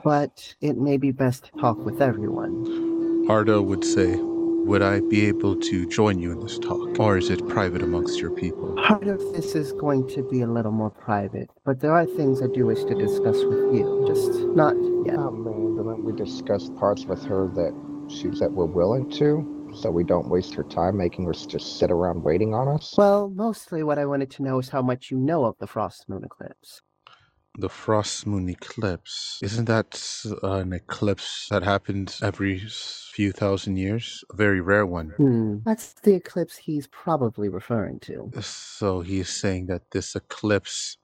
G: but it may be best to talk with everyone.
L: Arda would say, Would I be able to join you in this talk? Or is it private amongst your people?
G: Part of this is going to be a little more private, but there are things I do wish to discuss with you. Just not yet.
F: Oh man, didn't we discuss parts with her that she that we're willing to, so we don't waste her time making her s- just sit around waiting on us?
G: Well, mostly what I wanted to know is how much you know of the frost moon eclipse.
L: The frost moon eclipse. Isn't that an eclipse that happens every few thousand years? A very rare one.
G: Hmm. That's the eclipse he's probably referring to.
L: So he is saying that this eclipse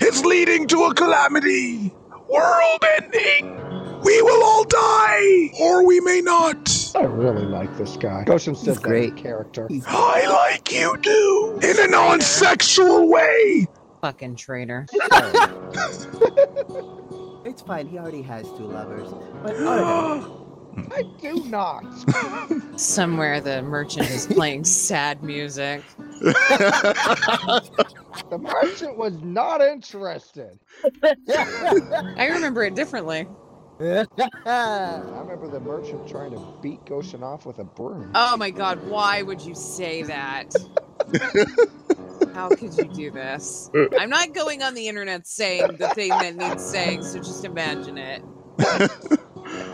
A: It's leading to a calamity. World ending. We will all die, or we may not.
F: I really like this guy. Goshen said that
G: great.
F: in character.
G: He's
A: I like you do, in a non
H: <gasps>
A: sexual way.
D: Fucking traitor.
G: It's fine. He already has two lovers. But oh, <gasps> Arda,
F: I <laughs> do not.
G: <laughs>
D: Somewhere the merchant is playing sad music.
F: The merchant was not interested.
D: I remember it differently.
F: I remember the merchant trying to beat Goshen off with a broom.
G: Uh,
D: Oh my god, why would you say that? How could you do this? I'm not going on the internet saying the thing that needs saying, so just imagine it.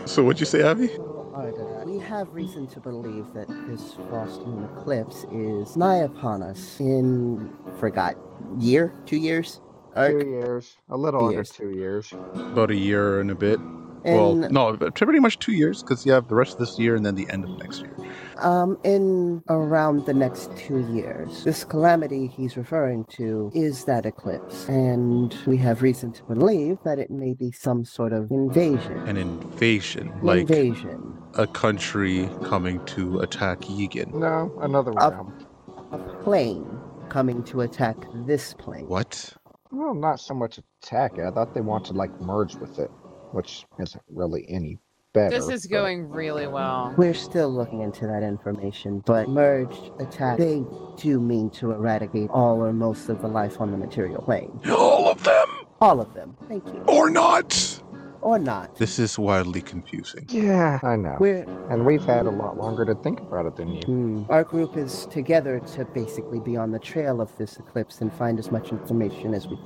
A: So what'd you say, Abby?
G: Oh, We have reason to believe that this frost moon eclipse is nigh upon us in forgot year, two years.
F: Two
G: Arc?
F: years, a little
G: Two
F: under
G: years.
F: two years.
A: About a year and a bit. well,
G: And
A: no, but pretty much two years because you have the rest of this year and then the end of next year.
G: um, in around the next two years, this calamity he's referring to is that eclipse, and we have reason to believe that it may be some sort of invasion.
A: An invasion, like
G: invasion
A: a country coming to attack Yigan.
F: No, another
G: Up.
F: realm.
G: a plane coming to attack this plane.
A: What?
F: Well, not so much attack. I thought they wanted to like merge with it, which isn't really any better.
D: This is
F: but-
D: going really well.
G: We're still looking into that information, but merged attack, they do mean to eradicate all or most of the life on the material plane.
H: All of them,
G: All of them. Thank you.
H: or not?
G: Or not.
A: This is wildly confusing.
F: Yeah, I know.
G: We're,
F: and we've had a lot longer to think about it than you.
G: hmm, our group is together to basically be on the trail of this eclipse and find as much information as we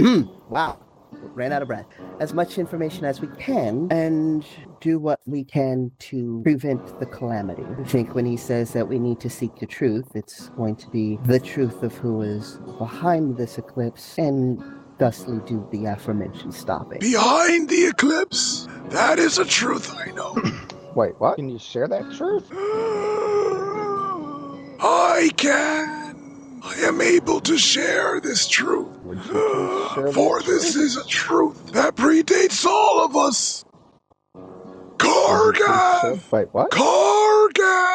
G: can. <clears throat> wow. Ran out of breath. As much information as we can and do what we can to prevent the calamity. I think when he says that we need to seek the truth, it's going to be the truth of who is behind this eclipse and thusly do the aforementioned stopping.
H: Behind the eclipse? That is a truth I
A: <laughs>
H: know.
F: Wait, what? Can you share that truth?
H: I can. I am able to share this truth.
F: Would you please share that
H: For this
F: truth?
H: is a truth that predates all of us.
F: Would you please share-
H: Kargath!
F: Wait, what?
H: Kargath!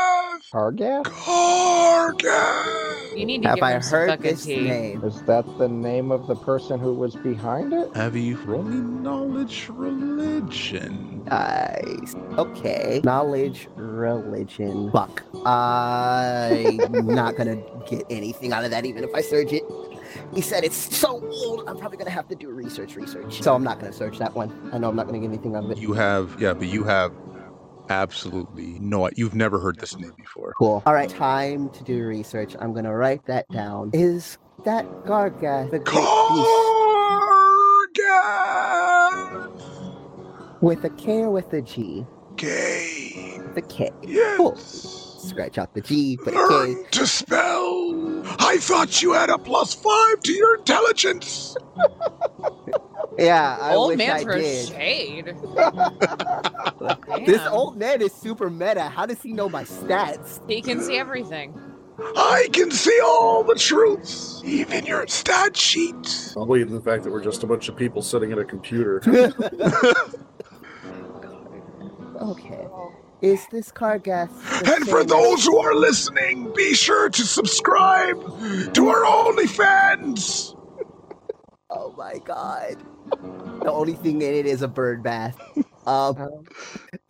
F: Targath?
H: Kargath!
D: You need to
G: Have
D: give
G: I
D: him some
G: heard
D: fucking
G: this
D: tea.
G: name?
F: Is that the name of the person who was behind it?
A: Abby, roll me knowledge religion.
G: Nice. Okay. Knowledge, religion. Fuck. I'm not gonna get anything out of that even if I search it. He said it's so old, I'm probably gonna have to do research, research. So I'm not gonna search that one. I know I'm not gonna get anything out of it.
A: You have, yeah, but you have absolutely no. You've never heard this name before.
G: Cool. All right, time to do research. I'm gonna write that down. Is that Gargath the great <gasps> beast
H: Kargath!
G: with a K or with a G?
H: Gay.
G: The K. Cool.
H: Yes.
G: Scratch out the G, put a K.
H: Learn to spell. I thought you had a plus five to your intelligence.
G: Yeah, I
D: Old
G: wish I
D: man throws
G: did.
D: shade.
G: This
D: Damn.
G: old man is super meta. How does he know my stats?
D: He can see everything.
H: I can see all the truths, even your stat sheet.
E: Probably in the fact that we're just a bunch of people sitting at
G: <laughs>
E: a computer.
G: Okay. Is this Cargath? the
H: And for
G: same
H: those who are listening, be sure to subscribe to our OnlyFans.
G: as- Oh my god. <laughs> The only thing in it is a bird <laughs> bath. Um,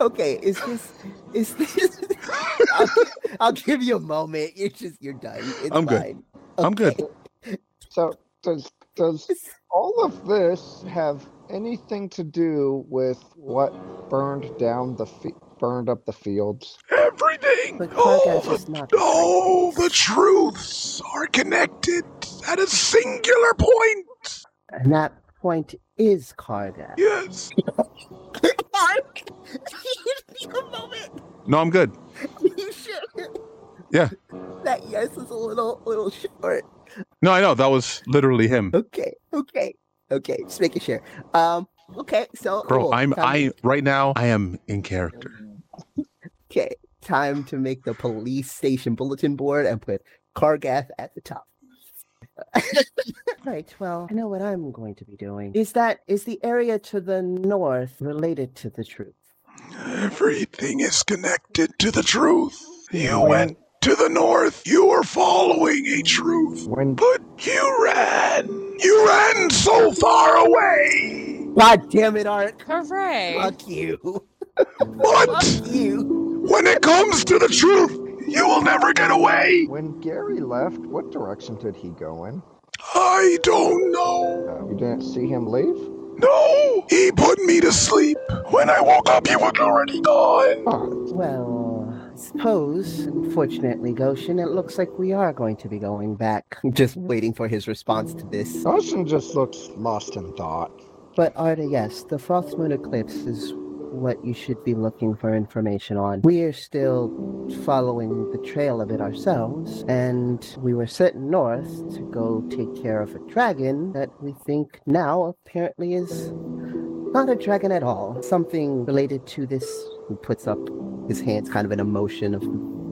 G: okay, is this is this <laughs> I'll, gi- I'll give you a moment. You're just you're done. It's
A: I'm good.
G: fine.
A: I'm good.
G: Okay.
F: So does does all of this have anything to do with what burned down the fe- burned up the fields?
H: Everything.
G: But
H: All
A: Oh.
G: Cargath
H: the,
G: is not
H: all the truths are connected at a singular point.
G: And that point is Cargath.
H: Yes.
G: <laughs> Mark! give me a moment.
A: No, I'm good.
G: You sure?
A: Yeah.
G: That yes is a little little short.
A: No, I know that was literally him.
G: Okay, okay, okay. Just making sure. Um, okay, so
A: Bro,
G: cool.
A: I'm
G: Time-
A: I right now. I am in character.
G: okay. Time to make the police station bulletin board and put Cargath at the top. right. Well, I know what I'm going to be doing. Is that is the area to the north related to the truth?
H: Everything is connected to the truth. You went to the north. You were following a truth.
F: When
H: But you ran. You ran so far away.
G: God damn it, Art!
D: Hooray.
G: Fuck you! Fuck
H: But
G: you!
H: when it comes to the truth,
A: You will never get away!
F: When Gary left, what direction did he go in?
A: I don't know.
F: Uh, you didn't see him leave?
A: No! He put me to sleep. When I woke up, he was already gone.
F: Oh,
G: Well, I suppose, unfortunately, Goshen, it looks like we are going to be going back. I'm just waiting for his response to this.
F: Goshen just looks lost in thought.
G: But Arda, yes, the frost moon eclipse is what you should be looking for information on. We are still following the trail of it ourselves, and we were sent north to go take care of a dragon that we think now apparently is not a dragon at all. Something related to this. He puts up his hands, kind of an emotion of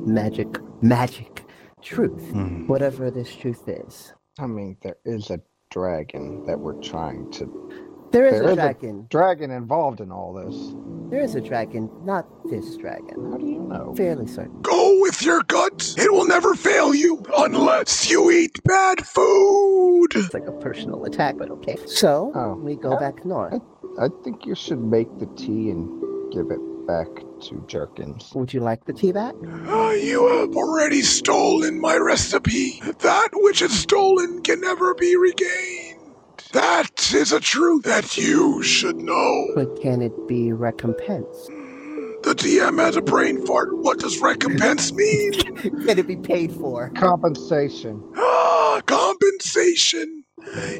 G: magic, magic, truth,
M: Hmm.
G: whatever this truth is.
F: I mean, there is a dragon that we're trying to.
G: There is
F: There is
G: a
F: a-
G: dragon.
F: Dragon involved in all this.
G: There is a dragon, not this dragon.
F: How do you know?
G: Fairly certain.
A: Go with your gut. It will never fail you unless you eat bad food.
G: It's like a personal attack, but okay. So
F: Oh.
G: we go
F: Yeah.
G: back north.
F: I think you should make the tea and give it back to Jerkins.
G: Oh, Would you like the tea back?
A: Ah, you have already stolen my recipe. That which is stolen can never be regained. That is a truth that you should know.
G: But can it be recompensed?
A: The DM has a brain fart. What does recompense mean?
G: Can it be paid for?
F: Compensation.
A: Ah, <gasps> compensation.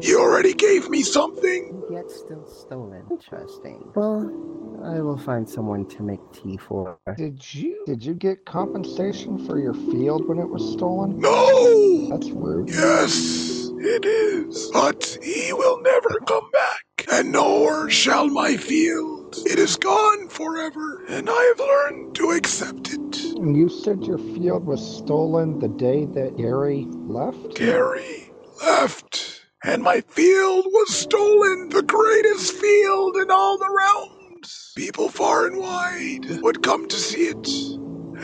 A: You already gave me something.
G: Yet still stolen. Interesting. Well, I will find someone to make tea for.
F: Did you did you get compensation for your field when it was stolen?
A: No!
F: That's rude.
A: Yes, it is. But he will never come back, and nor shall my field. It is gone forever, and I have learned to accept it.
F: And you said your field was stolen the day that Gary left?
A: Gary left, and my field was stolen, the greatest field in all the realms. People far and wide would come to see it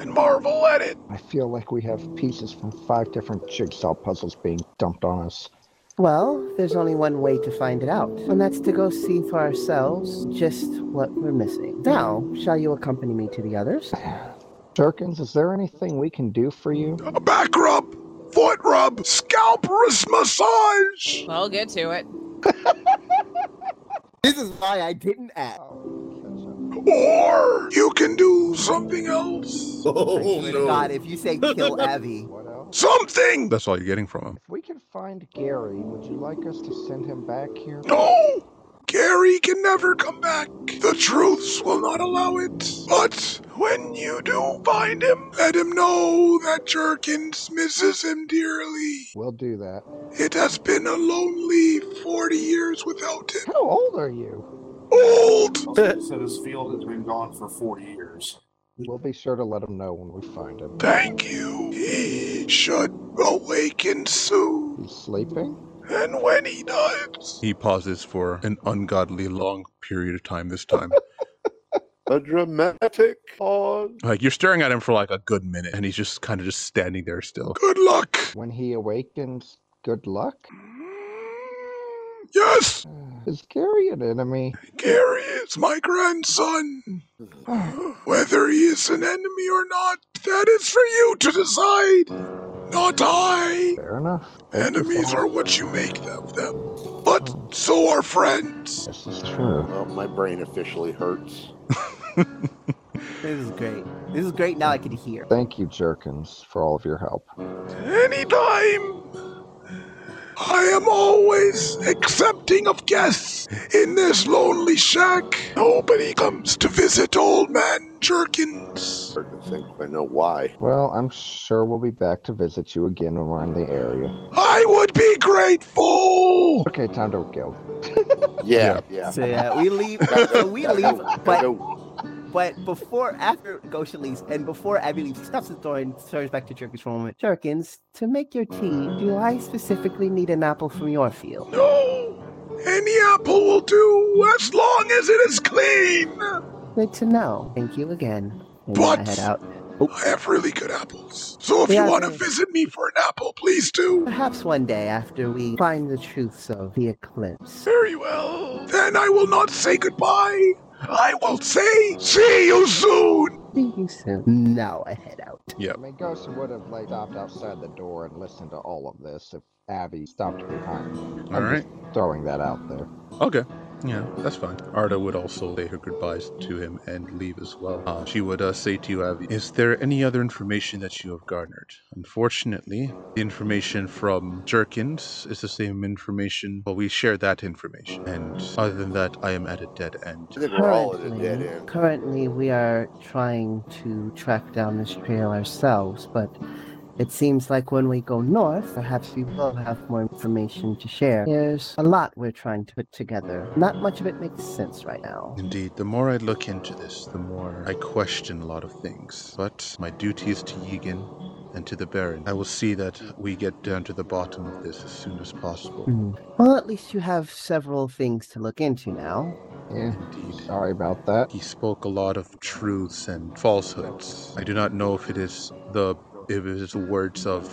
A: and marvel at it.
F: I feel like we have pieces from five different jigsaw puzzles being dumped on us.
G: Well, there's only one way to find it out, and that's to go see for ourselves just what we're missing. Now, shall you accompany me to the others?
F: Jerkins, is there anything we can do for you?
A: A back rub, foot rub, scalp wrist massage.
D: I'll get to it.
N: This is why I didn't act.
A: Or you can do something else.
N: I
E: <laughs> Oh
N: swear to
E: no!
N: God, if you say
E: <laughs>
N: kill Abby,
F: What else?
A: Something!
M: That's all you're getting from him.
F: If we can find Gary, would you like us to send him back here?
A: No! Gary can never come back. The truths will not allow it. But when you do find him, let him know that Jerkins misses him dearly.
F: We'll do that.
A: It has been a lonely 40 years without him.
F: How old are you?
A: Old!
E: Also said his field has been gone for forty years.
F: We'll be sure to let him know when we find him.
A: Thank you. He should awaken soon.
F: He's sleeping?
A: And when he does,
M: He pauses for an ungodly long period of time this time. <laughs>
B: A dramatic pause.
M: like you're staring at him for like a good minute and he's just kind of just standing there still.
A: good luck. Mm,
F: When he awakens, good luck? <sighs>
A: Yes!
F: Is Gary an enemy?
A: Gary is my grandson. <sighs> Whether he is an enemy or not, that is for you to decide, not I.
F: Fair enough. Thank you for
A: Enemies
F: all-
A: are what you make of them, but so are friends.
F: This is true.
B: Well, my brain officially hurts.
N: this is great. This is great. Now I can hear.
F: Thank you, Jerkins, for all of your help.
A: Anytime. I am always accepting of guests in this lonely shack. Nobody comes to visit old man Jerkins.
B: Starting to think I know why.
F: Well, I'm sure we'll be back to visit you again when we're in the area.
A: I would be grateful.
F: Okay, time to go.
B: Yeah, yeah.
N: So yeah, we leave. So we leave, but but before after Goshen leaves and before Abby leaves, stops the door and turns back to Jerkins for a moment.
G: Jerkins, to make your tea, do I specifically need an apple from your field?
A: No, any apple will do as long as it is clean.
G: Good to know. Thank you again. And I
A: What?
G: head out.
A: I have really good apples. So if
G: Yeah,
A: you want to
G: thanks.
A: visit me for an apple, please do.
G: Perhaps one day after we find the truths of the eclipse.
A: Very well. Then I will not say goodbye. I will say, see you soon.
G: See you soon. Now I head out.
F: I mean, Ghost would have like stopped outside the door and listened to all of this if Abby stopped behind. him.
A: All
F: I'm
A: right.
F: just throwing that out there.
A: Okay. Yeah, that's fine. Arda would also say her goodbyes to him and leave as well. Uh, she would uh, say to you, Abby, Is there any other information that you have garnered? Unfortunately, the information from Jerkins is the same information, but we share that information. And other than that, I am at a dead
B: I
A: end.
B: think we're all at a dead end.
G: currently, we are trying to track down this trail ourselves, but it seems like when we go north, perhaps we will have more information to share. There's a lot we're trying to put together. Not much of it makes sense right now.
A: Indeed, the more I look into this, the more I question a lot of things. But my duty is to Yigan and to the Baron. I will see that we get down to the bottom of this as soon as possible.
G: Hmm. Well, at least you have several things to look into now.
F: Yeah,
A: Indeed.
F: sorry about that.
A: He spoke a lot of truths and falsehoods. I do not know if it is the if it is the words of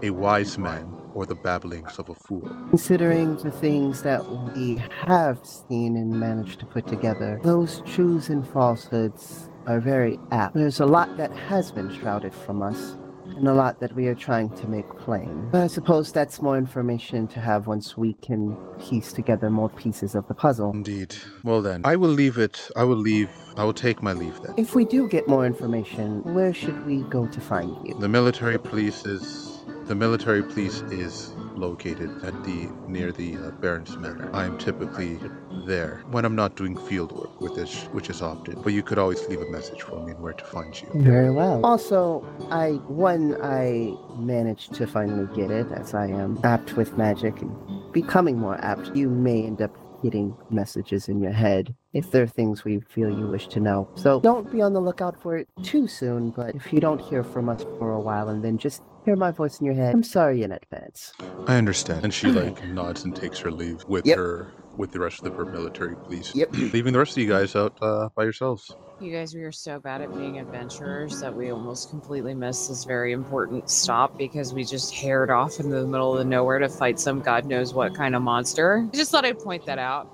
A: a wise man or the babblings of a fool.
G: Considering the things that we have seen and managed to put together, those truths and falsehoods are very apt. There's a lot that has been shrouded from us, and a lot that we are trying to make plain. But I suppose that's more information to have once we can piece together more pieces of the puzzle.
A: Indeed. Well then, I will leave it. I will leave. I will take my leave then.
G: If we do get more information, where should we go to find you?
A: The military police is the military police is located at the near the uh, Baron's Manor. I am typically there when I'm not doing field work, with this, which is often. But you could always leave a message for me and where to find you.
G: Very well. Also, I when I managed to finally get it, as I am apt with magic and becoming more apt, you may end up getting messages in your head if there are things we feel you wish to know. So don't be on the lookout for it too soon, but if you don't hear from us for a while and then just hear my voice in your head, I'm sorry in advance.
A: I understand. And she <clears throat> like nods and takes her leave with
G: Yep.
A: her with the rest of her military police. <clears throat>
G: Yep.
A: Leaving the rest of you guys out uh, by yourselves.
D: You guys, we are so bad at being adventurers that we almost completely missed this very important stop because we just haired off in the middle of nowhere to fight some god knows what kind of monster. I just thought I'd point that out.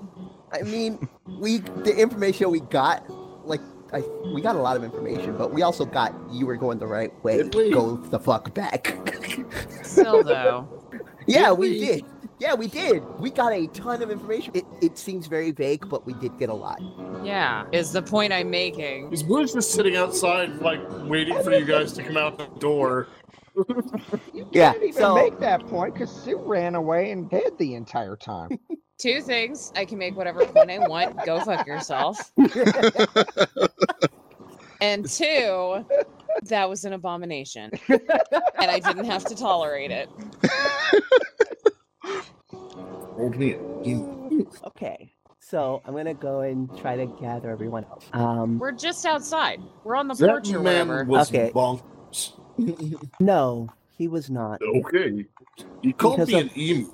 C: I mean, we the information we got, like I, we got a lot of information, but we also got you were going the right way.
E: Did we?
C: Go the fuck back.
D: Still, though,
C: yeah,
E: Did
C: we?
E: we?
C: did. Yeah, we did. We got a ton of information. It, it seems very vague, but we did get a lot.
D: yeah, is the point I'm making.
E: Is Blue just sitting outside, like waiting for you guys to come out the door?
F: You
C: Yeah,
F: can't even
C: so-
F: make that point because Sue ran away and hid the entire time.
D: Two things I can make whatever point I want. Go fuck yourself. And two, that was an abomination. And I didn't have to tolerate it.
E: Old man.
C: Okay.
G: So I'm gonna go and try to gather everyone else. Um
D: We're just outside. We're on the
E: That
D: porch or whatever.
E: man was
G: Okay.
E: bonkers.
G: <laughs> no, he was not.
E: Okay. You called
G: Because
E: me
G: of-
E: an emu.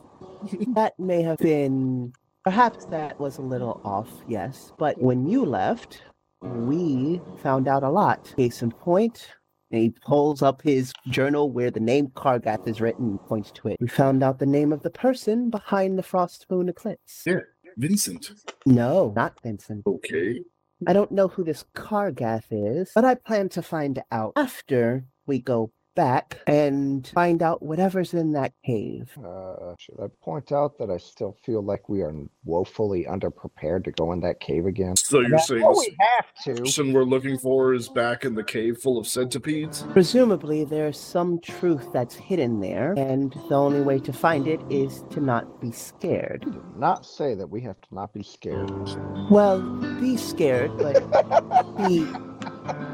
G: that may have been perhaps that was a little off yes but when you left we found out a lot case in point and he pulls up his journal where the name Kargath is written and points to it. We found out the name of the person behind the Frost Moon eclipse.
E: Yeah. Vincent.
G: No, not Vincent.
E: Okay.
G: I don't know who this Kargath is, but I plan to find out after we go back and find out whatever's in that cave.
F: Uh, should I point out that I still feel like we are woefully underprepared to go in that cave again?
E: So you're saying
F: Oh,
E: this
F: we have to.
E: person we're looking for is back in the cave full of centipedes?
G: Presumably, there's some truth that's hidden there, and the only way to find it is to not be scared.
F: You did not say that we have to not be scared.
G: Well, be scared, but be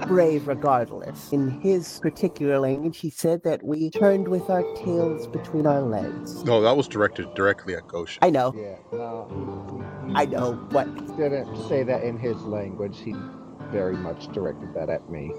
G: brave regardless. In his particular language, he said that we turned with our tails between our legs.
A: No, that was directed directly at Goshen.
G: I
E: Oh.
G: know,
F: Yeah, no,
G: I know, but
F: he didn't say that in his language. He very much directed that at me.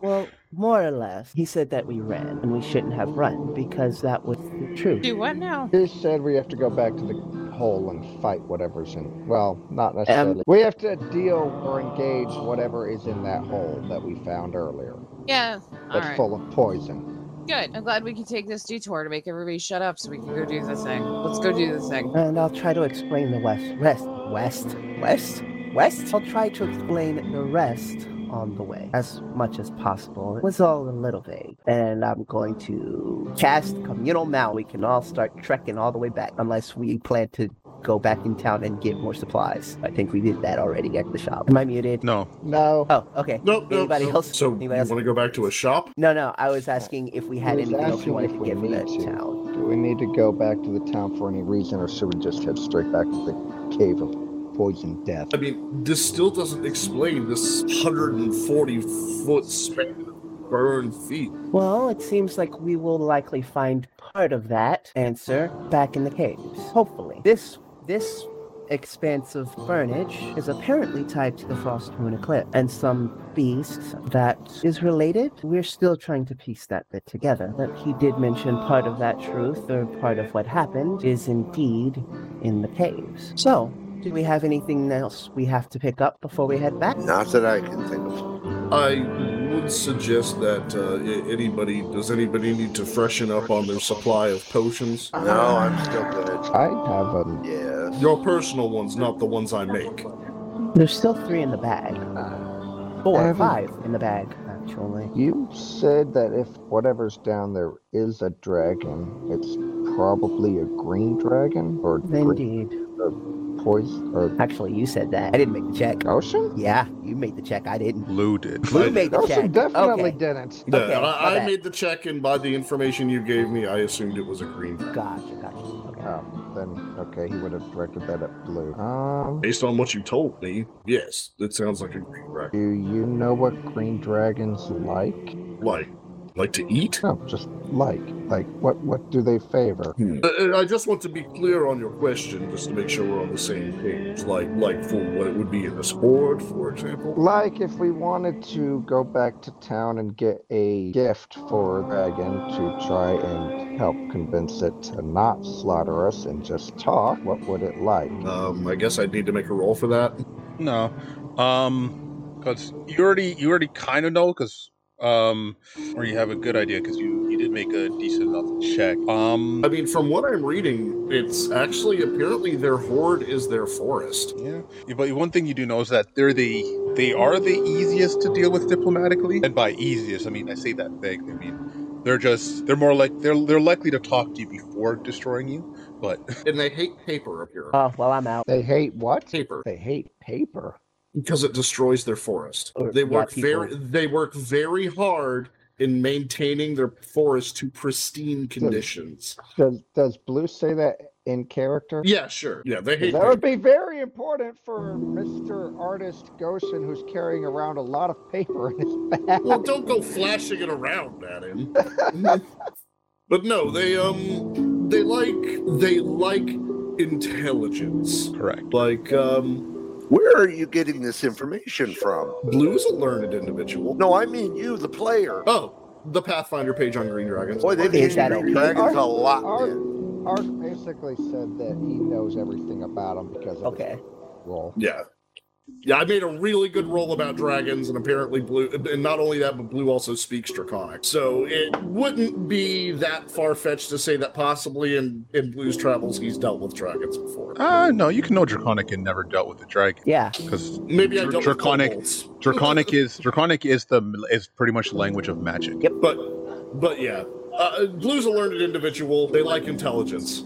G: well, more or less, he said that we ran, and we shouldn't have run because that was the truth.
D: Do what now?
F: He said we have to go back to the hole and fight whatever's in. Well, not necessarily. we have to deal or engage whatever is in that hole that we found earlier.
D: Yeah. All
F: That's
D: right.
F: full of poison.
D: Good. I'm glad we could take this detour to make everybody shut up so we can go do the thing. Let's go do the thing.
G: And I'll try to explain the West. Rest. West?
C: West? West?
G: I'll try to explain the rest on the way as much as possible. It was all a little vague. And I'm going to cast Communal Mount. We can all start trekking all the way back unless we plan to go back in town and get more supplies. I think we did that already at the shop. Am I muted?
A: No.
F: No.
G: Oh, okay.
E: Nope. nope,
G: Anybody
E: nope.
G: else?
E: So
G: Anybody
E: you
G: else?
E: want to go back to a shop?
G: No, no. I was asking if we had
F: He was
G: anything else we
F: asking
G: wanted
F: if
G: to
F: we
G: get from
F: need
G: that
F: to.
G: town.
F: Do we need to go back to the town for any reason, or should we just head straight back to the cave of poison death?
E: I mean, this still doesn't explain this 140 foot span of burned feet.
G: Well, it seems like we will likely find part of that answer back in the caves. Hopefully, this this expanse of burnage is apparently tied to the frost moon eclipse and some beast that is related. We're still trying to piece that bit together. But he did mention part of that truth or part of what happened is indeed in the caves. So, do we have anything else we have to pick up before we head back?
B: Not that I can think of.
E: I would suggest that uh, a- anybody does anybody need to freshen up on their supply of potions?
B: No, I'm still good.
F: I have a.
B: Yes.
E: Your personal ones, not the ones I make.
G: There's still three in the bag. Four,
F: Evan.
G: five in the bag, actually.
F: You said that if whatever's down there is a dragon, it's probably a green dragon or green
G: Indeed.
F: poison or
G: Actually, you said that. I didn't make the check. Oh,
F: ocean.
G: Yeah, you made the check. I didn't.
A: Lou did.
G: You made the
F: Ocean
G: check.
F: definitely
G: Okay.
F: didn't.
E: No,
G: Okay, my
E: I, I
G: bad.
E: made the check, and by the information you gave me, I assumed it was a green. dragon.
G: Gotcha, gotcha. Okay.
F: Oh, then okay, he would have directed that at blue. Um,
E: Based on what you told me, yes, it sounds like a green dragon.
F: do you know what green dragons like?
E: Like, like to eat?
F: No, just like, like what? What do they favor?
E: Uh, uh, I just want to be clear on your question, just to make sure we're on the same page. Like, like for what it would be in this horde, for example.
F: Like if we wanted to go back to town and get a gift for a dragon to try and help convince it to not slaughter us and just talk, what would it like?
E: Um, I guess I'd need to make a roll for that.
A: No, um, because you already you already kind of know because um, or you have a good idea because you you did make a decent enough check. Um,
E: I mean, from what I'm reading, it's actually apparently their horde is their forest.
A: yeah, Yeah, but one thing you do know is that they're the they are the easiest to deal with diplomatically, and by easiest I mean I say that vaguely. I mean they're just they're more like they're they're likely to talk to you before destroying you, but
E: And they hate paper up here.
G: Oh, well, I'm out.
F: They hate what?
E: paper
F: They hate paper.
E: because it destroys their forest.
G: Or-
E: They
G: yeah,
E: work
G: people.
E: very they work very hard in maintaining their forest to pristine conditions.
F: Does Does Blue say that in character?
E: Yeah, sure. Yeah, they hate
F: That would
E: paper.
F: be very important for Mr. Artist Goshen, who's carrying around a lot of paper in his bag.
E: Well, don't go flashing it around at him. but no, they um they like they like intelligence.
A: correct.
E: Like um
B: Where are you getting this information from?
E: Blue's a learned individual.
B: No, I mean you, the player.
E: Oh, the Pathfinder page on Green Dragons.
B: Boy, they've
G: Is
B: been
G: that
B: green
G: a-
B: dragons a
F: Are-
B: lot,
F: are-
B: man.
F: Ark basically said that he knows everything about him because of
G: Okay.
F: his role.
E: Yeah. Yeah, I made a really good roll about dragons, and apparently Blue, and not only that, but Blue also speaks Draconic. So it wouldn't be that far fetched to say that possibly in, in Blue's travels he's dealt with dragons before.
B: Ah.
A: Uh, no, you can know Draconic and never dealt with a dragon
G: Yeah.
A: because
E: Maybe I
A: Dr-
E: dealt
A: Draconic-
E: with kobolds.
A: Draconic is Draconic is the is pretty much the language of magic.
E: But, but yeah, uh, Blue's a learned individual. They like intelligence.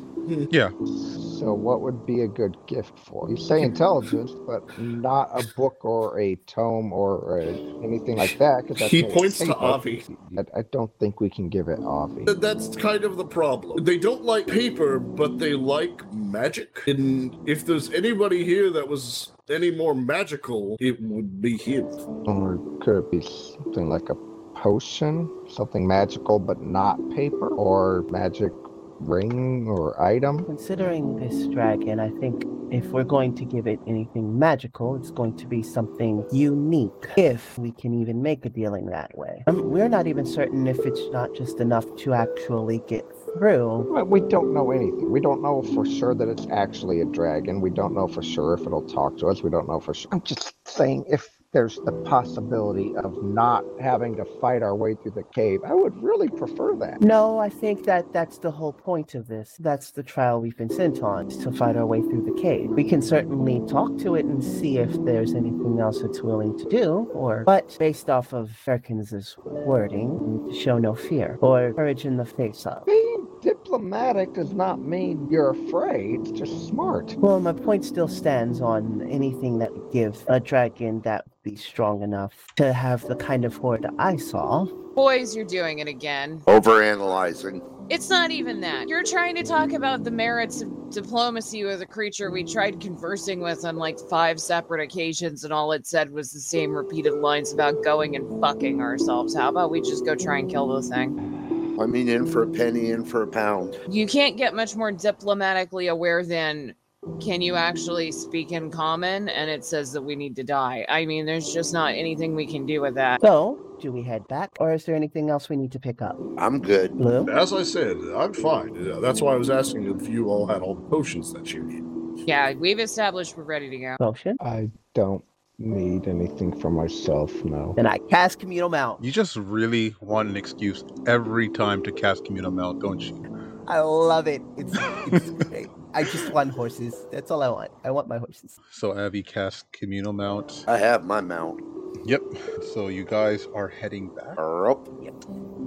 F: So, what would be a good gift for? You say intelligence, but not a book or a tome or a, anything like that. 'cause that's
E: He
F: made of
E: points to
F: paper.
E: Avi.
F: I, I don't think we can give it Avi.
E: Th- That's kind of the problem. They don't like paper, but they like magic. And if there's anybody here that was any more magical, it would be him.
F: Or could it be something like a potion? Something magical but not paper? Or magic ring or item?
G: Considering this dragon, I think if we're going to give it anything magical, it's going to be something unique. If we can even make a dealing that way, Um, we're not even certain if it's not just enough to actually get through.
F: But we don't know anything. We don't know for sure that it's actually a dragon. We don't know for sure if it'll talk to us. We don't know for sure. I'm just saying if there's the possibility of not having to fight our way through the cave. I would really prefer that.
G: No, I think that that's the whole point of this. That's the trial we've been sent on, is to fight our way through the cave. We can certainly talk to it and see if there's anything else it's willing to do, or but based off of Perkins's wording, show no fear or courage in the face of.
F: Being diplomatic does not mean you're afraid. It's just smart.
G: Well, my point still stands on anything that would give a dragon that would be strong enough to have the kind of horde I saw.
D: Boys, you're doing it again.
B: Overanalyzing.
D: It's not even that. You're trying to talk about the merits of diplomacy with a creature we tried conversing with on like five separate occasions, and all it said was the same repeated lines about going and fucking ourselves. How about we just go try and kill this thing?
B: I mean, in for a penny, in for a pound.
D: You can't get much more diplomatically aware than can you actually speak in common? And it says that we need to die. I mean, there's just not anything we can do with that.
G: So, do we head back, or is there anything else we need to pick up?
B: I'm good.
G: Blue?
E: As I said, I'm fine. Yeah, That's why I was asking if you all had all the potions that you need.
D: Yeah, we've established we're ready to go.
G: Potion?
F: I don't need anything for myself now.
G: Then I cast communal mount.
A: You just really want an excuse every time to cast communal mount, don't you?
G: I love it. It's, it's great. I just want horses. That's all I want. I want my horses.
A: So Abby cast communal mount.
B: I have my mount.
A: Yep. So you guys are heading back.
B: Arr, up.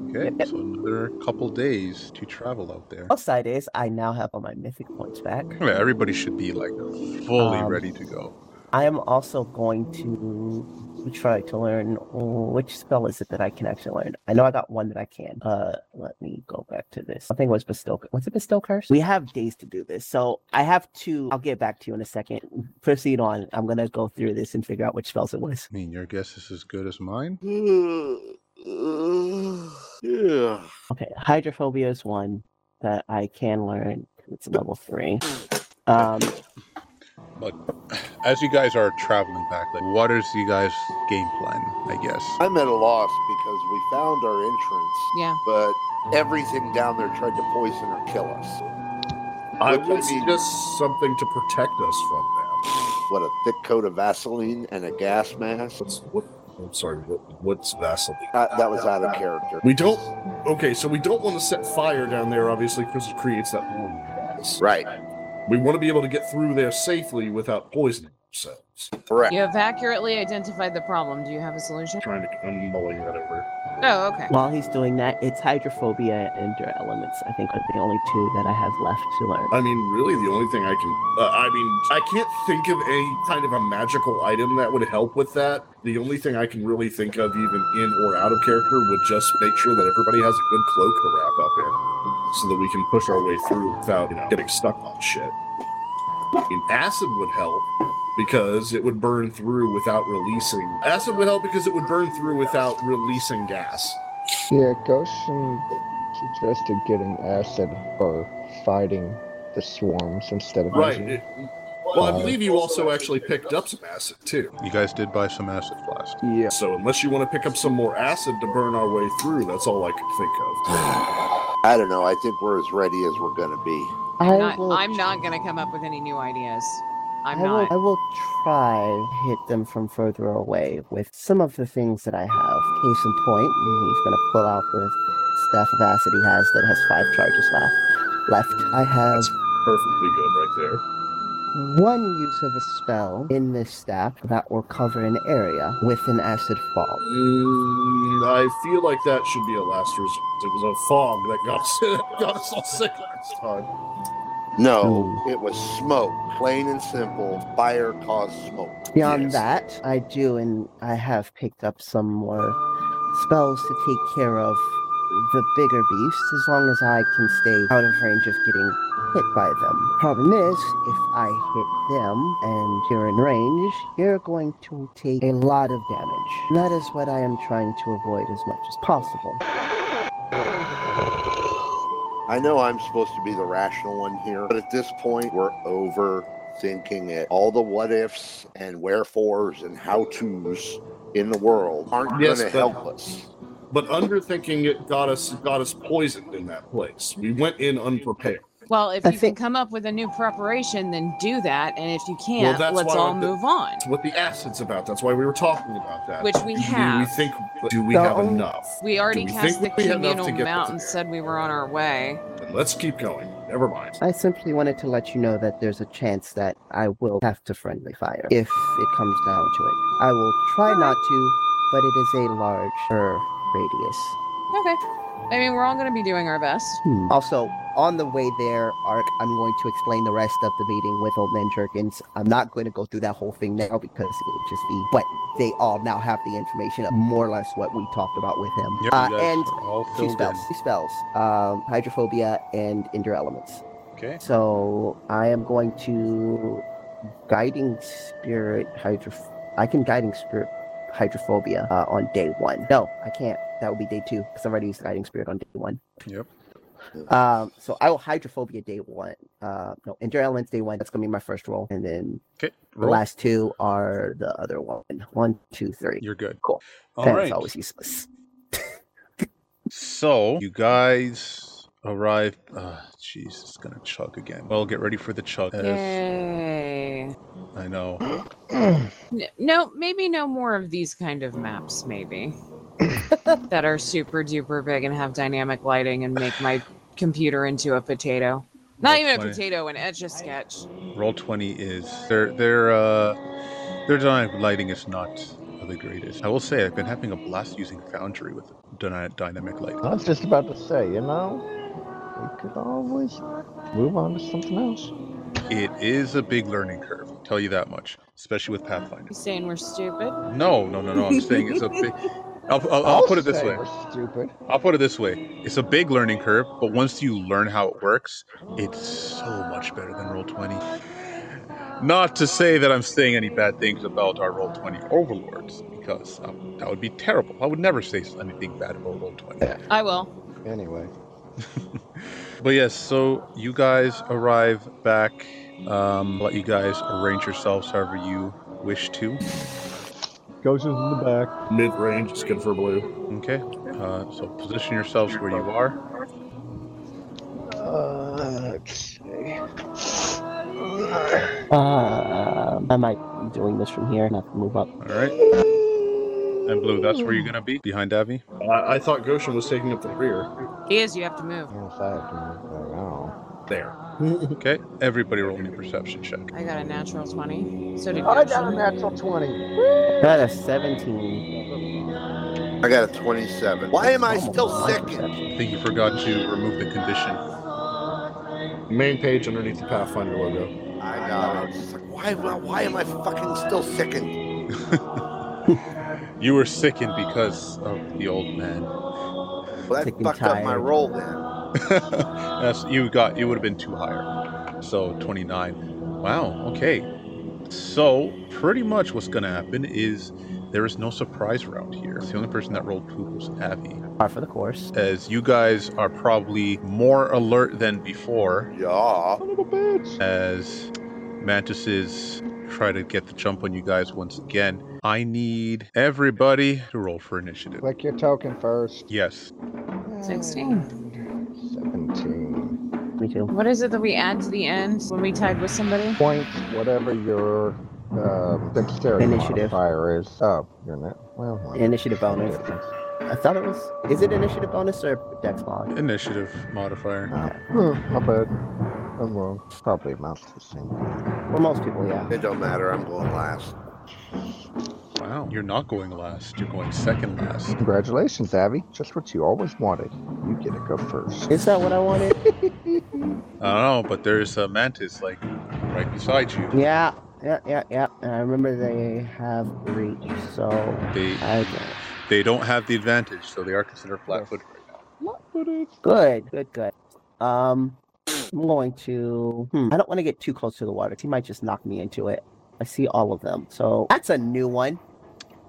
A: Okay.
G: Yep, Oh. yep.
A: So another couple days to travel out there.
G: Upside is I now have all my mythic points back.
A: Yeah, everybody should be like fully
G: Um,
A: ready to go.
G: I am also going to try to learn which spell is it that I can actually learn. I know I got one that I can. Uh, let me go back to this. I think it was bestow. What's it bestow curse? We have days to do this, so I have to. I'll get back to you in a second. Proceed on. I'm gonna go through this and figure out which spells it was.
A: I mean, your guess is as good as mine. <sighs>
B: yeah.
G: Okay, hydrophobia is one that I can learn. It's level three. Um,
A: As you guys are traveling back, like, what is you guys' game plan? I guess.
B: I'm at a loss because we found our entrance,
D: Yeah.
B: but everything down there tried to poison or kill us.
E: I
B: Which
E: would
B: I mean-
E: suggest something to protect us from that.
B: What a thick coat of Vaseline and a gas mask.
E: What's what? I'm sorry. What, what's Vaseline?
B: Uh, that was out of character.
E: We don't. Okay, so we don't want to set fire down there, obviously, because it creates that warm gas.
B: Right.
E: We want to be able to get through there safely without poisoning ourselves.
B: Correct.
D: You have accurately identified the problem. Do you have a solution?
E: Trying to I'm mulling that over.
D: Oh, okay.
G: While he's doing that, it's hydrophobia and your elements. I think are the only two that I have left to learn.
E: I mean, really, the only thing I can. Uh, I mean, I can't think of any kind of a magical item that would help with that. The only thing I can really think of, even in or out of character, would just make sure that everybody has a good cloak to wrap up in so that we can push our way through without, you know, getting stuck on shit. And acid would help because it would burn through without releasing. Acid would help because it would burn through without releasing gas.
F: Yeah, Goshen suggested getting acid or fighting the swarms instead of
E: Right.
F: using-
E: it- well, I believe you also actually picked up some acid, too.
G: Uh,
A: You guys did buy some acid flask.
F: Yeah.
E: So unless you want to pick up some more acid to burn our way through, that's all I could think of.
B: I don't know. I think we're as ready as we're going to be.
G: I
D: Not,
G: will
D: I'm not going to come up with any new ideas. I'm
G: I will,
D: not.
G: I will try to hit them from further away with some of the things that I have. Case in point, he's going to pull out the staff of acid he has that has five charges left. Left, I have
E: That's perfectly good right there.
G: one use of a spell in this staff that will cover an area with an acid fall.
E: Mm, I feel like that should be a last resort. It was a fog that got us, <laughs> got us all sick last time.
B: No, it was smoke. Plain and simple. Fire caused smoke.
G: Beyond
E: Yes.
G: that, I do, and I have picked up some more spells to take care of the bigger beasts as long as I can stay out of range of getting hit by them. Problem is, if I hit them and you're in range, you're going to take a lot of damage. And that is what I am trying to avoid as much as possible.
B: I know I'm supposed to be the rational one here, but at this point, we're overthinking it. All the what ifs and wherefores and how tos in the world aren't
E: Yes,
B: going to
E: but-
B: help us.
E: But underthinking it got us got us poisoned in that place. We went in unprepared.
D: Well, if
G: I
D: you
G: think-
D: can come up with a new preparation, then do that. And if you can't,
E: that's
D: let's
E: why
D: all
E: the-
D: move on.
E: That's what the acid's about. That's why we were talking about that.
D: Which we
E: Do
D: have.
E: We think. Do we
G: The
E: have
G: only-
E: enough?
D: We already
E: we
D: cast the
E: think we have enough to
D: communal
E: get this
D: mount and
E: there?
D: said we were on our way.
E: Then let's keep going. Never mind.
G: I simply wanted to let you know that there's a chance that I will have to friendly fire if it comes down to it. I will try not to, but it is a larger radius.
D: Okay. I mean, we're all going to be doing our best.
G: Hmm. Also, on the way there, Ark, I'm going to explain the rest of the meeting with Old Man Jerkins. I'm not going to go through that whole thing now because it would just be, but they all now have the information of more or less what we talked about with him.
A: Yep,
G: uh,
A: you guys
G: and
A: are all
G: two
A: filled in.
G: spells, two spells, um, hydrophobia and indoor elements.
A: Okay.
G: So I am going to guiding spirit hydro. I can guiding spirit hydrophobia uh, on day one. No, I can't. That would be day two because I've already used guiding spirit on day one.
A: Yep.
G: Um, so I will hydrophobia day one. Uh, no, endure elements day one. That's gonna be my first roll, and then
A: Okay.
G: the
A: Roll.
G: last two are the other one. One, two, three.
A: You're good.
G: Cool.
A: All
G: That's
A: right.
G: always useless.
A: So you guys arrive. Uh, Jeez, it's gonna chug again. Well, get ready for the chug. as-
D: Yay.
A: I know.
D: N- No, maybe no more of these kind of maps,
G: <laughs>
D: maybe. that are super duper big and have dynamic lighting and make my computer into a potato. Not
A: Roll
D: even a
A: 20.
D: potato, an etch a sketch.
A: Roll twenty is their their uh their dynamic lighting is not the greatest. I will say I've been having a blast using Foundry with dyna- dynamic lighting.
F: I was just about to say, you know, we could always move on to something else.
A: It is a big learning curve. Tell you that much, especially with Pathfinder.
D: You saying we're stupid?
A: No, no, no, no. I'm saying it's a big. I'll, I'll, I'll
F: I'll
A: put it this
F: say
A: way.
F: We're stupid.
A: I'll put it this way. It's a big learning curve, but once you learn how it works, it's so much better than Roll 20. Not to say that I'm saying any bad things about our Roll 20 overlords, because um, that would be terrible. I would never say anything bad about Roll 20.
D: I will.
F: Anyway,
A: But yes, so you guys arrive back. Um, let you guys arrange yourselves however you wish to.
O: Goes in the back.
E: Mid range is good for blue.
A: Okay. Uh, so position yourselves where you are.
F: uh, let's see.
G: Um, I might be doing this from here and have to move up.
A: All right. And blue, that's where you're gonna be behind Avi.
E: I, I thought Goshen was taking up the rear.
D: He is, you have to move.
F: I don't know if I have to move back. I don't know.
E: There.
A: Okay. Everybody roll me a perception check.
D: I got a natural 20. So did
F: Oh, I got a
D: Goshen.
F: natural 20.
G: Got a 17.
B: I got a 27. Why am I
G: Almost
B: still
G: my
B: second?
G: perception.
A: I think you forgot to remove the condition.
E: Main page underneath the Pathfinder logo.
B: I got it. It's just like, why, why, why am I fucking still second?
A: You were sickened because of the old man. <laughs>
B: Well, that
G: Sick and
B: fucked up my
G: tired.
B: roll then.
A: That's you got. You would have been two higher. So 29. Wow. Okay. So pretty much what's gonna happen is there is no surprise round here. The only person that rolled poop was Avi.
G: Par for the course.
A: As you guys are probably more alert than before
B: Yeah.
F: Son of a bitch.
A: as mantises try to get the jump on you guys once again. I need everybody to roll for initiative.
F: Click your token first.
A: Yes.
D: 16.
F: 17.
G: Me too.
D: What is it that we add to the end when we tied with somebody?
F: Point whatever your um, dexterity
G: Initiative.
F: modifier is. Oh, you're not. Well, well.
G: Initiative bonus. I thought it was. Is it initiative bonus or dex mod?
A: Initiative modifier.
F: Uh, hmm, my bad. I'm wrong. Probably amounts to the same thing.
G: For most people, yeah.
B: It don't matter. I'm going last.
A: Wow. You're not going last. You're going second last.
F: Congratulations, Abby. Just what you always wanted. You get to go first.
G: Is that what I wanted?
A: I don't know, but there's a mantis like right beside you.
G: yeah. Yeah, yeah, yeah. And I remember they have reach, so
A: They
G: I don't.
A: they don't have the advantage, so they are considered flat-footed right now.
G: Good, good, good. Um, I'm going to. Hmm, I don't want to get too close to the water. He might just knock me into it. I see all of them, so that's a new one.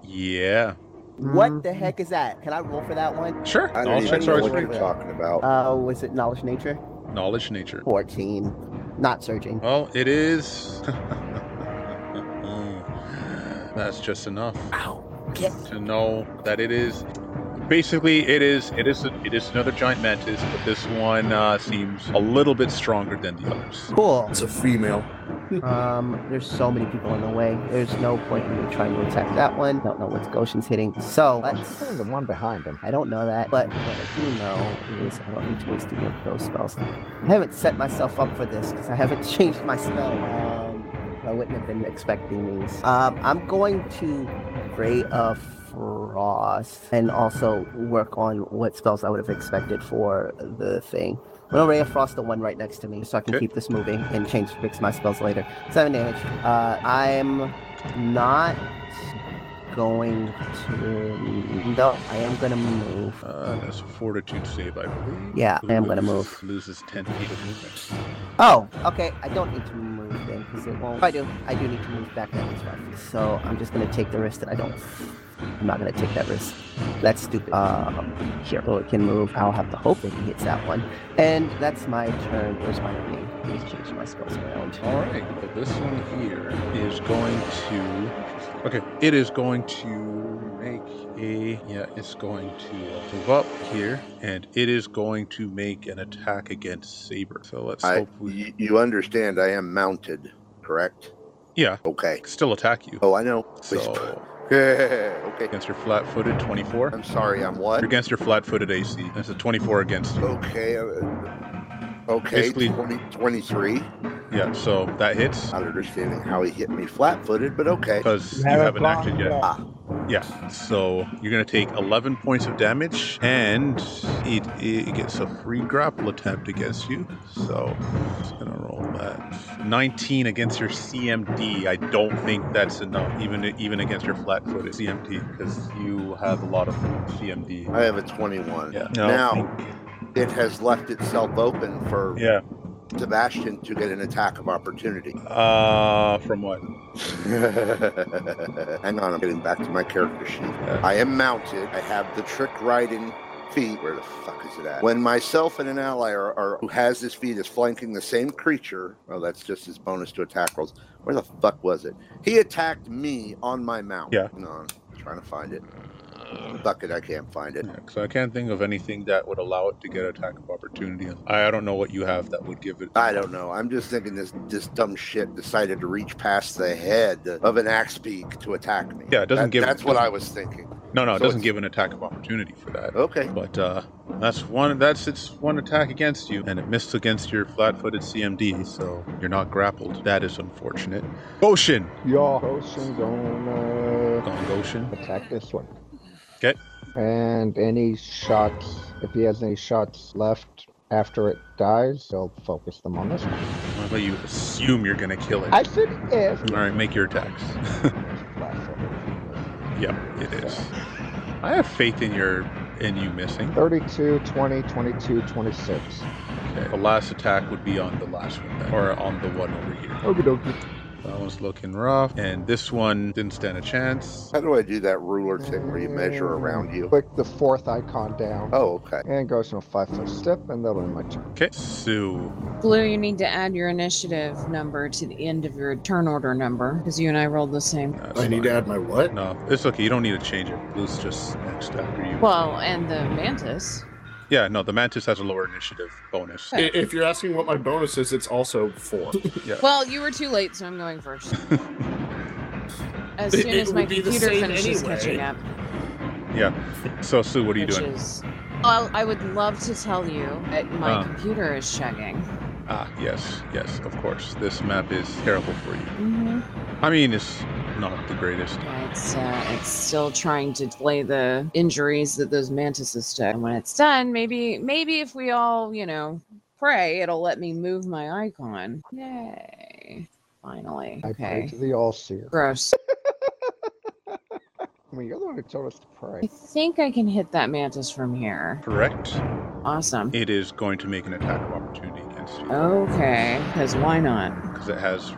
A: Yeah.
G: What the heck is that? Can I roll for that one?
A: Sure.
B: I
A: All
B: don't even
A: checks
B: know
A: are
B: what you're
A: expected.
B: talking about.
G: Uh, was it knowledge nature?
A: Knowledge nature.
G: 14. Not surging.
A: Well, it is. <laughs> Mm. That's just enough
G: Ow. Yes.
A: to know that it is basically, it is it is it is another giant mantis, but this one uh, seems a little bit stronger than the others.
G: Cool.
E: It's a female.
G: Um, there's so many people in the way. There's no point in me trying to attack that one. Don't know what Goshen's hitting. So let's.
F: The one behind him.
G: I don't know that, but what I do know is I don't need to waste any of those spells. I haven't set myself up for this because I haven't <laughs> changed my spell. Um, I wouldn't have been expecting these. Um, I'm going to Ray of Frost and also work on what spells I would have expected for the thing. I'm gonna Ray of Frost the one right next to me so I can
A: Okay.
G: keep this moving and change fix my spells later. Seven damage. Uh, I'm not going to. No, I am gonna move.
A: Uh, that's a fortitude save, I believe.
G: Yeah, I am gonna
A: Loses-
G: move.
A: Loses ten feet of movement.
G: Oh, okay. I don't need to move then because it won't. I do. I do need to move back that is right. So I'm just gonna take the risk that I don't. I'm not gonna take that risk. That's stupid. Um, here, so it can move. I'll have to hope it hits that one. And that's my turn. Where's my name? Please change my spells around.
A: All right, but this one here is going to. Okay, it is going to make a. Yeah, it's going to move up here, and it is going to make an attack against Saber. So let's
B: I,
A: hope we.
B: you, you understand I am mounted, correct?
A: Yeah,
B: Okay.
A: still attack you.
B: Oh, I know.
A: So
B: <laughs> okay.
A: against your flat-footed 24.
B: I'm sorry. I'm
A: You're
B: what?
A: against your flat-footed AC. That's a 24 against you.
B: Okay. uh, Okay.
A: Basically-
B: 20, 23.
A: Yeah, so that hits
B: Not understanding how he hit me flat footed, but okay.
A: because you
O: haven't
A: haven't acted
O: blocked
A: yet.
O: yet.
B: Ah,
A: Yeah, so you're gonna take 11 points of damage, and it, it gets a free grapple attempt against you. So it's gonna roll that 19 against your CMD. I don't think that's enough, even even against your flat-footed CMD, because you have a lot of CMD.
B: I have a 21.
A: Yeah.
B: Now it has left itself open for
A: Yeah.
B: Sebastian to get an attack of opportunity.
A: Uh, from what?
B: <laughs> Hang on, I'm getting back to my character sheet. I am mounted. I have the trick riding feat. Where the fuck is it at? When myself and an ally are, are who has this feat is flanking the same creature. Oh, that's just his bonus to attack rolls. Where the fuck was it? He attacked me on my mount.
A: Yeah.
B: Hang on, trying to find it. Fuck it, I can't find it.
A: So I can't think of anything that would allow it to get attack of opportunity. I, I don't know what you have that would give it.
B: I don't know. I'm just thinking this this dumb shit decided to reach past the head of an axe beak to attack me.
A: Yeah, it doesn't
B: That-
A: give-
B: That's what I was thinking.
A: No, no, it
B: So
A: doesn't
B: it's-
A: give an attack of opportunity for that.
B: Okay.
A: But uh, that's one. That's its one attack against you, and it missed against your flat-footed CMD, so you're not grappled. That is unfortunate. Goshen,
F: Your host is gonna
A: gone Goshen.
F: attack this one.
A: Okay.
F: And any shots, if he has any shots left after it dies, he'll focus them on this one.
A: Well, you assume you're gonna kill it.
F: I said if.
A: All right, make your attacks. <laughs> yep, it is. I have faith in your in you missing.
F: 32, 20, 22, 26.
A: Okay. The last attack would be on the last one, then, or on the one over here.
F: Okie dokie.
A: That one's looking rough, and this one didn't stand a chance.
B: How do I do that ruler thing where you measure around you?
F: Click the fourth icon down.
B: Oh, okay.
F: And goes to a five foot step, and that'll end my turn.
A: Okay, Sue.
D: Blue, you need to add your initiative number to the end of your turn order number because you and I rolled the same.
A: That's
E: I need
A: fine.
E: to add my what?
A: No, it's okay. You don't need to change it. Blue's just next after you.
D: Well, and the mantis.
A: yeah, no, the mantis has a lower initiative bonus.
E: I- If you're asking what my bonus is, it's also four.
D: Well, you were too late, so I'm going
E: <laughs>
D: first. As
E: It-
D: soon
E: it
D: as my
E: would be the
D: computer
E: same
D: finishes
E: anyway.
D: catching up,
A: So, Sue, what are you
D: which
A: doing?
D: is. Well, I would love to tell you that my
A: Uh.
D: computer is chugging.
A: Ah, yes, yes, of course. This map is terrible for you. I mean, it's not the greatest.
D: Yeah, It's uh, it's still trying to play the injuries that those mantises took. And when it's done, maybe maybe if we all you know pray, it'll let me move my icon. Yay! Finally.
F: I pray
D: Okay.
F: to the All Seer.
D: Gross.
F: I mean, you're the one who told us to
D: I
F: pray.
D: think I can hit that mantis from here.
A: Correct.
D: Awesome.
A: It is going to make an attack of opportunity against you
D: Okay, because why not?
A: because it has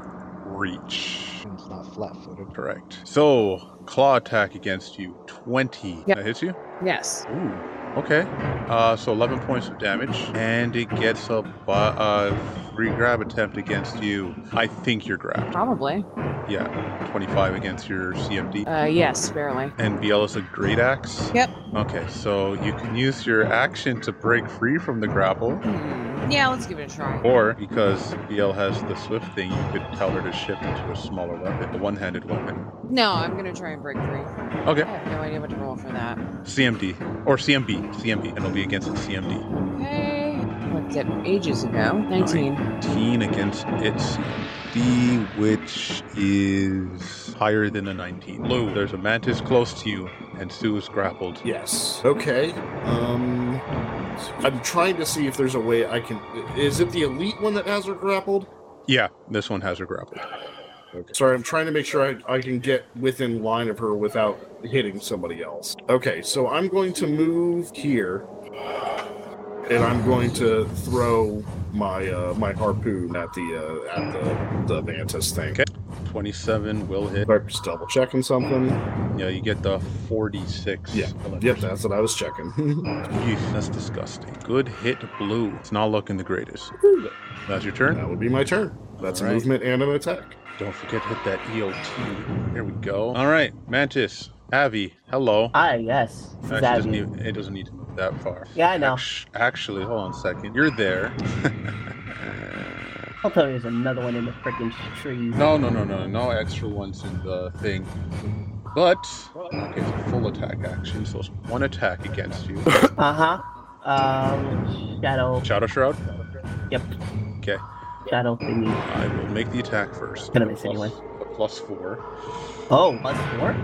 A: reach.
F: And It's not flat footed.
A: Correct. So, claw attack against you. 20.
D: Yeah.
A: That hits you?
D: Yes.
A: Ooh. Okay. Uh, so 11 points of damage, and it gets a bu- uh, free grab attempt against you. I think you're grabbed.
D: Probably.
A: Yeah, 25 against your CMD.
D: Uh, yes, barely.
A: and Viola's a great axe?
D: Yep.
A: Okay, so you can use your action to break free from the grapple.
D: Hmm. Yeah, let's give it a try.
A: Or because BL has the swift thing, you could tell her to shift into a smaller weapon, a one-handed weapon.
D: No, I'm gonna try and break free. I
A: Okay,
D: have no idea what to roll for that.
A: CMD or CMB, CMB, and it'll be against its CMD.
D: Okay. Looked at ages ago. 19.
A: 19 against its CMD, which is higher than a 19. Lou, there's a mantis close to you, and Sue is grappled.
E: <laughs> Yes. Okay. Um, I'm trying to see if there's a way I can. Is it the elite one that has her grappled?
A: Yeah, this one has her grappled.
E: Sorry, I'm trying to make sure I, I can get within line of her without hitting somebody else. Okay, so I'm going to move here, and I'm going to throw my uh, my harpoon at the uh, at the the mantis thing.
A: Okay. 27 will hit.
E: Sorry, just double checking something.
A: Yeah, you get the 46.
E: Yeah. Yep, that's what I was checking. <laughs>
A: Yeesh, that's disgusting. Good hit, Blue. It's not looking the greatest. That's your turn.
E: that would be my turn. That's a
A: Alright.
E: movement and an attack.
A: Don't forget to hit that E EOT. Here we go. All right, Mantis, Avi, hello.
P: Ah, yes. This is
A: Actually, it doesn't
P: Abby.
A: even- it doesn't need to move that far.
P: Yeah, I know.
A: Act- Actually, hold on a second. You're there.
P: I'll tell you there's another one in the freaking tree.
A: no, no, no, no, no extra ones in the thing. But okay, it's a full attack action, so it's one attack against you.
P: Uh huh. Um, shadow.
A: Shadow Shroud.
P: Yep.
A: Okay.
P: Shadow thingy.
A: I will make the attack first.
P: Gonna miss anyway.
A: A plus four.
P: Oh, plus four?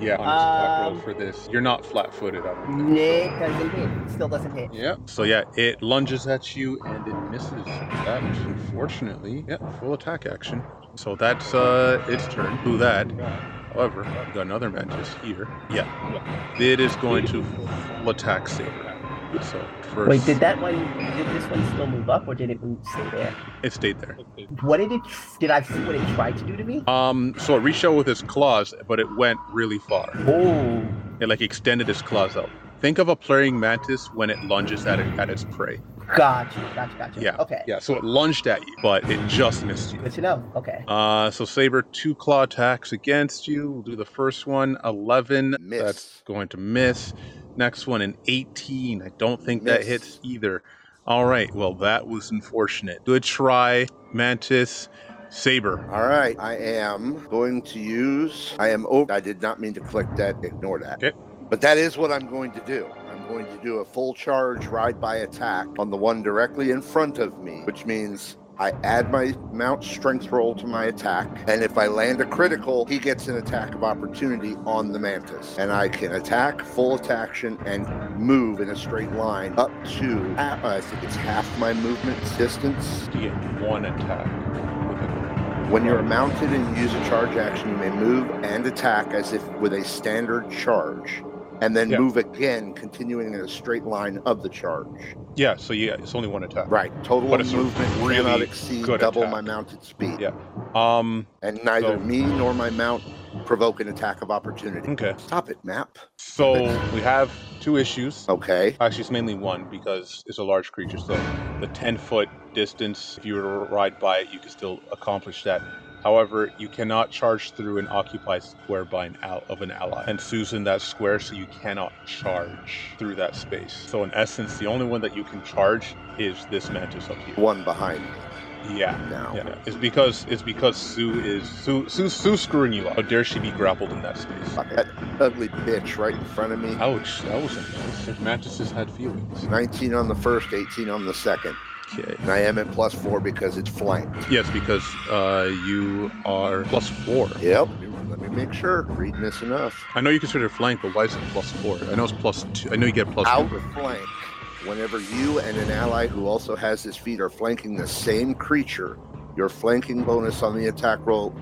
A: Yeah, on its attack roll
P: Um,
A: for this. You're not flat-footed. I don't think.
P: Nick doesn't hit. Still doesn't hit.
A: Yeah. So yeah, it lunges at you and it misses. That unfortunately, yeah, full attack action. So that's uh its turn. Do that. However, I've got another mantis here. Yeah. It is going to full attack saber. So first
P: Wait, did that one, did this one still move up or did it move stay there?
A: it stayed there.
P: What did it, did I see what it tried to do to me?
A: Um so it reached out with its claws, but it went really far.
P: Oh,
A: It like extended its claws out. Think of a playing mantis when it lunges at it, at its prey.
P: gotcha, gotcha, gotcha.
A: Yeah.
P: Okay.
A: Yeah. So it lunged at you, but it just missed you.
P: Good to know. Okay.
A: Uh, so Saber, two claw attacks against you. We'll do the first one, 11.
B: Miss.
A: That's going to miss. Next one, an 18. I don't think that
B: Miss.
A: hits either. All right. Well, that was unfortunate. Good try, Mantis. Saber.
B: All right, I am going to use. I am. Oh, I did not mean to click that. Ignore that.
A: Okay.
B: But that is what I'm going to do. I'm going to do a full charge ride by attack on the one directly in front of me, which means I add my mount strength roll to my attack. And if I land a critical, he gets an attack of opportunity on the mantis. And I can attack, full attack action, and move in a straight line up to, half, I think it's half my movement distance.
A: You get one attack. with a-
B: When you are mounted and use a charge action, you may move and attack as if with a standard charge, and then
A: Yeah.
B: move again, continuing in a straight line of the charge.
A: Yeah. So yeah, it's only one attack.
B: Right. Total
A: But
B: of
A: it's a
B: movement
A: really
B: cannot exceed
A: good
B: double
A: attack.
B: my mounted speed,
A: Yeah. Um.
B: and neither
A: So-
B: me nor my mount provoke an attack of opportunity.
A: Okay.
B: Stop it, map.
A: So we have two issues.
B: Okay.
A: Actually, it's mainly one because it's a large creature. So the 10 foot distance, if you were to ride by it, you could still accomplish that. However, you cannot charge through an occupied square by an al- of an ally. And Sue's in that square, so you cannot charge through that space. So in essence, the only one that you can charge is this mantis up here.
B: One behind me
A: Yeah.
B: now.
A: Yeah, yeah. it's because it's because Sue is Sue Sue Sue's screwing you up. How dare she be grappled in that space?
B: Fuck That ugly bitch right in front of me.
A: Ouch! That wasn't nice. Mantises had feelings.
B: 19 on the first, 18 on the second.
A: Okay.
B: And I am at plus four because it's flanked.
A: Yes, because uh, you are plus four.
B: Yep. Let me make sure. Reading this enough.
A: I know you consider flank, but why is it plus four? I know it's plus two. I know you get plus
B: out
A: two.
B: of flank. Whenever you and an ally who also has his feet are flanking the same creature, your flanking bonus on the attack roll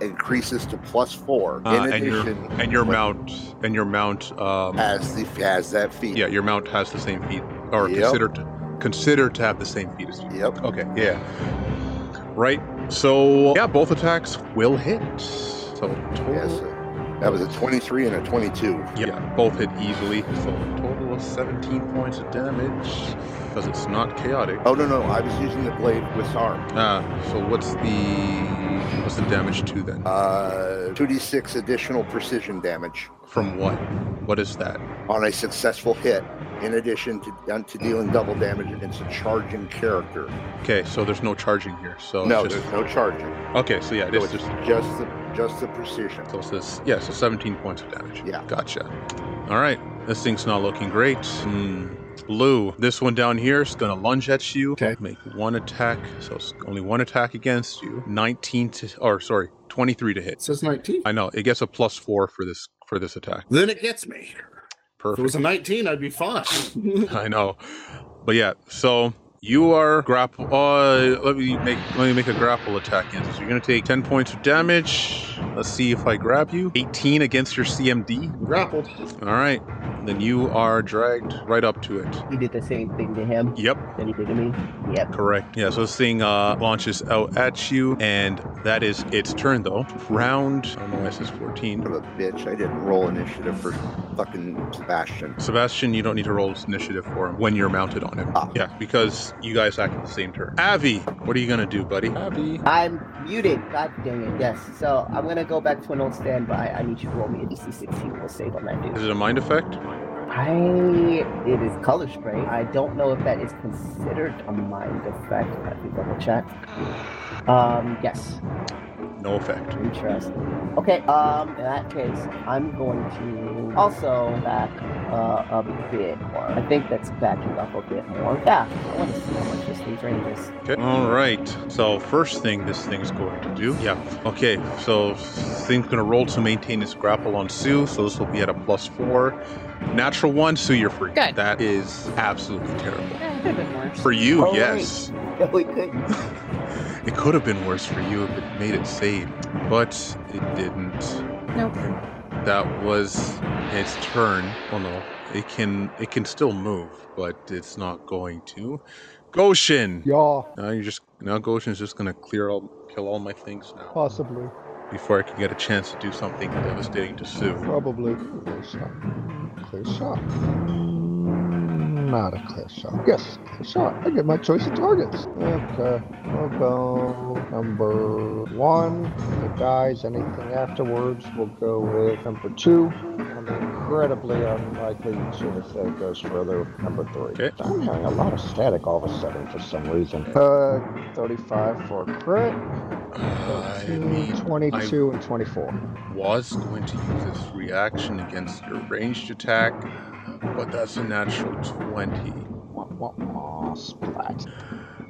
B: increases to plus four.
A: Uh,
B: in
A: and your-
B: addition,
A: And your
B: when-
A: mount, and your mount, um,
B: has the has that feat.
A: yeah, your mount has the same feet, or
B: Yep.
A: considered consider to have the same feet as you.
B: Yep.
A: Okay, yeah. Right. So yeah, both attacks will hit. So total.
B: Yes. That was a 23 and a 22.
A: Yeah, both hit easily. So total plus 17 points of damage because it's not chaotic.
B: Oh no no, I was using the blade with arm.
A: Ah, so what's the what's the damage to then?
B: Uh, 2d6 additional precision damage
A: From what? What is that?
B: on a successful hit, in addition to to dealing double damage against a charging character.
A: Okay, so there's no charging here. So
B: no,
A: it's just,
B: there's no charging.
A: okay, so yeah, it
B: So
A: is
B: it's
A: Oh, just
B: just the just the precision.
A: so it's this yeah, so 17 points of damage.
B: Yeah.
A: Gotcha. All right, this thing's not looking great. Hmm. Blue, this one down here is gonna lunge at you.
E: Okay.
A: Make one attack, so it's only one attack against you. 19 to, or sorry, 23 to
E: It
A: hit.
E: says 19.
A: I know it gets a plus four for this for this attack.
E: Then it gets me. If it
A: Perfect.
E: was a 19, I'd be fine.
A: <laughs> I know, but yeah. So you are grapple. Uh, let me make let me make a grapple attack against you. So you're gonna take ten points of damage. Let's see if I grab you. Eighteen against your CMD.
E: Grappled.
A: All right, then you are dragged right up to it.
G: You did the same thing to him
A: Yep,
G: that he did to me. Yep.
A: correct. Yeah. So this thing uh, launches out at you, and that is its turn though. Round. I don't know why it says fourteen.
B: Son of a bitch! I didn't roll initiative for fucking Sebastian.
A: Sebastian, you don't need to roll this initiative for him when you're mounted on him.
B: Ah.
A: Yeah, because you guys act at the same turn. Avi, what are you gonna do, buddy? Avi.
G: I'm muted. God dang it. Yes. So I'm gonna go back to an old standby. I need you to roll me a DC 16. We'll save on that dude.
A: Is it a mind effect?
G: I it is color spray. I don't know if that is considered a mind effect. Let me double check. Um, yes,
A: No effect.
G: interesting. Okay, um, in that case, I'm going to also back uh, a bit more. I think that's backing up a bit more. Yeah, I want to see how much this thing ranges.
A: Okay. All right. So first thing this thing's going to do. Yeah. Okay. So this thing's gonna roll to maintain its grapple on Sue. So this will be at a plus four. Natural one, Sue, you're free.
D: Good.
A: That is absolutely terrible.
D: Yeah, it could have been worse.
A: For you,
G: Oh, right.
A: yes.
G: No, we couldn't.
A: <laughs> It could have been worse for you if it made it save, but it didn't.
D: Nope.
A: That was its turn. Oh no, it can it can still move, but it's not going to. Goshen.
F: Y'all,
A: Now you're just now Goshen's just gonna clear all kill all my things now
F: possibly,
A: before I can get a chance to do something devastating to Sue.
F: probably. Clear shot. Clear shot. Not a clear shot. Yes, clear shot. I get my choice of targets. Okay, we'll go number one. If it dies, anything afterwards, we'll go with number two. And incredibly unlikely suicide goes further, number three.
A: Okay.
F: I'm hearing a lot of static all of a sudden for some reason. Uh, 35 for a crit.
A: I
F: 13,
A: mean,
F: 22 and 24.
A: was going to use its reaction against your ranged attack, but that's a natural twenty.
F: Wah, wah, wah, splat.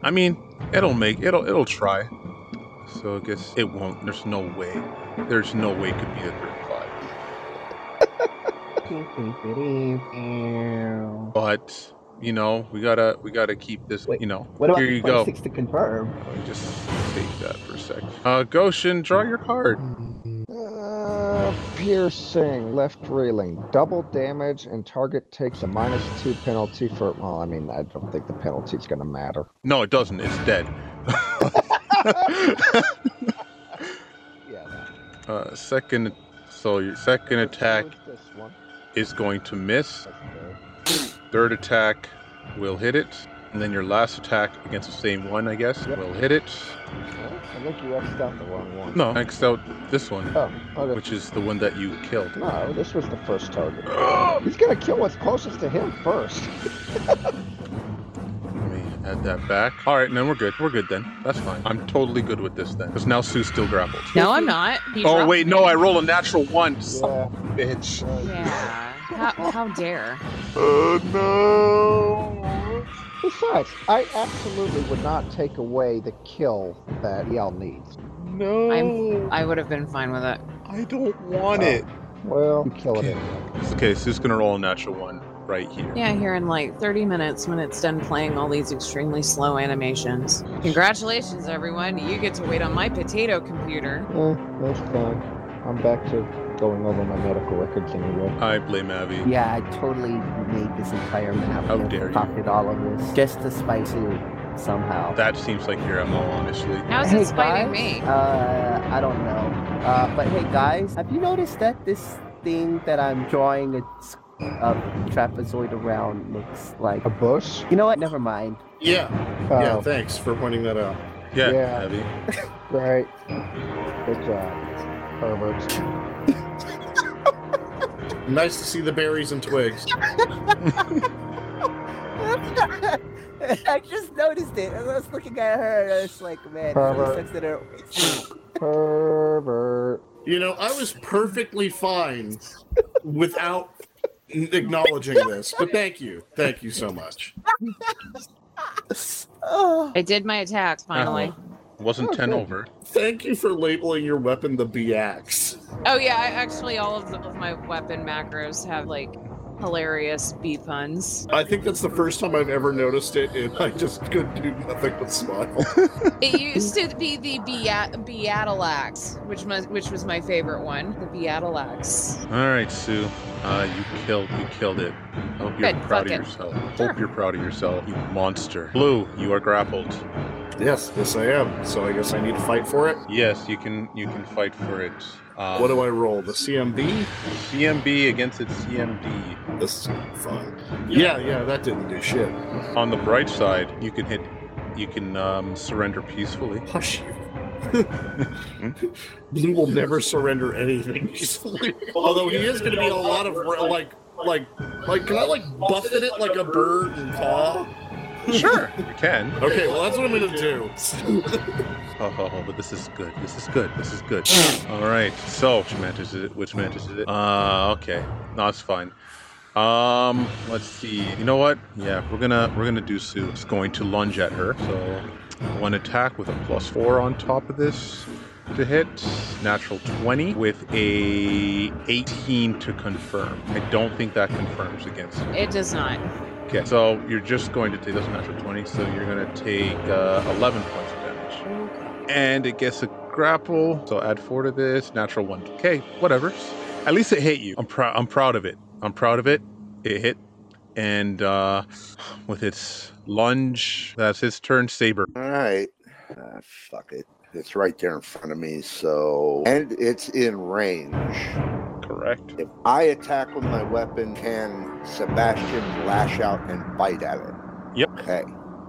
A: I mean, it'll make it'll it'll try. So I guess it won't. There's no way. There's no way it could be a crit five. But you know, we gotta we gotta keep this.
G: Wait,
A: you know,
G: What about
A: here you go.
G: 26 to confirm?
A: Let me just save that for a sec. Uh, Goshen, draw your card.
F: Uh, piercing, left reeling, double damage, and target takes a minus two penalty for. Well, I mean, I don't think the penalty's going to matter.
A: No, it doesn't. It's dead. <laughs>
F: Yeah.
A: uh, second. So your second attack
F: This one.
A: is going to miss.
F: That's good.
A: Third attack will hit it. And then your last attack against the same one, I guess, will hit it.
F: Oh, I think you X'd out the wrong one.
A: No, next out this one,
F: Oh, okay.
A: which is the one that you killed.
F: No, this was the first
A: <gasps>
F: target. He's going to kill what's closest to him first.
A: Let me add that back. All right, then we're good. We're good then. That's fine. I'm totally good with this then. Because now Sue's still grappled.
D: No, I'm not. You
A: Oh
D: dropped
A: wait,
D: me.
A: no, I roll a natural one. Son
F: Yeah.
A: of a bitch.
D: Yeah. How, how dare?
Q: Oh no!
F: Besides, I absolutely would not take away the kill that y'all needs.
D: Oh.
A: No.
D: I'm- I would have been fine with it.
A: I don't want
F: Oh.
A: it.
F: Well, you kill it. anyway.
A: Okay, Sue's gonna roll a natural one right here.
D: Yeah, here in like 30 minutes when it's done playing all these extremely slow animations. Congratulations, everyone. You get to wait on my potato computer.
F: Eh, that's fine. I'm back to going over my medical records anyway.
A: I blame Abby.
R: Yeah, I totally made this entire map.
A: How
R: and
A: dare you.
R: concocted all of this just to spice you somehow.
A: That seems like your MO, honestly.
D: How's
R: Hey,
D: it spiting
R: guys,
D: me?
R: Uh, I don't know. Uh, but hey, guys, have you noticed that this thing that I'm drawing a s-
G: a trapezoid around looks like.
F: A bush?
G: You know what? Never mind. <laughs>
E: Yeah. Yeah.
F: Oh,
E: Thanks for pointing that out.
A: Yeah,
F: Yeah.
A: heavy.
F: great. Good job, perverts.
E: Nice to see the berries and twigs.
G: I just noticed it. As I was looking at her, and I was like, man, it <laughs> really
F: Pervert.
G: sucks that her.
F: Pervert.
E: You know, I was perfectly fine without acknowledging this, but thank you. Thank you so much.
G: Oh, <laughs>
D: I did my attack
A: Uh-huh.
D: finally.
A: Wasn't ten over.
E: Thank you for labeling your weapon the B axe.
D: Oh yeah, I actually all of, the, of my weapon macros have like hilarious bee puns.
E: I think that's the first time I've ever noticed it, and <laughs> I just could do nothing but smile.
D: It used to be the Beat- Beatalax, which was which was my favorite one. The Beatalax.
A: All right, Sue. Uh, you killed. You killed it. Hope you're
D: Good,
A: proud
D: fuck
A: of
D: it.
A: yourself.
D: Sure.
A: Hope you're proud of yourself, you monster. Blue, you are grappled.
E: Yes, yes, I am. So I guess I need to fight for it.
A: Yes, you can. You can fight for it. Um,
E: What do I roll? The CMB?
A: CMB against its CMD.
E: This is fun. Yeah, yeah, that didn't do shit.
A: On the bright side, you can hit. You can um, surrender peacefully.
E: <laughs> Hush you. Blue will never surrender anything peacefully. Although he is going to be in a lot of like, like, like, can I like buffet it like a bird and paw?
A: Sure, <laughs> you can.
E: Okay, well that's what I'm going to do.
A: Oh, oh, oh, but this is good. This is good. This is good. All right. So, which mantis is it? Which mantis is it? Uh, okay. No, it's fine. Um, let's see. You know what? Yeah, we're gonna we're gonna do Sue. It's going to lunge at her. So, one attack with a plus four on top of this to hit. Natural twenty with a eighteen to confirm. I don't think that confirms against. you.
D: It does not.
A: Okay. So you're just going to take this natural twenty. So you're gonna take uh, eleven points of damage and it gets a grapple. So add four to this. Natural one. Okay, whatever. At least it hit you. I'm proud. I'm proud of it. I'm proud of it. It hit, and uh, with its lunge, that's his turn. Saber.
B: All right. Ah, fuck it. It's right there in front of me. So, and it's in range.
A: Correct.
B: If I attack with my weapon, can Sebastian lash out and bite at it?
A: Yep.
B: Okay.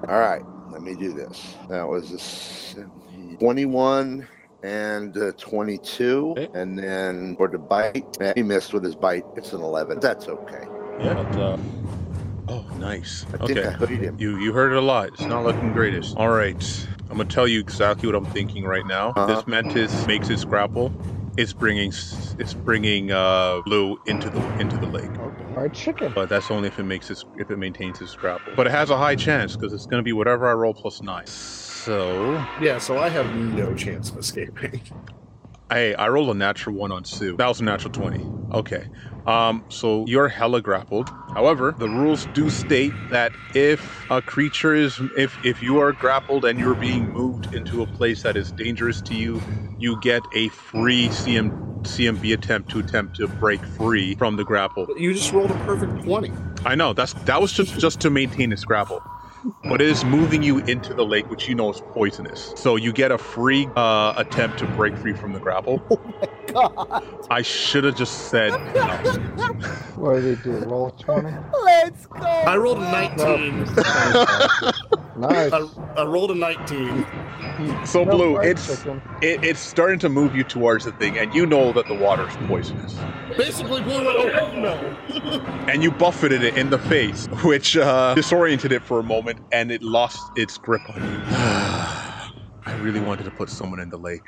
B: All right. Let me do this. That was a 17, 21 and uh 22.
A: Okay.
B: And then for the bite, eh, he missed with his bite. It's an 11. That's okay.
A: Yeah. but, uh, oh, nice.
B: I think I
A: Okay.
B: hooded him.
A: You you heard it a lot. It's not looking greatest. All right. I'm gonna tell you exactly what I'm thinking right now. If This mantis makes its grapple. It's bringing s- it's bringing uh, blue into the into the lake.
F: Fried chicken.
A: but that's only if it makes its if it maintains its grapple. But it has a high chance because it's going to be whatever I roll plus nine. So
E: yeah, so I have no chance of escaping. <laughs>
A: hey, I rolled a natural one on Sue. That was a natural twenty. Okay, um, so you're hella grappled. However, the rules do state that if a creature is if if you are grappled and you're being moved into a place that is dangerous to you, you get a free CM. CMB attempt to attempt to break free from the grapple.
E: You just rolled a perfect twenty.
A: I know that's that was just just to maintain its grapple, but it is moving you into the lake, which you know is poisonous. So you get a free uh, attempt to break free from the grapple.
G: God.
A: I should have just said no.
F: What did he do? Roll a <laughs> 20?
G: Let's go.
E: I rolled a nineteen.
F: Nice.
E: I, I rolled a nineteen.
A: So
F: No
A: blue,
F: fried
A: it's
F: chicken.
A: it, it's starting to move you towards the thing, and you know that the water is poisonous,
E: Basically, blue went, oh heck no.
A: and you buffeted it in the face, <laughs> which uh, disoriented it for a moment, and it lost its grip on you. <sighs> I really wanted to put someone in the lake.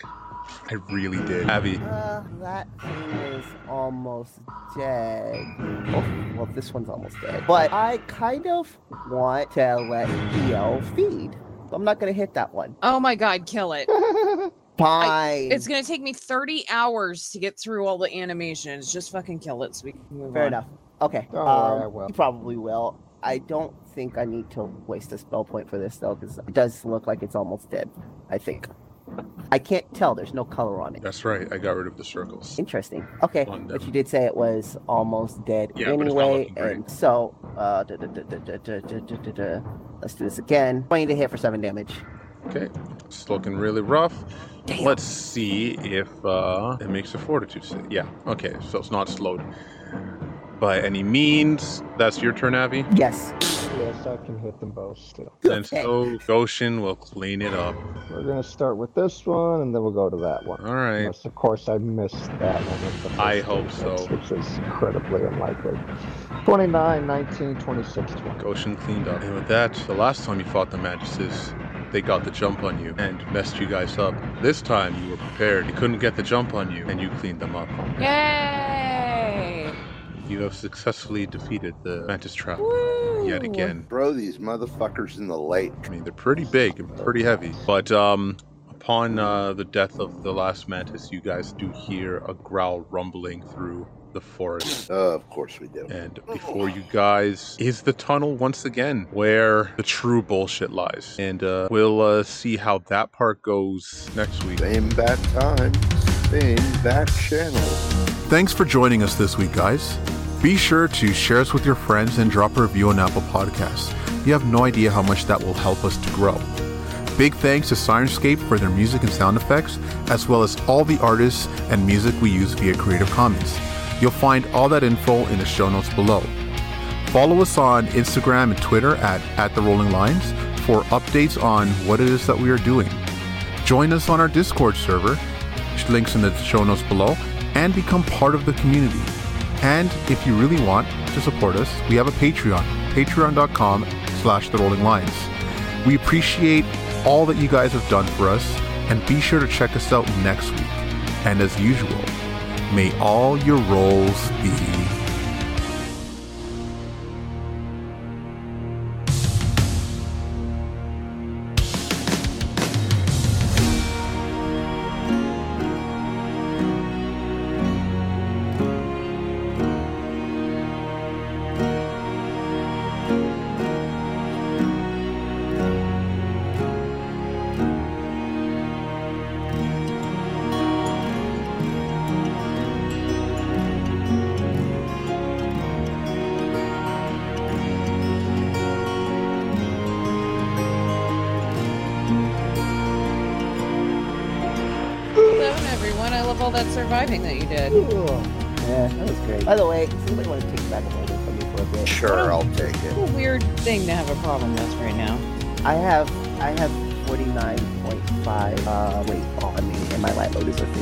A: I really did, Abby.
G: Uh, that thing is almost dead. Well, well, this one's almost dead. But I kind of want to let Theo feed. So I'm not gonna hit that one.
D: Oh my god, kill
G: <laughs>
D: it.
G: Fine.
D: It's gonna take me 30 hours to get through all the animations. Just fucking kill it so we can move
G: Fair
D: on.
G: enough. Okay.
F: Don't worry,
G: um,
F: I will.
G: You probably will. I don't think I need to waste a spell point for this though, because it does look like it's almost dead. I think. I can't tell. There's no color on it.
A: That's right. I got rid of the circles.
G: Interesting. Okay,
A: On
G: but
A: them.
G: you did say it was almost dead
A: Yeah, but it's not
G: anyway,
A: looking great.
G: and so uh, duh, duh, duh, duh, duh, duh, duh, duh, duh, duh. let's do this again. Twenty to hit for seven damage.
A: Okay, it's looking really rough. Let's see if uh, it makes a fortitude save. Yeah, okay, so it's not slowed. by any means. That's your turn, Abby.
G: Yes.
O: Yes, I can hit them both still.
A: And so Goshen will clean it up.
O: We're gonna start with this one, and then we'll go to that one.
A: All right.
O: Unless, of course, I missed that one. with the
A: I
O: first
A: hope so.
O: defense, Which is incredibly unlikely. 29, 19, 26, 20.
A: Goshen cleaned up. And with that, the last time you fought the Magises, they got the jump on you and messed you guys up. This time you were prepared. They couldn't get the jump on you and you cleaned them up.
D: Yay!
A: You have successfully defeated the Mantis Trap
D: Woo!
A: yet again.
B: Throw these motherfuckers in the lake.
A: I mean, they're pretty big and pretty heavy. But um, upon uh, the death of the last Mantis, you guys do hear a growl rumbling through the forest.
B: Uh, of course we do.
A: And before you guys is the tunnel once again where the true bullshit lies. And uh, we'll uh, see how that part goes next week.
B: Same bat time, same bat channel.
A: Thanks for joining us this week, guys. Be sure to share us with your friends and drop a review on Apple Podcasts. You have no idea how much that will help us to grow. Big thanks to Sirenscape for their music and sound effects, as well as all the artists and music we use via Creative Commons. You'll find all that info in the show notes below. Follow us on Instagram and Twitter at, at The Rolling Lines for updates on what it is that we are doing. Join us on our Discord server, links in the show notes below, and become part of the community. And if you really want to support us, we have a Patreon, patreon.com slash The Rolling Lines. We appreciate all that you guys have done for us, and be sure to check us out next week. And as usual, may all your roles be
D: Hello, everyone. I love all that surviving that you did.
P: Yeah, that was great.
G: By the way, somebody want to take back a moment from me for a bit.
B: Sure, I'll take it.
D: What a weird thing to have a problem with right now.
G: I have I have 49.5 uh, weight on me, and my light load is 50.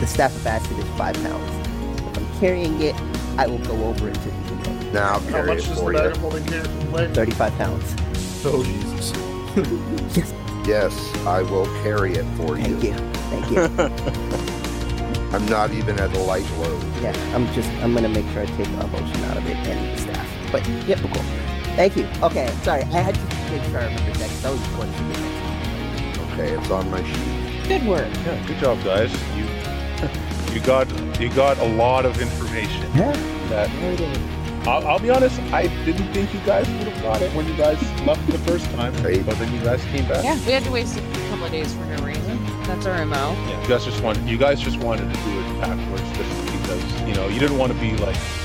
G: The staff of acid is five pounds. If I'm carrying it, I will go over into the ego.
B: Now I'll
E: How
B: carry
E: much
B: it
E: is the
B: for you.
E: bag holding here? Like,
G: 35 pounds.
E: oh Jesus!
B: Yes, I will carry it for
G: Thank
B: you.
G: you. Thank you.
B: I'm not even at a light load.
G: yeah, I'm just I'm gonna make sure I take a motion out of it and the staff. But yep, cool. Thank you. Okay, sorry, I had to make sure I remembered that because I was going to the next.
B: Okay, it's on my sheet.
D: Good work.
A: yeah good job guys you you got you got a lot of information that I'll, I'll be honest i didn't think you guys would have got it when you guys left the first time
B: Right.
A: but then you guys came back
D: Yeah, we had to waste a couple of days for no reason. That's our MO.
A: Yeah, you guys just wanted you guys just wanted to do it backwards just because you know you didn't want to be like